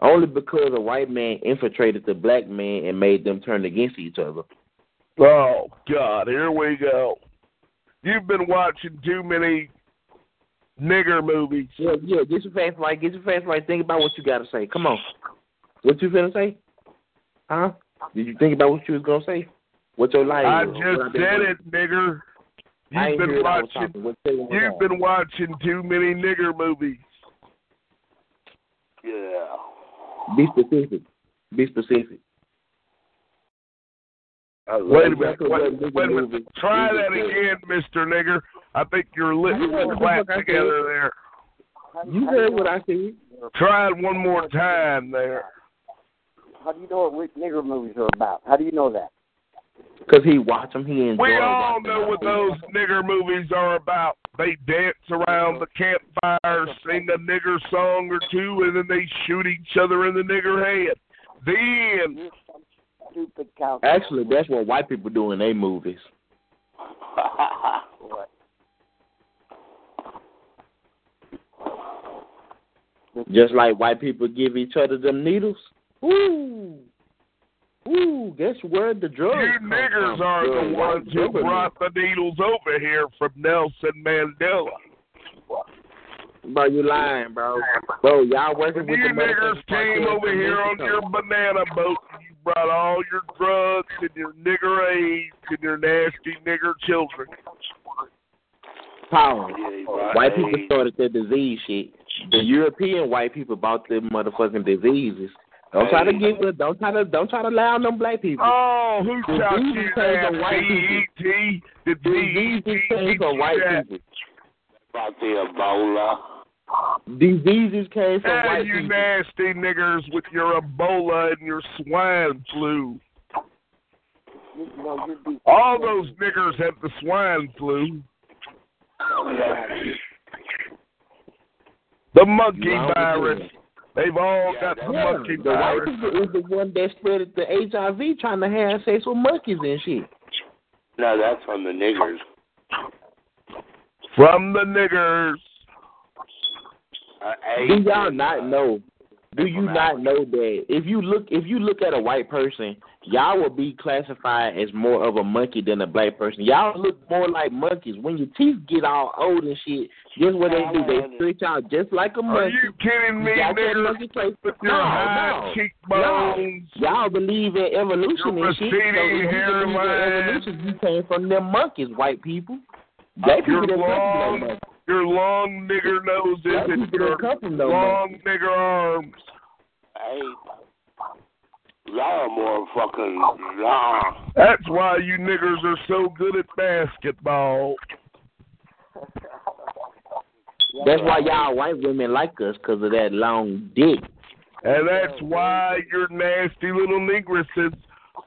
S2: Only because a white man infiltrated the black man and made them turn against each other.
S13: Oh God, here we go. You've been watching too many nigger movies.
S2: Yeah, yeah. Get your fast right. Get your fast right. Think about what you gotta say. Come on. What you finna say? Huh? Did you think about what you was gonna say? What your life?
S13: I
S2: is?
S13: just
S2: What I've been
S13: said
S2: doing?
S13: it, nigger. You've
S2: I ain't
S13: been
S2: hear what I was
S13: watching.
S2: talking. What- tell me what
S13: You've
S2: I-
S13: been watching too many nigger movies.
S9: Yeah.
S2: Be specific. Be specific.
S13: Wait a minute. Wait, wait a minute. Try that again, Mister Nigger. I think your lips
S2: What the
S13: clapped
S2: fuck I
S13: together
S2: said?
S13: there.
S2: You heard what I said.
S13: Try it one more time there.
S43: How do you know what Rick Nigger movies are about? How do you know that?
S2: Cause he watch them. He enjoy
S13: We all
S2: watching
S13: know
S2: 'em.
S13: what those nigger movies are about. They dance around the campfire, sing a nigger song or two, and then they shoot each other in the nigger head. Then
S43: Stupid cow.
S2: Actually, that's what white people do in their movies. Uh-huh.
S43: Boy.
S2: Just like white people give each other them needles. Ooh. Ooh, guess where the drugs
S13: you
S2: come
S13: niggers
S2: from?
S13: are the
S2: Drugs.
S13: ones who
S2: Drugs.
S13: brought the needles over here from Nelson Mandela.
S2: Bro, you lying, bro. Bro, y'all working
S13: You
S2: with the
S13: niggers came over here on your banana boat. and You brought all your drugs and your nigger AIDS and your nasty nigger children.
S2: power.
S9: right.
S2: White people started that disease shit. The European white people bought them motherfucking diseases. Don't try to give it. Don't try to. Don't try to allow them black people.
S13: Oh, who
S2: Diseases
S13: taught you
S2: came
S13: that? E
S2: from white people.
S13: BET? Did
S2: Diseases
S13: BET
S2: came
S13: teach
S2: from
S13: you
S2: white
S13: that?
S2: people.
S9: About the Ebola.
S2: Diseases came from
S13: Ah,
S2: white
S13: you
S2: people.
S13: nasty niggers with your Ebola and your swine flu. All those niggers have the swine flu.
S9: Oh,
S13: The monkey
S2: Wrong with
S13: virus. They've all got the
S2: Yeah,
S13: monkey
S2: the white
S13: virus.
S2: people is the one that spread the HIV, trying to have sex with monkeys and shit.
S9: No, that's from the niggers.
S13: From the niggers.
S9: Uh,
S2: Do y'all not know? Do you not know that if you look if you look at a white person, y'all will be classified as more of a monkey than a black person. Y'all look more like monkeys. When your teeth get all old and shit, guess what they do? They stretch out just like a
S13: Are
S2: monkey.
S13: you kidding me,
S2: You got that
S13: nigger?
S2: monkey face.
S13: With
S2: No,
S13: your high
S2: no.
S13: cheekbones.
S2: Y'all, y'all believe in evolution
S13: Your
S2: and shit. So
S13: receding
S2: if you believe in
S13: hairline. Uh,
S2: evolution, you came from them monkeys, white people. Black
S13: your
S2: people didn't come from
S13: long,
S2: them monkeys.
S13: your long nigger
S2: Black
S13: noses and
S2: people
S13: your
S2: didn't come from them
S13: long nigger arms.
S9: Hey, y'all are more fucking y'all.
S13: That's why you niggers are so good at basketball.
S2: That's why y'all white women like us because of that long dick.
S13: And that's why your nasty little negresses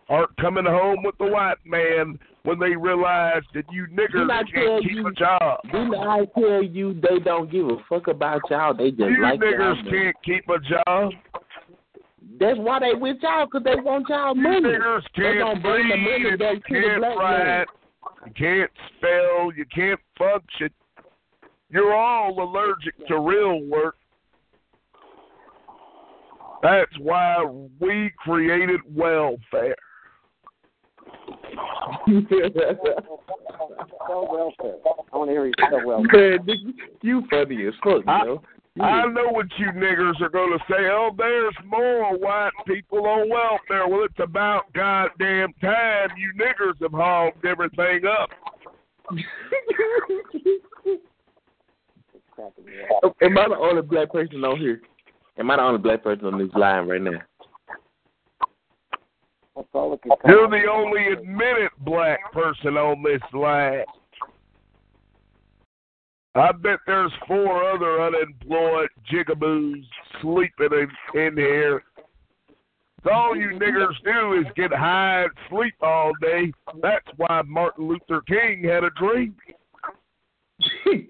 S13: aren't coming home with the white man when they realize that you
S2: Didn't
S13: niggers
S2: I tell
S13: can't keep
S2: you-
S13: a job.
S2: Didn't I tell you they don't give a fuck about y'all? They just
S13: You
S2: like y'all.
S13: niggers
S2: money.
S13: can't keep a job.
S2: That's why they with y'all because they want y'all
S13: You
S2: money.
S13: niggers
S2: They
S13: can't
S2: gonna bring the money
S13: breathe.
S2: back to
S13: You
S2: the
S13: can't
S2: black man.
S13: write. You can't spell. You can't function. You're all allergic to real work. That's why we created welfare.
S43: Sell welfare. I want to hear you sell welfare.
S2: Man, nigga, you funny as fuck,
S13: I-
S2: yo. You
S13: I know what you niggers are going to say. Oh, there's more white people on welfare. Well, it's about goddamn time you niggers have hogged everything up.
S2: Am I the only black person on here? Am I the only black person on this line right now?
S43: That's all it can come
S13: You're
S43: up
S13: the
S43: with.
S13: only admitted black person on this line. I bet there's four other unemployed jigaboos sleeping in, in here. All you niggers do is get high and sleep all day. That's why Martin Luther King had a dream.
S2: me.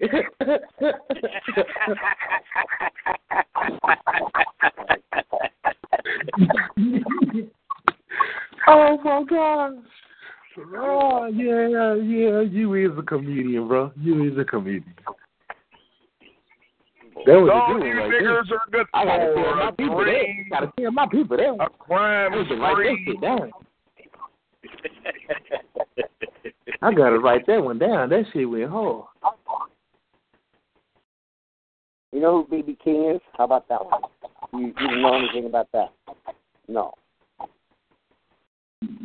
S18: oh my gosh. Oh yeah, yeah. You is a comedian, bro. You is a comedian. That was a
S13: Dog,
S18: good one
S13: you
S18: right there.
S13: niggas are good
S18: I gotta
S13: for
S18: tell my
S13: a
S18: people
S13: green-
S18: that. Gotta tell my people that.
S13: A crime
S18: I gotta write that
S13: free.
S18: shit down. I gotta write that one down. That shit went hard.
S43: You know who BB King is? How about that one? You, you don't know anything about that? No.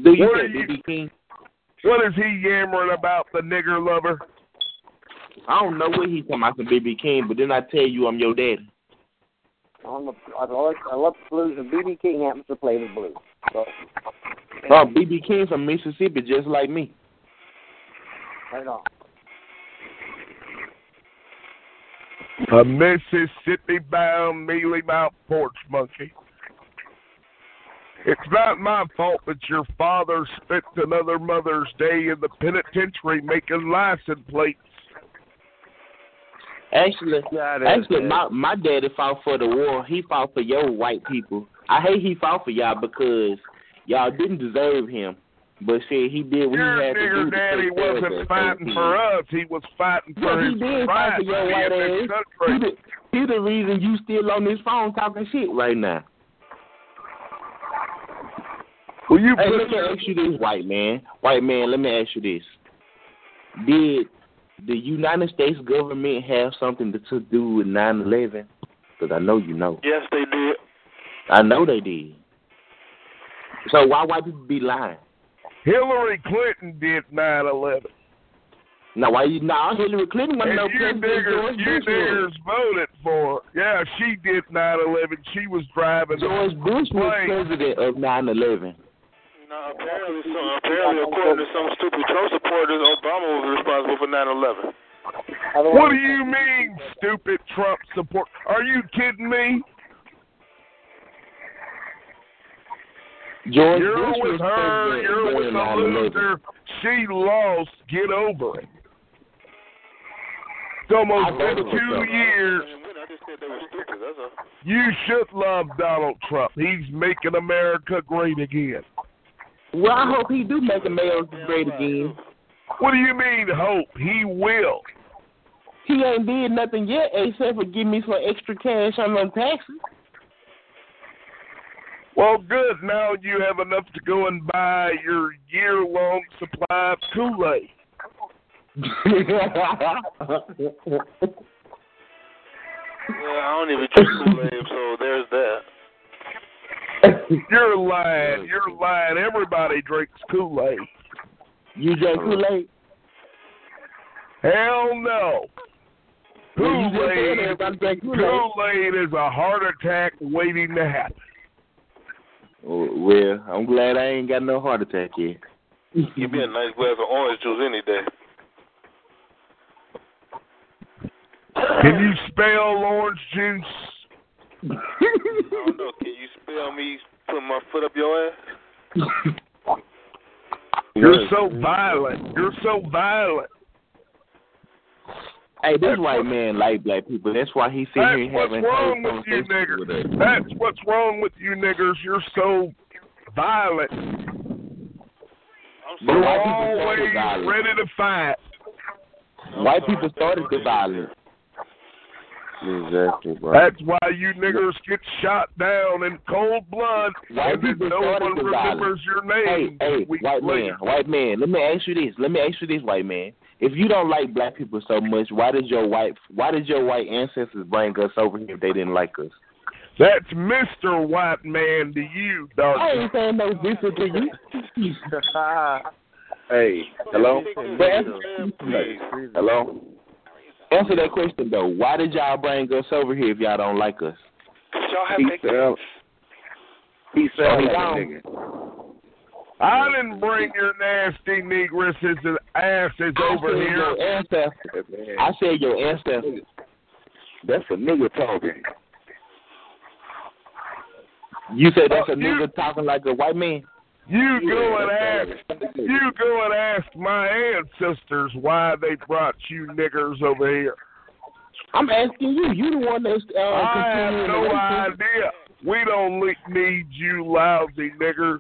S2: Do you
S13: What
S2: say
S13: are you-
S2: BB King?
S13: What is he yammering about, the nigger lover?
S2: I don't know what he's talking about, some BB King, but then I tell you I'm your daddy.
S43: I'm a, I, love, I love the blues, and BB King happens to play the blues. So,
S2: Oh, BB King from Mississippi, just like me.
S43: right on.
S13: A Mississippi bound, mealy mouthed porch monkey. It's not my fault that your father spent another Mother's Day in the penitentiary making license plates.
S2: Actually,
S13: that is
S2: actually,
S13: it.
S2: my my daddy fought for the war. He fought for your white people. I hate he fought for y'all because y'all didn't deserve him. But shit, he did what
S13: Your
S2: he had to do.
S13: nigger
S2: to
S13: daddy
S2: take care of
S13: wasn't
S2: us,
S13: fighting
S2: so-
S13: for us. He was fighting for
S2: Yeah, he
S13: his
S2: did
S13: right
S2: fight for your
S13: to be
S2: white
S13: in this
S2: ass.
S13: country.
S2: He the, he the reason you still on this phone talking shit right now.
S13: Will you
S2: hey,
S13: put-
S2: let me ask you this, white man. White man, let me ask you this. Did the United States government have something to, to do with 9-11? Because I know you know.
S13: Yes, they did.
S2: I know they did. So why white people be lying?
S13: Hillary Clinton did 9 11.
S2: Now why you now Hillary Clinton wasn't no
S13: And you
S2: president.
S13: niggers,
S2: George
S13: you
S2: Bush
S13: niggers
S2: was.
S13: voted for. her. Yeah, she did 9 11. She was driving.
S2: George Bush was
S13: Right.
S2: president of 9-11.
S26: No, apparently, so, apparently, according to some stupid Trump supporters, Obama was responsible for 9/11.
S13: What do you mean, stupid Trump support? Are you kidding me?
S2: George
S13: you're
S2: Bush
S13: with
S2: was
S13: her. You're
S2: president
S13: with
S2: during
S13: the
S2: 9/11.
S13: loser. She lost. Get over it. It's almost
S26: I
S13: been
S26: voted for
S13: two
S26: Trump.
S13: years.
S26: I just said they were stupid. That's all.
S13: You should love Donald Trump. He's making America great again.
S2: Well, I hope he do make America great again.
S13: What do you mean hope? He will.
S2: He ain't did nothing yet except for give me some extra cash on my taxes.
S13: Well, good. Now you have enough to go and buy your year long supply of Kool Aid.
S26: Yeah, I don't even drink Kool-Aid, so there's that.
S13: You're lying. You're lying. Everybody drinks Kool Aid.
S2: You drink Kool-Aid?
S13: Hell no.
S2: Well, you just
S13: Kool
S2: said
S13: Aid.
S2: everybody drink Kool-Aid.
S13: Kool Aid is a heart attack waiting to happen.
S2: Well, I'm glad I ain't got no heart attack yet.
S26: Give me a nice glass of orange juice any day.
S13: Can you spell orange juice?
S26: I don't know. Can you spell me putting my foot up your ass?
S13: You're so violent. You're so violent.
S2: Hey, this white man like black people. That's why he sit
S13: That's
S2: here
S13: what's
S2: having
S13: wrong
S2: whole
S13: with you
S2: conversations with us.
S13: niggers. That's what's wrong with you niggers. You're so violent.
S2: But
S13: You're
S2: white people started
S13: always
S2: violence.
S13: ready to fight.
S2: White people started the violence.
S1: Exactly, bro.
S13: That's why you niggers get shot down in cold blood,
S2: White
S13: and then
S2: people
S13: no
S2: started
S13: one
S2: the
S13: remembers
S2: violence.
S13: your
S2: Hey,
S13: name.
S2: hey,
S13: weeks
S2: white man,
S13: later.
S2: white man. Let me ask you this. Let me ask you this, white man. If you don't like black people so much, why did your white why did your white ancestors bring us over here if they didn't like us?
S13: That's Mr. White Man to you, dog.
S2: I ain't saying no different to you.
S13: hey,
S2: hello?
S13: But
S2: But answer- hello? Answer that question though. Why did y'all bring us over here if y'all don't like us?
S26: Y'all have
S2: He sound, he
S13: sound like a
S1: Oh,
S13: I didn't bring your nasty negresses and asses over here.
S2: Your ancestors. I said your ancestors.
S1: That's a nigga talking.
S2: You said that's a
S13: Fuck you.
S2: Oh, nigga talking like a white man.
S13: You go and ask. You go and ask my ancestors why they brought you niggers over here.
S2: I'm asking you. You the one that's. Uh,
S13: I have
S2: continuing
S13: no
S2: the racism.
S13: idea. We don't le- need you lousy niggers.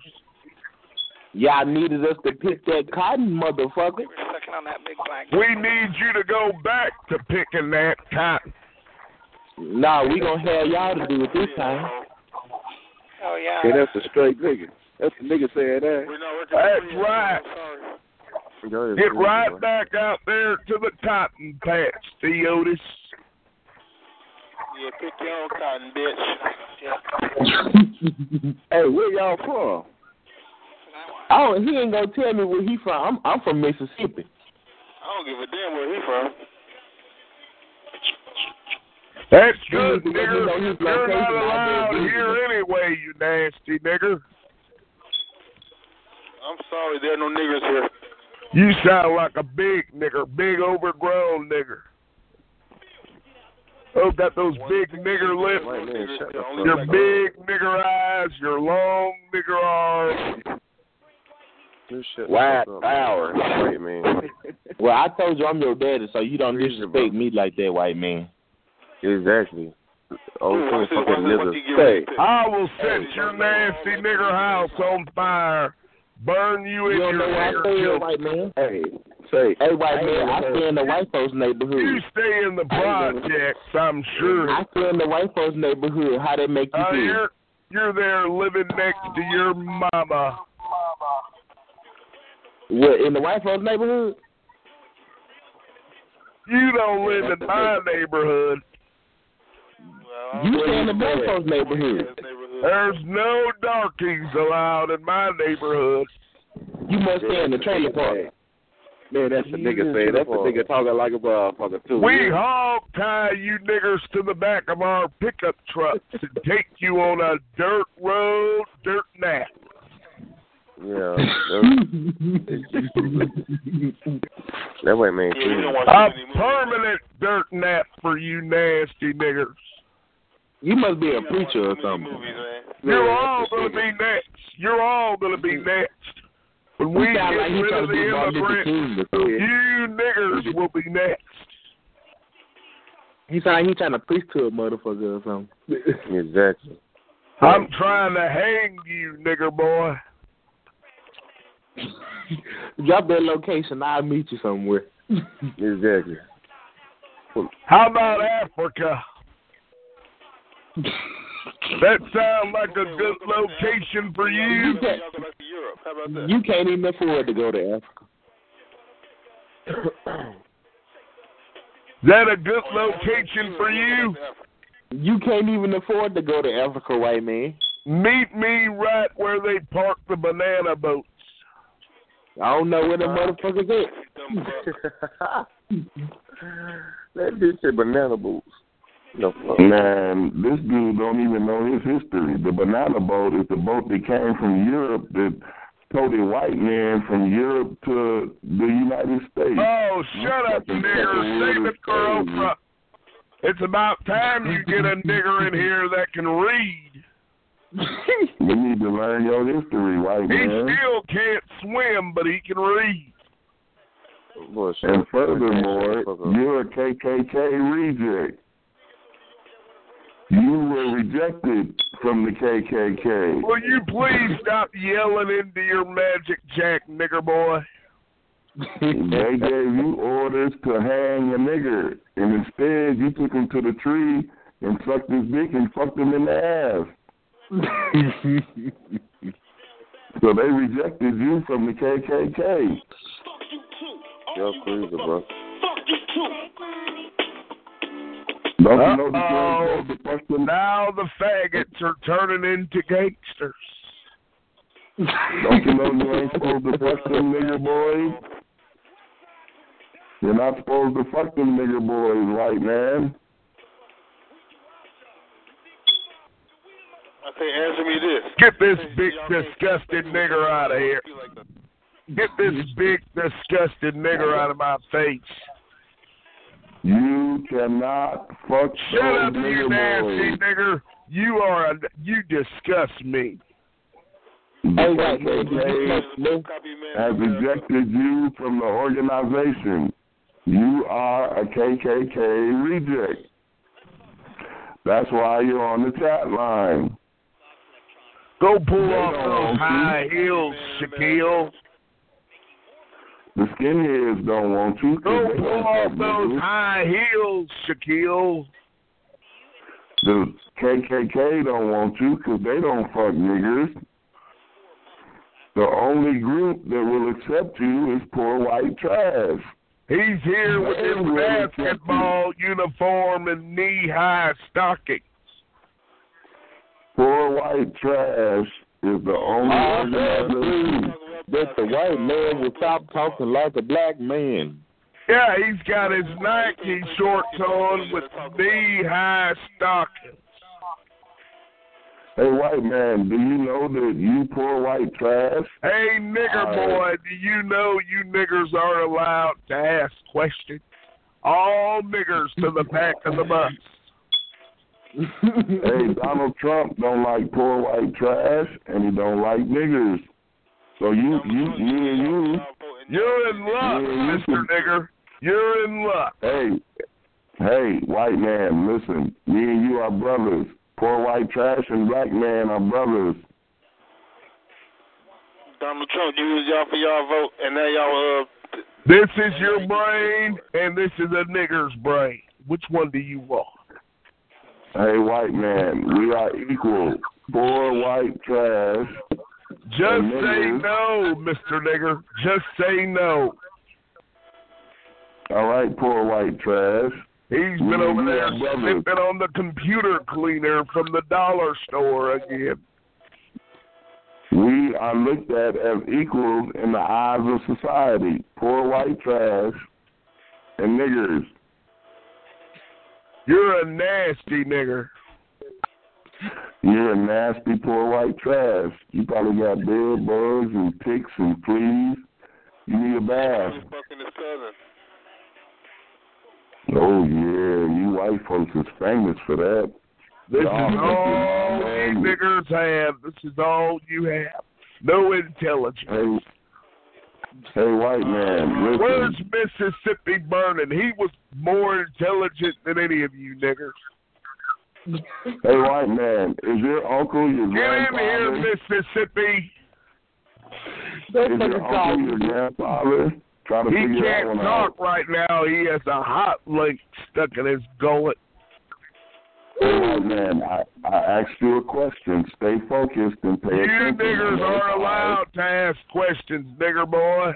S2: Y'all needed us to pick that cotton, motherfucker.
S1: Sucking on that big black.
S13: We need you to go back to picking that cotton.
S2: Nah, we gonna have y'all to do it this time.
S1: Oh yeah.
S7: Hey, that's a straight nigga. That's the nigga saying that.
S13: That's right. Get right back out there to the cotton patch, Theodis.
S1: Yeah, pick your own cotton, bitch.
S2: hey, where y'all from? Oh, he ain't gonna tell me where he from. I'm I'm from Mississippi.
S44: I don't give a damn where he from.
S13: That's
S2: good,
S13: Nigger, you're not allowed here anyway, you nasty nigger.
S44: I'm sorry, there are no niggers here.
S13: You sound like a big nigger, big overgrown nigger. Oh, got those big nigger lips, your big nigger eyes, your long nigger arms.
S7: This shit
S2: Wow,
S7: fucked up.
S2: power.
S7: Wait, man.
S2: Well, I told you I'm your daddy, so you don't disrespect me like that, white man.
S7: Exactly.
S13: Oh,
S7: Old
S2: Dude,
S7: twin
S2: what's this-
S7: fucking
S2: what's
S7: niggas.
S2: this-
S7: Hey,
S13: I will set your nasty nigger house on fire, burn you in
S2: You
S13: your
S2: don't know where I
S13: nigger
S2: stay at,
S13: filth.
S2: white man.
S7: Hey, say.
S2: Hey, white
S13: Hey,
S2: man, I stay in the white folks
S13: You
S2: neighborhood.
S13: stay in the projects, I'm sure.
S2: I stay in the white folks neighborhood. How they make you
S13: Uh,
S2: feel?
S13: you're you're there living next to your mama.
S2: What in the white folks neighborhood?
S13: You don't live in my neighborhood.
S2: You stay in the black folks neighborhood.
S13: There's no darkies allowed in my neighborhood.
S2: You must stay in the trailer park.
S7: Man, that's the nigga saying. That's the nigga talking like a motherfucker too.
S13: We hog tie you niggers to the back of our pickup trucks and take you on a dirt road, dirt nap.
S7: Yeah. that way, man.
S13: A permanent dirt nap for you nasty niggers.
S2: You must be a preacher or something.
S13: You're all gonna be next. You're all gonna be next. When we
S2: You
S13: get
S2: sound like you
S13: rid
S2: trying
S13: of
S2: to
S13: the
S2: be Martin Luther
S13: immigrants,
S2: King or something.
S13: you niggers will be next.
S2: He sound like he trying to preach to a motherfucker or something.
S7: Exactly.
S13: I'm trying to hang you, nigger boy.
S2: Drop that location. I'll meet you somewhere.
S7: Exactly.
S13: How about Africa? That sounds like a good location for you.
S2: You can't even afford to go to Africa.
S13: That a good location for you?
S2: You can't even afford to go to Africa, white man.
S13: Meet me right where they park the banana boats.
S2: I don't know where the motherfuckers
S7: at. That bitch said banana boots. No fuck.
S3: Man, this dude don't even know his history. The banana boat is the boat that came from Europe that towed a white man from Europe to the United States.
S13: Oh, shut up, nigger. Save it for Oprah. It's about time you get a nigger in here that can read.
S3: You need to learn your history, white
S13: He
S3: man.
S13: still can't swim, but he can read.
S3: And furthermore, you're a KKK reject. You were rejected from the KKK.
S13: Will you please stop yelling into your magic jack, nigger boy?
S3: they gave you orders to hang a nigger, and instead you took him to the tree and sucked his dick and fucked him in the ass. so they rejected you from the KKK.
S7: Yo, crazy, bro.
S3: Don't you know the
S13: Uh-oh. Now the faggots are turning into gangsters.
S3: Don't you know you ain't supposed to fuck them nigger boys? You're not supposed to fuck them nigger boys, white man.
S44: I say, answer me this.
S13: Get this big disgusted nigger out of here. Get this big disgusted nigger out of my face.
S3: You cannot fuck
S13: Shut
S3: those
S13: up, you
S3: nigger boys.
S13: nasty nigger. You are a, you disgust me.
S3: Hey,
S2: right, man.
S3: has ejected you from the organization. You are a KKK reject. That's why you're on the chat line.
S13: Go pull off those high heels, Shaquille.
S3: The skinheads don't want you. 'cause
S13: Go
S3: they
S13: pull
S3: don't
S13: off
S3: have
S13: those
S3: business.
S13: high heels, Shaquille.
S3: The KKK don't want you 'cause they don't fuck niggers. The only group that will accept you is poor white trash.
S13: He's here with
S3: They
S13: his
S3: will accept you.
S13: basketball uniform and knee-high stockings.
S3: Poor white trash is the only
S2: I said,
S3: organization.
S2: dude, that the white man will stop talking like a black man.
S13: Yeah, he's got his Nike shorts on with knee-high stockings.
S3: Hey, white man, do you know that you poor white trash?
S13: Hey, nigger boy, do you know you niggers are allowed to ask questions? All niggers to the back of the bus.
S3: hey, Donald Trump don't like poor white trash, and he don't like niggers. So you, you, you, and you,
S13: you're in luck, Mister Nigger. You're in luck.
S3: Hey, hey, white man, listen. Me and you are brothers. Poor white trash and black man are brothers.
S1: Donald Trump used y'all for y'all vote, and now y'all uh,
S13: This is your brain, and this is a nigger's brain. Which one do you want?
S3: Hey, white man, we are equal. Poor white trash.
S13: Just say no, Mister Nigger. Just say no.
S3: All right, poor white trash.
S13: He's been over there sniffing on the computer cleaner from the dollar store again.
S3: We are looked at as equals in the eyes of society. Poor white trash and niggers.
S13: You're a nasty nigger.
S3: You're a nasty poor white trash. You probably got bed bugs and ticks and fleas. You need a bath.
S1: fucking his cousin.
S3: Oh yeah, you white folks is famous for that.
S13: This is
S3: Y'all fucking
S13: all you
S3: nasty.
S13: niggers have. This is all you have. No intelligence.
S3: Hey, hey, white man, listen.
S13: Where's Mississippi Burning? He was more intelligent than any of you niggers.
S3: Hey, white man, is your uncle your
S13: Get in here,
S3: grandfather?
S13: Mississippi.
S3: Is your uncle your grandfather? Try to
S13: He
S3: figure that
S13: can't
S3: one
S13: talk
S3: out.
S13: right now. He has a hot link stuck in his gullet.
S3: Hey, white Oh, man, I, I asked you a question. Stay focused and pay
S13: You
S3: attention.
S13: niggers are allowed to ask questions, nigger boy.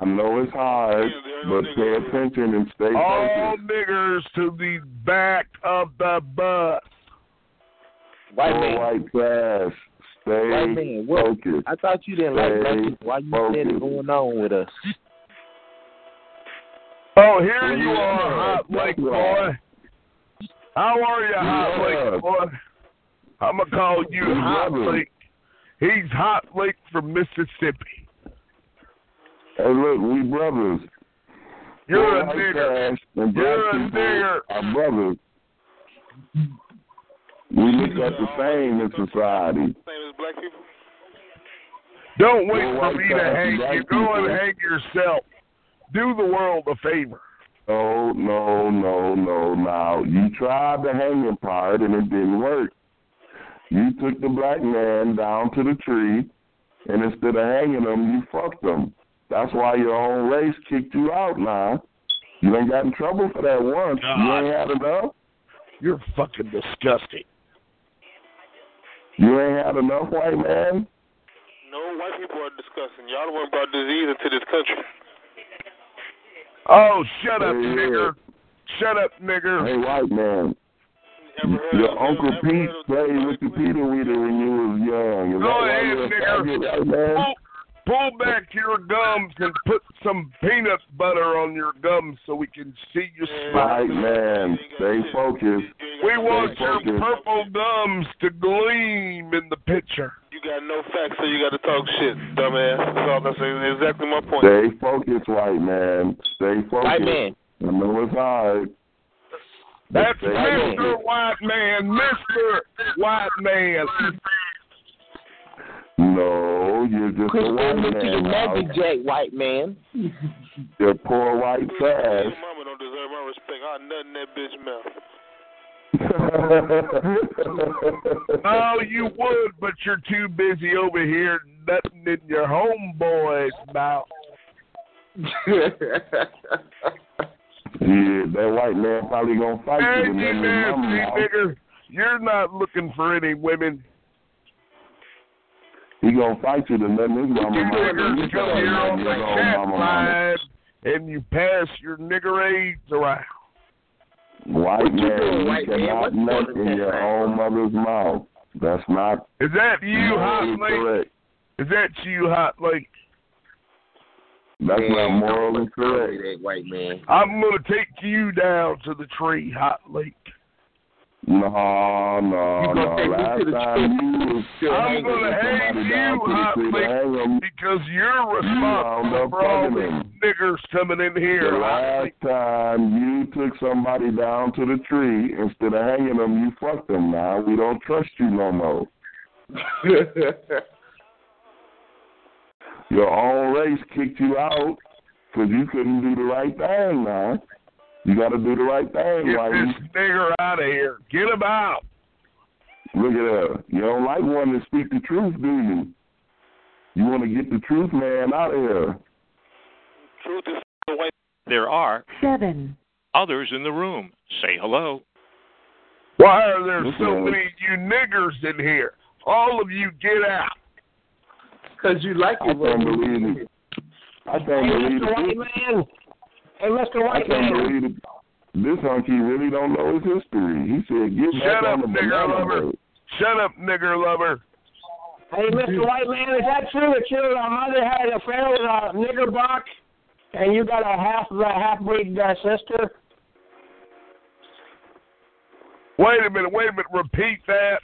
S3: I know it's hard, but pay attention and stay
S13: All
S3: focused.
S13: niggers to the back of the bus.
S3: Poor white trash. Stay
S2: White man, what?
S3: focused.
S2: I thought you didn't like black people. Why you steady going on with us?
S13: Oh, here you are, Hot Lake Boy. How are you, Hot
S3: Yeah.
S13: Lake Boy? I'm going to call you Hot
S3: brother.
S13: Lake. He's Hot Lake from Mississippi.
S3: Hey, look, we brothers.
S13: You're a
S3: White
S13: nigger.
S3: trash and black
S13: You're a
S3: people
S13: nigger.
S3: Are brothers. We look at the same in society.
S1: Same as black people.
S13: Don't wait
S3: You're
S13: for
S3: white
S13: me to
S3: trash
S13: hang
S3: and black
S13: you. Go and
S3: people.
S13: hang yourself. Do the world a favor.
S3: Oh no, no, no! Now you tried the hanging part and it didn't work. You took the black man down to the tree, and instead of hanging him, you fucked him. That's why your own race kicked you out. Now you ain't got in trouble for that once. You ain't had enough.
S13: You're fucking disgusting.
S3: You ain't had enough, white man.
S1: No white people are discussing. Y'all the one brought disease into this country.
S13: Oh, shut up,
S3: Hey,
S13: nigger. Shut up, nigger.
S3: Hey, white man. Your Uncle Pete played with the Peter Weeder when you was young. Is
S13: Go
S3: that why
S13: ahead,
S3: you're a faggot,
S13: nigger.
S3: white man?
S13: Pull, pull back your gums and put some peanut butter on your gums so we can see your smile.
S3: Right, man. Stay focused.
S13: We want
S3: Stay
S13: your
S3: focused.
S13: purple gums to gleam in the picture.
S1: You got no facts, so you got to talk shit, dumbass. That's all that's exactly my point.
S3: Stay focused, white man. Stay focused.
S1: White man.
S3: I know it's hard. But
S13: That's
S3: stay
S13: Mr.
S3: focused.
S13: White Man, Mr. White Man.
S3: No, you're just a
S2: Chris
S3: white
S2: Look
S3: man.
S2: to your
S3: Ralph.
S2: magic jack, white man.
S3: Your poor white ass.
S45: Mama don't deserve my respect. I nut in that bitch mouth.
S13: Oh, you would, but you're too busy over here nothing in your homeboy's mouth.
S3: yeah, that white man probably gonna fight
S13: Hey,
S3: you. to
S13: you
S3: remember his
S13: nasty
S3: mama.
S13: nigger, you're not looking for any women.
S3: He gonna fight you to let his Oh, mama.
S13: You
S3: know. You
S13: niggers come here
S3: tell
S13: on
S3: him
S13: the
S3: that your old
S13: cat
S3: oh, mama
S13: line and you pass your nigger aids around.
S3: White
S13: What you
S3: man,
S13: doing,
S3: you
S13: white man?
S3: cannot
S13: What's
S3: nut in your own mother's mouth. That's not
S13: Is that you, hot
S3: morally
S13: lady?
S3: correct.
S13: Is that you, hot lady?
S3: That's
S13: Yeah,
S3: not
S13: you
S3: morally correct.
S2: That white man.
S13: I'm gonna take you down to the tree, hot lake.
S3: No, no,
S13: You gonna
S3: no.
S13: take me to
S3: Last
S13: the
S3: time
S13: tree?
S3: you was
S13: I'm gonna hang
S3: somebody down
S13: you,
S3: to the
S13: hot
S3: tree to
S13: lake,
S3: hang 'em.
S13: because you're
S3: wound
S13: responsible
S3: up
S13: for all
S3: fucking
S13: these
S3: him.
S13: niggers coming in here.
S3: The
S13: hot
S3: last
S13: lake.
S3: time you took somebody down to the tree, instead of hanging them, you fucked them. Now we don't trust you no more. Your own race kicked you out because you couldn't do the right thing. Now you got to do the right thing.
S13: Get
S3: whitey.
S13: this nigger out of here. Get him out.
S3: Look at her. You don't like one that speak the truth, do you? You want to get the truth man out of here.
S45: Truth is the way.
S4: There are
S46: seven,
S4: others in the room. Say hello.
S13: Why are there so
S4: Okay.
S13: many of you niggers in here? All of you get out.
S2: Cause you like
S3: I can't believe it. I can't believe it.
S1: man. Hey, Mr.
S3: I can't believe it. This hunky really don't know his history. He said, "Get
S13: Shut
S3: back
S13: up,
S3: on the
S13: nigger
S3: banana
S13: lover.
S3: boat."
S13: Shut up, nigger lover.
S1: Hey, Mr. White Man, is that true that your uh, mother had an affair with a nigger buck, and you got a half a half breed uh, sister?
S13: Wait a minute, wait a minute, repeat that.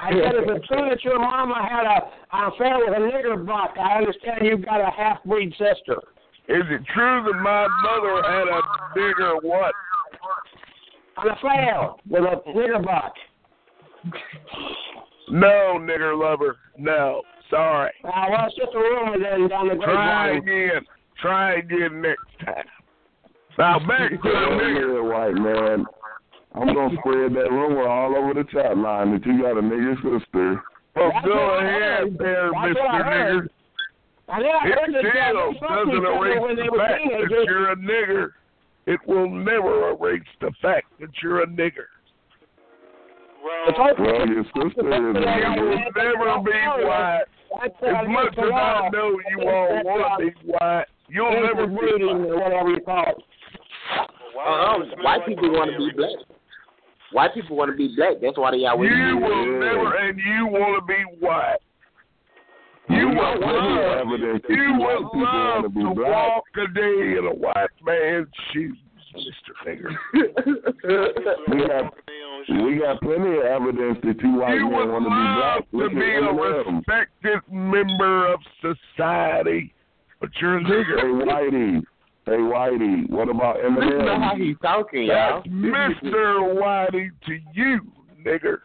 S1: I said, is it true that your mama had a an affair with a nigger buck? I understand you got a half breed sister.
S13: Is it true that my mother had a bigger what?
S1: An affair with a nigger buck.
S13: No, nigger lover. No. Sorry.
S1: Uh, well, it's just a rumor then down the
S13: Try
S1: grapevine.
S13: again. Try again next time. Now back to the nigger.
S3: Yeah, white man. I'm gonna spread that rumor all over the chat line that you got a nigger sister.
S13: Well,
S1: That's
S13: go
S1: what I
S13: ahead
S1: heard.
S13: there,
S1: That's what I
S13: Mr. Nigger.
S1: heard. And then I
S13: It
S1: heard that uh,
S13: still
S1: they fucked
S13: doesn't
S1: each other when
S13: erase
S1: they
S13: the
S1: were
S13: fact that
S1: teenagers.
S13: you're a nigger. It will never erase the fact that you're a nigger.
S3: Well, your sister is a
S13: You
S3: nigger.
S13: will never be white. As much as I know you all want to be white, you'll never be white.
S1: Whatever you call it.
S2: Uh-uh. White people want to be black. White people want to be black. That's why they always.
S13: You will never, and you want to be white. You will love,
S3: evidence that
S13: you
S3: white
S13: will
S3: people
S13: love
S3: want
S13: to
S3: to be black.
S13: walk a day in a white man's shoes, Mr. Nigger.
S3: We got we got plenty of evidence that you white
S13: You
S3: men
S13: would
S3: want to be
S13: love
S3: black.
S13: to
S3: Look
S13: be
S3: at
S13: a
S3: Eminem.
S13: respected member of society, but you're a
S3: Hey
S13: nigger.
S3: Whitey, hey Whitey, what about
S2: Listen to how
S3: Eminem?
S2: he's talking, y'all.
S13: That's Mr. Whitey to you, nigger.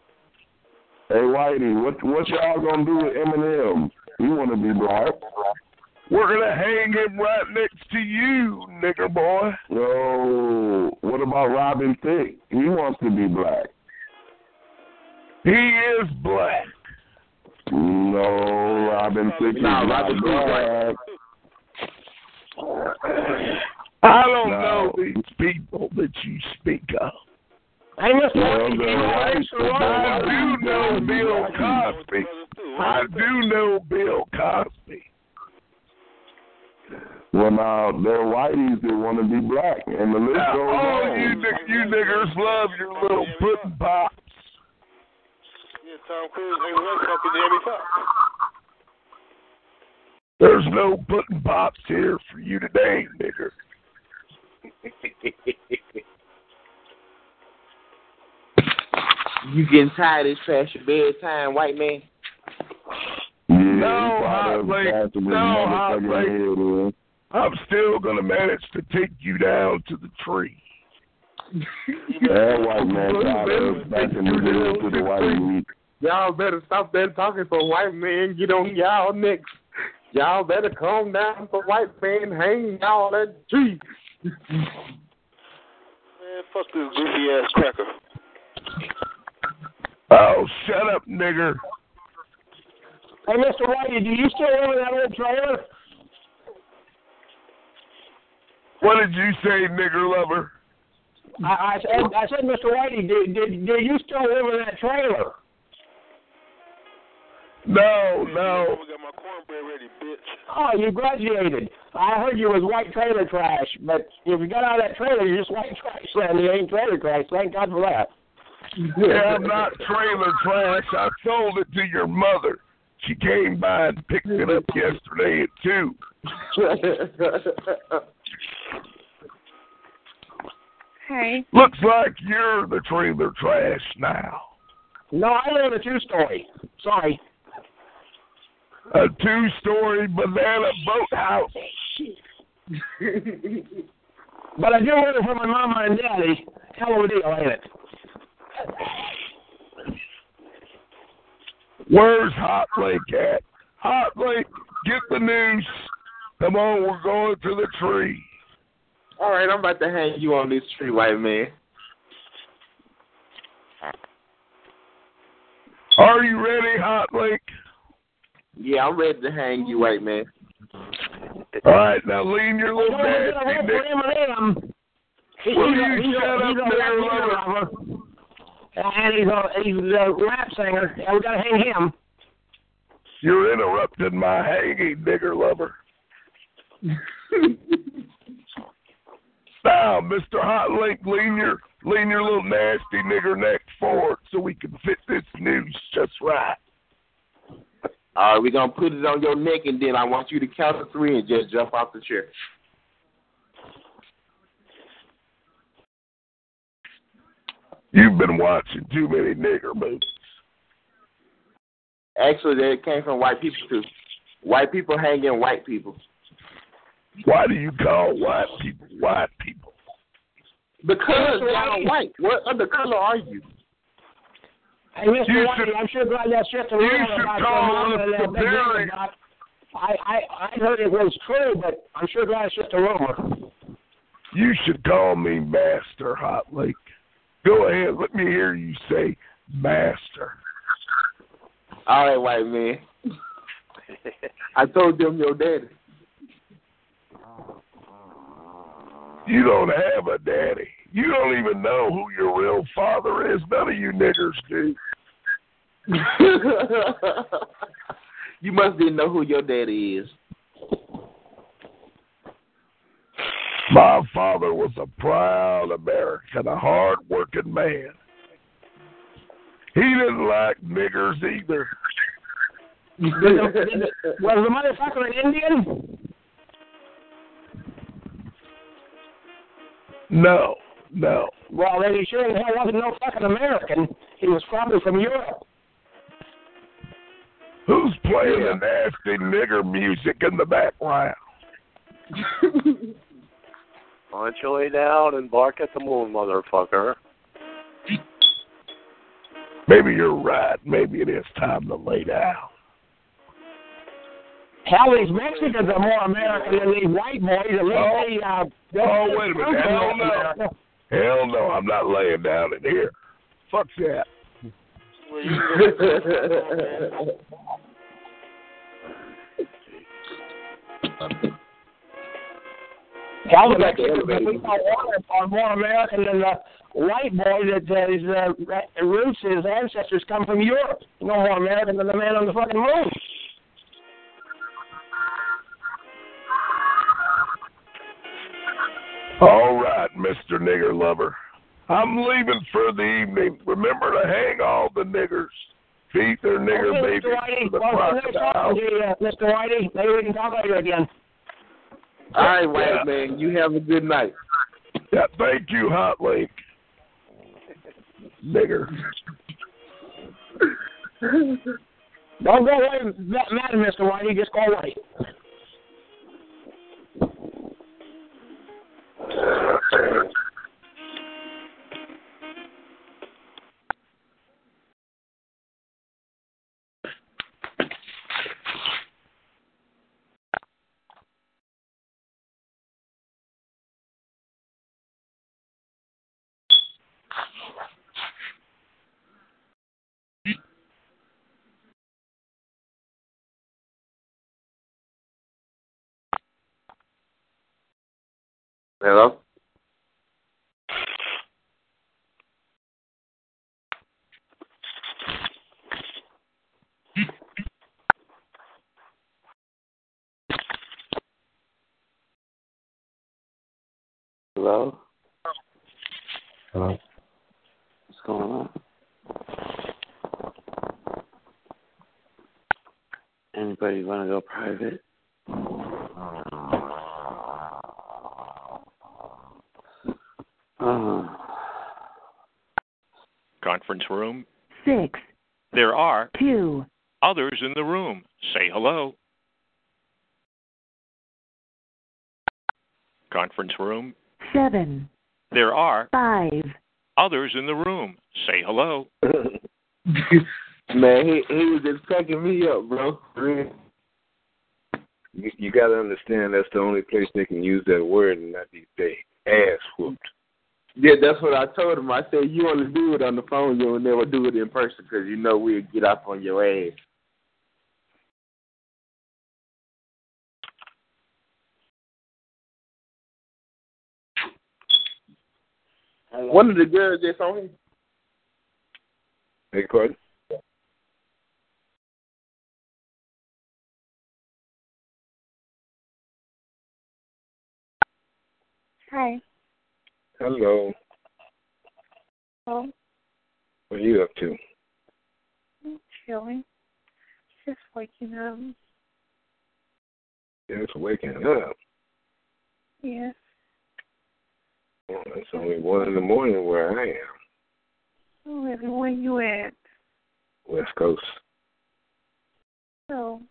S3: Hey Whitey, what what y'all gonna do with Eminem? He want to be black.
S13: We're gonna hang him right next to you, nigger boy.
S3: No, what about Robin Thicke? He wants to be black.
S13: He is black.
S3: No, Robin Thicke is
S2: Nah,
S3: not
S2: Robin Thicke
S3: black.
S13: I don't
S3: No.
S13: know these people that you speak of.
S1: Hey, Mr.
S3: Well,
S1: White,
S3: they're
S1: you
S3: white,
S1: know,
S3: but they're
S13: I
S3: white.
S13: do know Bill Cosby. I do know Bill Cosby.
S3: Well, now they're whiteys that want to be black, and the list
S13: Now,
S3: goes
S13: all
S3: on.
S13: Oh, you, ni- you niggers love your little pudding pops.
S45: Yeah, Tom Cruise ain't one fucking Jamie Foxx.
S13: There's no pudding pops here for you today, nigger.
S2: You getting tired of this trash your bedtime, white man?
S3: Yeah,
S13: No,
S3: you
S13: hot
S3: probably
S13: lake.
S3: have to be
S13: No, hot
S3: motherfucking
S13: lake.
S3: head in.
S13: I'm still gonna manage to take you down to the tree.
S3: That white man got us back in the middle to the white meat.
S47: Y'all better stop that talking for white man. Get on y'all next. Y'all better calm down for white man. Hang y'all that tree.
S48: Man, fuck this goofy ass cracker.
S13: Oh, shut up, nigger.
S1: Hey, Mr. Whitey, do you still live in that old trailer?
S13: What did you say, nigger lover?
S1: I, I said, I said, Mr. Whitey, do, do, do you still live in that trailer?
S13: No, no.
S1: Oh, you graduated. I heard you was white trailer trash, but if you got out of that trailer, you're just white trash. Then you ain't trailer trash. Thank God for that.
S13: Yeah, I'm not trailer trash. I sold it to your mother. She came by and picked it up yesterday at two.
S8: Hey.
S13: Looks like you're the trailer trash now.
S1: No, I live in a two story. Sorry.
S13: A two story banana boathouse.
S1: But I do live it for my mama and daddy. Hell of a deal, ain't it?
S13: Where's Hot Lake at? Hot Lake, get the news. Come on, we're going to the tree.
S2: All right, I'm about to hang you on this tree, white man.
S13: Are you ready, Hot Lake?
S2: Yeah, I'm ready to hang you, white man.
S13: All right, now lean your little nasty
S1: Wait a
S13: neck.
S1: minute, um, he-
S13: Will
S1: he's a-
S13: you
S1: he's a-
S13: shut up,
S1: he's a
S13: Mayor
S1: rap
S13: Lover?
S1: singer, And he's a, he's a rap singer, and we gotta hang him.
S13: You're interrupting my hanging, nigger lover. now, Mr. Hot Lake, lean your lean your little nasty nigger neck forward so we can fit this news just right.
S2: All right, we're gonna put it on your neck, and then I want you to count to three and just jump off the chair.
S13: You've been watching too many nigger movies.
S2: Actually, that came from white people too. White people hanging white people.
S13: Why do you call white people white people?
S2: Because y'all white. What other color are you?
S1: Hey, Mr.
S2: You
S1: Whitey,
S2: should-
S1: I'm sure glad that's just a
S2: you
S1: rumor
S2: should
S1: about your
S2: call
S1: mama
S2: us
S1: and that
S2: the
S1: big
S2: Barry.
S1: rumor about- I, I, I heard it was true, but I'm sure glad it's just a rumor.
S13: You should call me Master Hot Lake. Go ahead, let me hear you say Master.
S2: All right, white man. I told them your daddy.
S13: You don't have a daddy. You don't even know who your real father is. None of you niggers do.
S2: you must didn't know who your daddy is.
S13: My father was a proud American, a hard working man. He didn't like niggers either.
S1: Was the motherfucker an Indian?
S13: No, no.
S1: Well, then he sure as hell wasn't no fucking American. He was probably from Europe.
S13: Who's playing the nasty nigger music in the background?
S18: Punch your way down and bark at the moon, motherfucker.
S13: Maybe you're right. Maybe it is time to lay down.
S1: Hell, these Mexicans are more American than these white boys. At least they, uh, they-
S13: Oh, wait a minute. Hell no. Hell no, I'm not laying down in here. Fuck that.
S1: Hell, the Mexicans that we call water are more American than the white boy that uh, his uh, ra- roots, his ancestors come from Europe. No more American than the man on the fucking moon.
S13: All right, Mr. Nigger Lover. I'm leaving for the evening. Remember to hang all the niggers. Feed their nigger
S1: Okay,
S13: babies
S1: Mr. Whitey.
S13: to the
S1: Well, it's nice
S13: crocodile.
S1: talking to you, uh, Mr. Whitey. Maybe we can talk later again.
S2: All right, white man. You have a good night.
S13: Yeah, thank you, Hot Lake. Nigger.
S1: Don't go away that mad, Mr. Whitey. Just go away.
S2: Hello?
S13: Hello?
S49: Hello?
S13: What's going on? Anybody want to go private?
S50: Uh-huh.
S4: Conference room.
S8: six,
S4: There are
S8: two,
S4: others in the room. Say hello. Conference room.
S8: seven,
S4: There are
S8: five.
S4: others in the room. Say hello.
S50: Man, he, he was just cracking me up, bro.
S2: You, you got to understand that's the only place they can use that word and not these days. Ass whooped.
S51: Yeah, that's what I told him. I said, you only do it on the phone. You'll never do it in person because you know we'll get up on your ass. One of the girls that's on here.
S2: Hey, pardon?
S17: Hi.
S2: Hello.
S17: Hello.
S2: What are you up to?
S17: I'm chilling. Just waking up.
S2: Just waking up.
S17: Yes.
S2: Well, It's only one in the morning where I am,
S17: Oh, really, where you at?
S2: West Coast.
S17: So,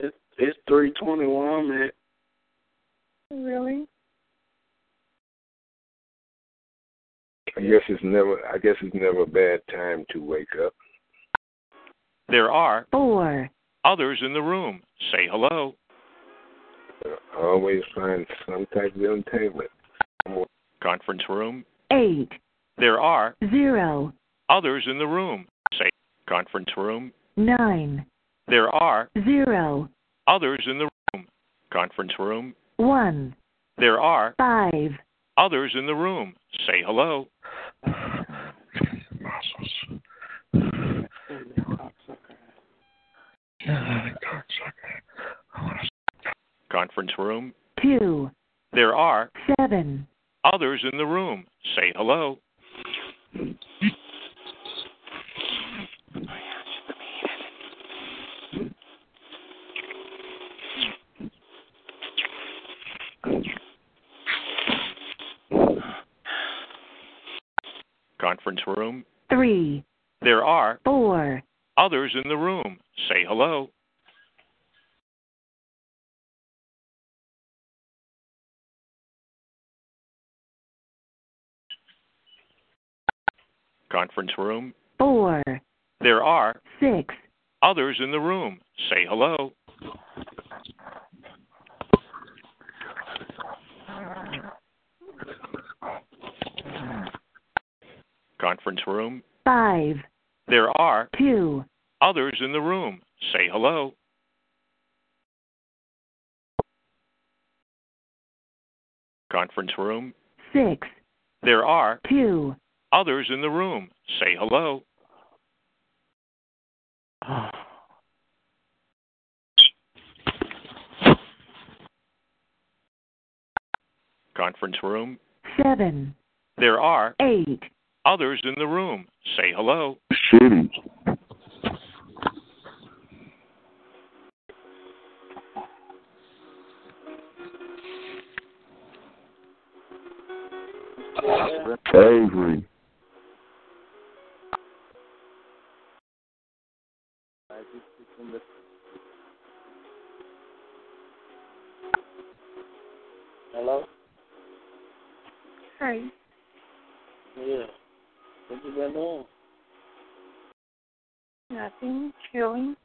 S13: It's, it's 320 where I'm at.
S17: really?
S2: I guess it's never. I guess it's never a bad time to wake up.
S4: There are
S8: four,
S4: others in the room. Say hello.
S2: I always find some type of entertainment.
S4: Conference room.
S8: eight,
S4: There are
S8: zero,
S4: others in the room. Say conference room.
S8: nine,
S4: There are
S8: zero,
S4: others in the room. Conference room.
S8: one,
S4: There are
S8: five,
S4: others in the room. Say hello. Conference room.
S8: two,
S4: There are
S8: seven,
S4: others in the room. Say hello. Conference room.
S8: three,
S4: There are
S8: four,
S4: others in the room. Say hello. Conference room.
S8: four,
S4: There are
S8: six,
S4: others in the room. Say hello. Conference room.
S8: five,
S4: There are
S8: two,
S4: others in the room. Say hello. Conference room.
S8: six,
S4: There are
S8: two,
S4: others in the room. Say hello. Conference room.
S8: seven,
S4: There are
S8: eight,
S4: others in the room. Say hello.
S18: Shitty. Avery.
S1: Hello?
S17: Hi.
S1: Yeah. What you been doing?
S17: Nothing. Chilling.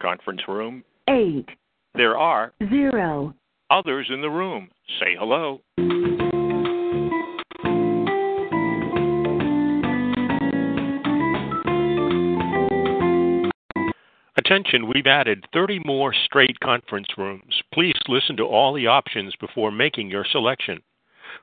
S4: Conference room.
S8: eight,
S4: There are
S8: zero,
S4: others in the room. Say hello.
S52: attention, we've added 30 more straight conference rooms. Please listen to all the options before making your selection.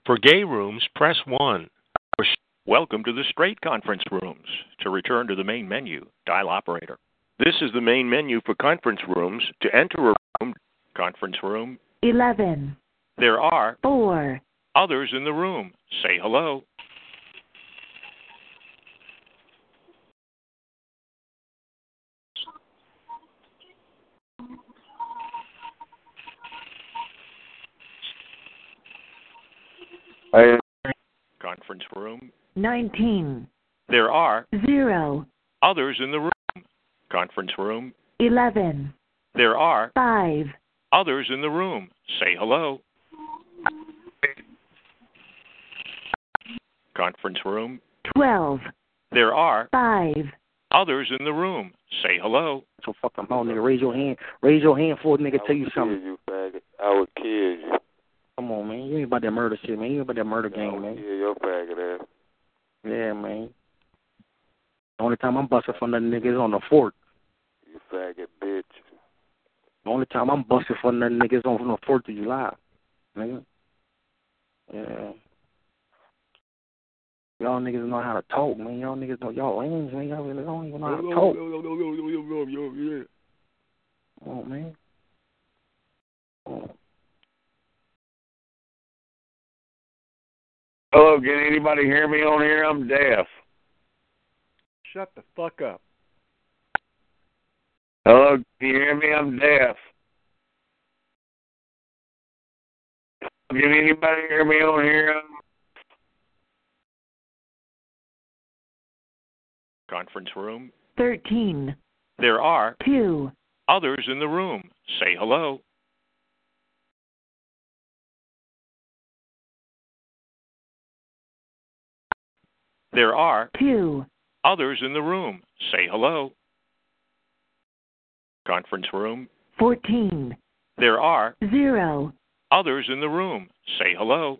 S52: For gay rooms, press 1. For sh-
S4: Welcome to the straight conference rooms. To return to the main menu, dial operator. This is the main menu for conference rooms. To enter a room, conference room,
S8: 11,
S4: there are
S8: 4,
S4: others in the room. Say hello. Conference room,
S8: 19,
S4: there are
S8: 0,
S4: others in the room. Conference room,
S8: 11,
S4: there are
S8: 5,
S4: others in the room. Say hello. Conference room,
S8: 12,
S4: there are
S8: 5,
S4: others in the room. Say hello.
S1: So fucking home, nigga. Raise your hand. Raise your hand for a nigga tell you something.
S2: You faggot. I would kill you.
S1: Come on, man. You ain't about that murder shit, man. You ain't about that murder
S2: I
S1: game,
S2: would
S1: man.
S2: kill your faggot ass.
S1: Yeah, man. The only time I'm busting for nothing, nigga, is on the fourth.
S2: You faggot bitch.
S1: The only time I'm busting for nothing, nigga, is on the fourth of July, nigga. Yeah. Y'all niggas know how to talk, man. Y'all niggas know y'all lanes, man. Y'all really don't even know how to talk. Come on, man.
S18: Hello, can anybody hear me on here? I'm deaf.
S53: Shut the fuck up.
S18: Hello, can you hear me? I'm deaf. Can anybody hear me on here? I'm
S4: Conference room,
S8: 13,
S4: there are
S8: 2,
S4: others in the room. Say hello. There are
S8: 2,
S4: others in the room. Say hello. Conference room,
S8: 14,
S4: there are
S8: 0,
S4: others in the room. Say hello.